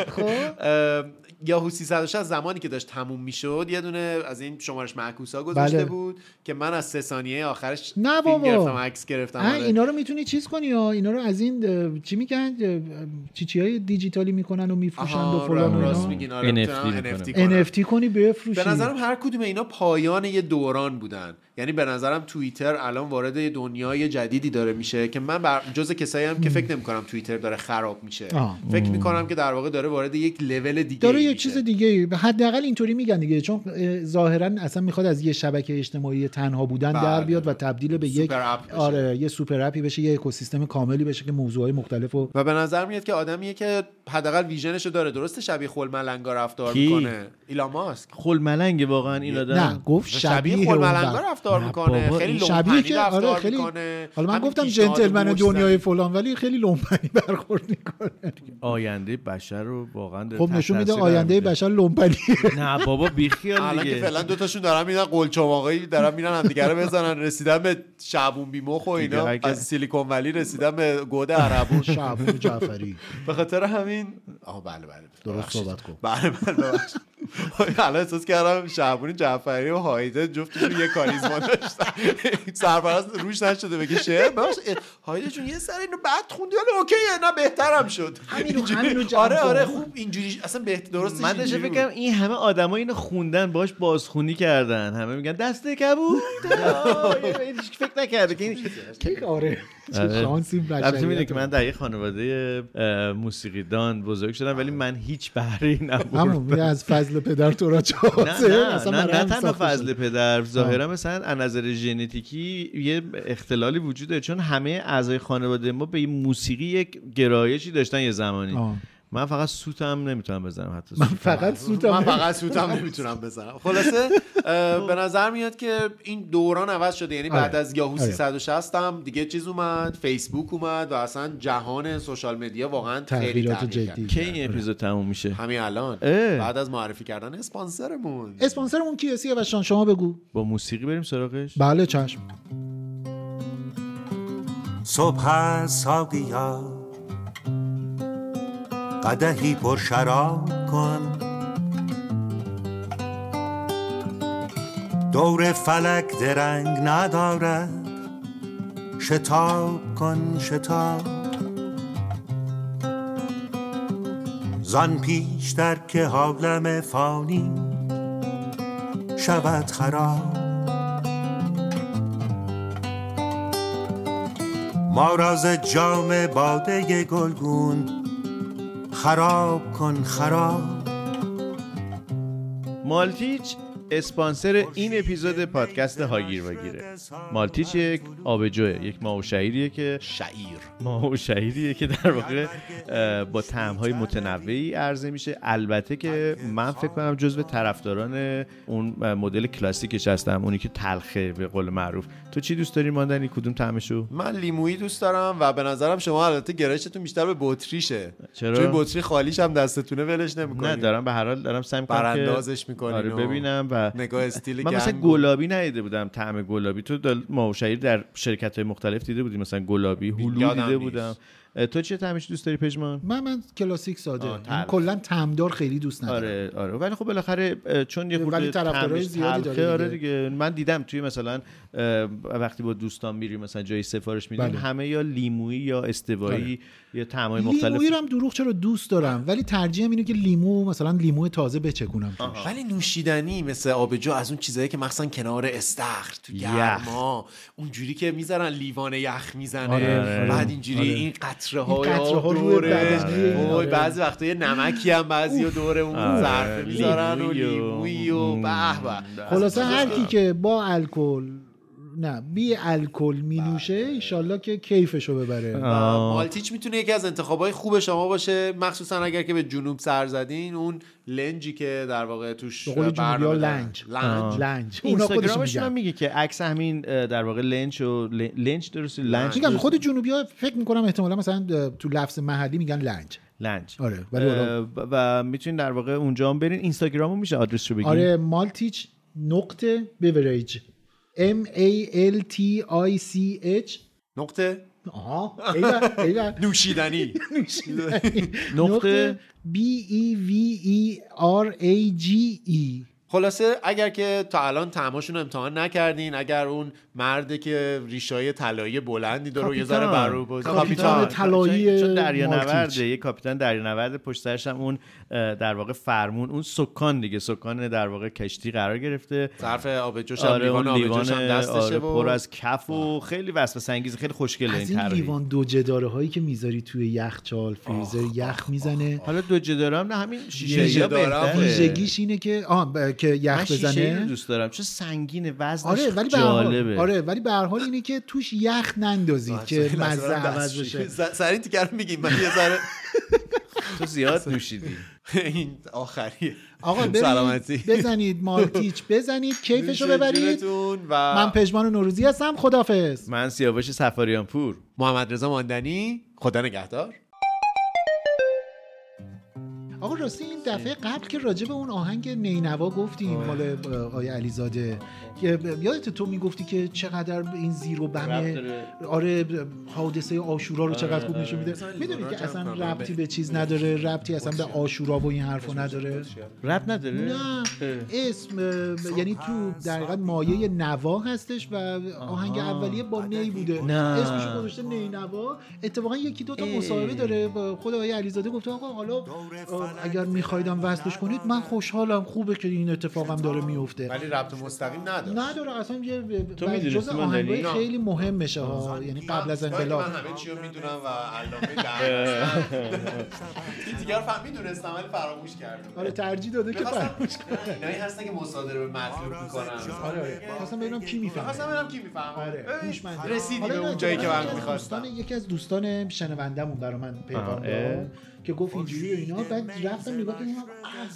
E: خب.
D: یاهو 360 زمانی که داشت تموم میشد یه دونه از این شمارش معکوس ها گذاشته
E: بله.
D: بود که من از سه ثانیه آخرش
E: نه
D: فیلم
E: بابا.
D: گرفتم عکس گرفتم
E: آه،
D: آره.
E: اینا رو میتونی چیز کنی ها اینا رو از این اه، چی میگن اه، چی چی های دیجیتالی میکنن و میفروشن
D: آها،
E: و فلان و
D: راست
E: اینا
D: میگین آره
C: NFT
D: می‌تونم
C: می‌کنم.
D: NFT کنم.
E: NFT کنی بفروشی
D: به نظرم هر کدوم اینا پایان یه دوران بودن یعنی به نظرم توییتر الان وارد یه دنیای جدیدی داره میشه که من بر... جز کسایی هم که فکر نمیکنم توییتر داره خراب میشه
E: آه.
D: فکر میکنم که در واقع داره وارد یک لول دیگه
E: داره یه چیز دیگه حداقل اینطوری میگن دیگه چون اه، ظاهرا اصلا میخواد از یه شبکه اجتماعی تنها بودن در
D: بله.
E: بیاد و تبدیل به یک
D: سوپر اپ بشه.
E: آره یه سوپر اپی بشه یه اکوسیستم کاملی بشه که موضوعهای مختلف و
D: و به نظر میاد که آدمیه که حداقل ویژنشو داره درسته شبیه خل ملنگا رفتار
C: کی؟
D: میکنه ایلان ماسک
C: خل ملنگه واقعا این
D: آره.
C: آدم
E: نه گفت شبیه,
D: خل
E: اون
D: ملنگا
E: بر-
D: رفتار
E: نه
D: میکنه
E: بابا،
D: خیلی
E: این
D: لومپنی
E: شبیه که
D: رفتار
E: آره خیلی
D: میکنه
E: حالا من
D: همین
E: گفتم
D: پیشنهاد
E: جنتلمن
D: گوش
E: دنیای
D: زنی.
E: فلان ولی خیلی لومپنی برخورد میکنه
C: آینده بشر رو واقعا داره
E: خب
C: تحت
E: نشون میده
C: تاثیر
E: آینده
C: قرار
E: بشر لومپنی
C: نه بابا بیخیال
D: الان که
C: دیگه
D: فعلا دوتاشون دارن میرن قلچماقایی دارن میرن همدیگه رو بزنن رسیدن به شعبون بیمخ و اینا
C: دیگه اگه-
D: از سیلیکون ولی رسیدن به گود عربون
E: شعبون جعفری
D: به خاطر همین آه بله بله
E: درست صحبت کن
D: بله بله ببخشید. الان احساس کردم شعبون جعفری و هایده جفتشون یه کاریزما داشتن سرپرست روش نشده بگه شعر ببخش هایده جون یه سر اینو بد خوندی حالا اوکیه نه بهترم شد
E: همینو
D: اینجوری-
E: جواب
D: آره آره
E: دادم.
D: خوب اینجوری اصلا بهت درست
C: من داشتم فکر کردم این همه آدما اینو خوندن باش بازخونی کردن همه میگن دست کبوت آه، هیچ فکر نکرده که این
E: آره چه
C: آره.
E: شانسی
C: البته می‌دونی
E: بشریت
C: که من در یه خانواده اه، موسیقیدان بزرگ شدم ولی من هیچ بهره ای
E: همون یعنی
C: نبردم
E: میگه از فضل پدر تو را
C: نه
E: چاوسه
C: نه
E: اصلا
C: نه,
E: برای
C: نه
E: هم
C: تنها
E: ساخته
C: فضل
E: شده.
C: پدر ظاهرا مثلا از نظر ژنتیکی یه اختلالی وجود داره چون همه اعضای خانواده ما به این موسیقی یک گرایشی داشتن یه زمانی
E: آه.
C: من فقط سوتم نمیتونم بزنم حتی من
E: فقط سوتم
D: من فقط سوتم نمیتونم بزنم خلاصه اه،
E: خب.
D: به نظر میاد که این دوران عوض شده یعنی
E: آره.
D: بعد از یاهو
E: آره.
D: 360 هم دیگه چیز اومد فیسبوک اومد و اصلا جهان سوشال مدیا واقعا خیلی
E: تغییرات
D: تغییر
E: جدی.
D: کرد
C: کی این اپیزود تموم میشه
D: همین الان
C: اه.
D: بعد از معرفی کردن اسپانسرمون
E: اسپانسرمون کیه سیاوشان شما بگو
C: با موسیقی بریم سراغش
E: بله چشم
I: صبح است ساقیا قدهی پر شراب کن دور فلک درنگ ندارد شتاب کن شتاب زان پیش در که حالم فانی شود خراب ما راز جام باده گلگون خراب کن خراب
C: مالتیچ اسپانسر این اپیزود پادکست هاگیر واگیره مالتیچ یک آبجوه یک ماهوشهیریه که
D: شعیر
C: ماهوشهیریه که در واقع اه، با تعمهای متنوعی عرضه میشه البته که من فکر کنم جزو طرفداران اون اه، مدل کلاسیکش هستم اونی که تلخه به قول معروف تو چی دوست داری ماندنی کدوم تعمشو
D: من لیمویی دوست دارم و به نظرم شما البته گرایشتون بیشتر به بطریشه
C: چرا؟
D: چون بطری خالیش هم دستتونه ولش
C: نه
D: نمیکنید
C: دارم به هر حال دارم سعی می‌کنم که-
D: براندازش می‌کنین
C: آره
D: و
C: ببینم و
D: نگاه استیل
C: من مثلا
D: گنگ و-
C: گلابی ندیده بودم طعم گلابی تو دل... ماوشهیر در شرکت های مختلف دیده بودی مثلا گلابی هلو
D: یادم
C: دیده
D: نیست.
C: بودم اه، تو چه طعمش دوست داری پژمان
E: من من کلاسیک ساده
C: آه،
E: من
C: تلخ.
E: کلا تمدار خیلی دوست ندارم
C: آره آره ولی خب بالاخره اه، چون یه خورده
E: ولی طرفدارای
C: طعمش
E: زیادی
C: تلخه،
E: داره
C: آره
E: دیگه.
C: دیگه من دیدم توی مثلا اه، وقتی با دوستان میریم مثلا جایی سفارش میدیم
E: بله. آره.
C: همه یا لیمویی یا استوایی یا طعمای مختلف
E: لیمویی رو هم دروغ چرا دوست دارم ولی ترجیحم اینه که لیمو مثلا لیمو تازه بچکونم
D: ولی نوشیدنی مثل آبجو از اون چیزایی که مخصوصا کنار استخر تو گرما اونجوری که میذارن لیوان یخ میزنه
E: آره.
D: بعد اینجوری
E: آره.
D: این قطره ها
E: این قطره‌ها روی
D: دورش
E: بدنی.
D: وای،
E: آره.
D: بعضی وقتا یه نمکی هم بعضی و دوره اون
E: آره.
D: ظرفه میذارن و
E: لیمویی و-
D: لیمویی و به به خب،
E: خلاصه هر کی که با الکل نه بی الکل می
C: بله.
E: نوشه ایشالله که کیفشو ببره
D: مالتیچ میتونه یکی از انتخابای خوب شما باشه مخصوصا اگر که به جنوب سر زدین اون لنجی که در واقع توش
E: به قول جنوبی‌ها
D: برنامه دارن.
E: لنج.
D: لنج
E: لنج. اونا خودشون
C: اینستاگرامشون
E: میگن.
C: هم میگه که عکس همین اه، در واقع لنچ و ل- لنچ درسته لنچ
E: میگم
C: درست-
E: خود جنوبی ها فکر میکنم احتمالا مثلا تو لفظ محلی میگن لنج
C: لنج
E: آره، ولی حالا-
C: اه، و- و میتونین در واقع اونجا هم برین اینستاگرام رو میشه آدرس رو بگین
E: آره مالتیچ نقطه بیوریج M A L T I C H
D: نقطه
E: آها ایول، ایول.
D: نوشیدنی
E: نقطه B E V E R A G E
D: خلاصه اگر که تا الان تعماشون رو امتحان نکردین اگر اون مرد که ریشای طلایی بلندی داره و یه ذره بر رو بود
C: کاپیتان طلایی چون دریانورده یه کاپیتان دریانورد پشت سرش هم اون اه، در واقع فرمون اون سکان دیگه سکان در واقع کشتی قرار گرفته
D: ظرف آب جوش هم، لیوان آب جوش هم دستشه
C: آره،
D: و-
C: پر از کف و خیلی وسوسه انگیز خیلی خوشگله این
E: از این
C: طراحی
E: لیوان دو جداره هایی که میذاری توی یخچال فریزر یخ میزنه
C: حالا دو جداره هم نه همین شیشه
E: ویژگی-
C: یا بهتره
E: ویژگیش اینه که آه ب- که
C: من
E: یخ
C: شیشه رو
E: بزنه
C: دوست دارم چه سنگینه وزنش
E: آره ولی به هر حال-
C: جالبه
E: آره ولی به هر حال اینه که توش یخ نندازید که
D: خیلی از
E: مزه
D: دارم
E: عوض
D: دست
E: بشه
D: شویی. ز- سریع تیکر رو میگیم من یه ذره
C: تو زیاد نوشیدی
D: این آخریه
E: آقا برید،
D: سلامتی
E: بزنید مالتیچ بزنید کیفشو ببرید
D: جونتون و
E: من پژمان نوروزی هستم خدافظ
C: من سیاوش سفاریان پور
D: محمد رضا ماندنی خدا نگهدار
E: آقا راستی این دفعه قبل که راجع به اون آهنگ نینوا گفتیم
D: آره.
E: مال آقای علیزاده که ب- یادت تو میگفتی که چقدر این زیر و
D: ربط
E: بم
D: داره.
E: آره حادثه آشورا رو
D: آره،
E: چقدر خوب
D: آره.
E: نشون میده
D: مثلا
E: میدونی
D: لیبرال
E: که
D: جمع
E: اصلا
D: کنم.
E: ربطی
D: به-
E: به چیز نداره ربطی اصلا به آشورا و این حرفا نداره
C: رب نداره
E: نه اسم اه، یعنی تو در حقیقت مایه نوا هستش و آهنگ اولیه با نی بوده
C: نه.
E: اسمشو گذاشته نینوا اتفاقا یکی دو تا
C: اه.
E: مصاحبه داره با خود آقای علیزاده گفته آقا حالا اه، اگر میخوایدم وصلش کنید من خوشحالم خوبه که این اتفاقم داره میفته
D: ولی ربط مستقیم نداره
E: نداره اصلا یه
D: تو
E: و
D: می‌دونستی
E: جز
D: من
E: آهنگای
D: دلیل؟
E: خیلی مهم میشه ها یعنی قبل از انقلاب
D: من همه چی رو میدونم و علامه دهن این دیگه رو فهم میدونستم ولی فراموش کردم
E: آره ترجیح داده که
D: می‌خواستم
E: فراموش
D: اینایی هستن که مصادره به مطلوب میکنن
E: بله. خواستم ببینم کی میفهمه
D: خواستم ببینم کی میفهمه
E: آره هوشمند
D: رسیدی به اون جایی که من میخواستم
E: دوستان یکی از دوستان شنوندمون برا من
C: آه،
E: پیغام
C: اه.
E: داد که گفت اینجوری و اینا بعد رفتم نگاه کردم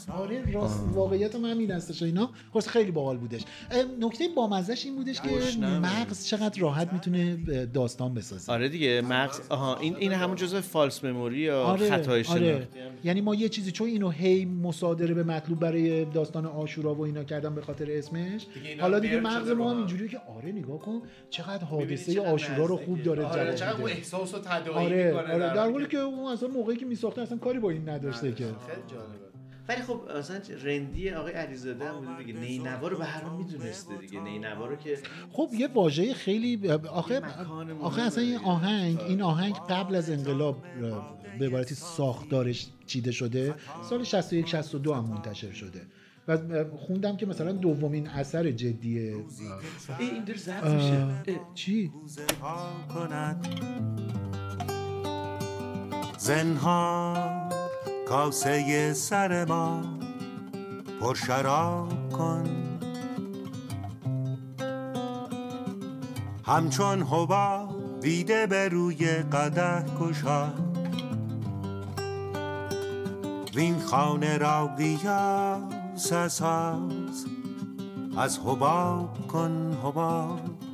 E: آه، آره راست واقعیت هم همین هستش و اینا خلاص خیلی باحال بودش اه، نکته بامزش این بودش که
C: گشنمه.
E: مغز چقدر راحت میتونه داستان بسازه
C: آره دیگه مغز آها این این همون جزء فالس مموری یا
E: آره
C: خطای
E: آره
C: شناختی هم.
E: یعنی ما یه چیزی چون اینو هی مصادره به مطلوب برای داستان آشورا و اینا کردن به خاطر اسمش
D: اینا
E: حالا دیگه
D: مرج
E: مغز
D: شده
E: ما
D: با
E: هم
D: هم.
E: اینجوریه که آره نگاه کن چقدر
D: چقدر
E: حادثه آشورا رو خوب داره
D: آره چقدر
E: جواب
D: اون
E: میده
D: احساس رو تداعی
E: آره
D: میکنه
E: آره در حالی که اون اصلا موقعی که میساخته اصلا کاری با این نداشته که
D: خیلی جالبه
C: ولی خب مثلا رندی آقای علیزاده هم بوده دیگه نینوا رو به هر حال میدونسته دیگه نینوا رو که
E: خب یه واژه خیلی آخه آخه اصلا این آهنگ این آهنگ قبل از انقلاب اه، به عبارتی ساختارش چیده شده سال 61 62 هم منتشر شده و اه، خوندم که مثلا دومین اثر جدی
C: ای، این داره ضبط
E: اه،
C: میشه
E: چی
I: کند زنها کاسه سر ما پر شراب کن همچون حباب دیده به روی قده کشا وین خانه را قیاس اساس از حباب کن حباب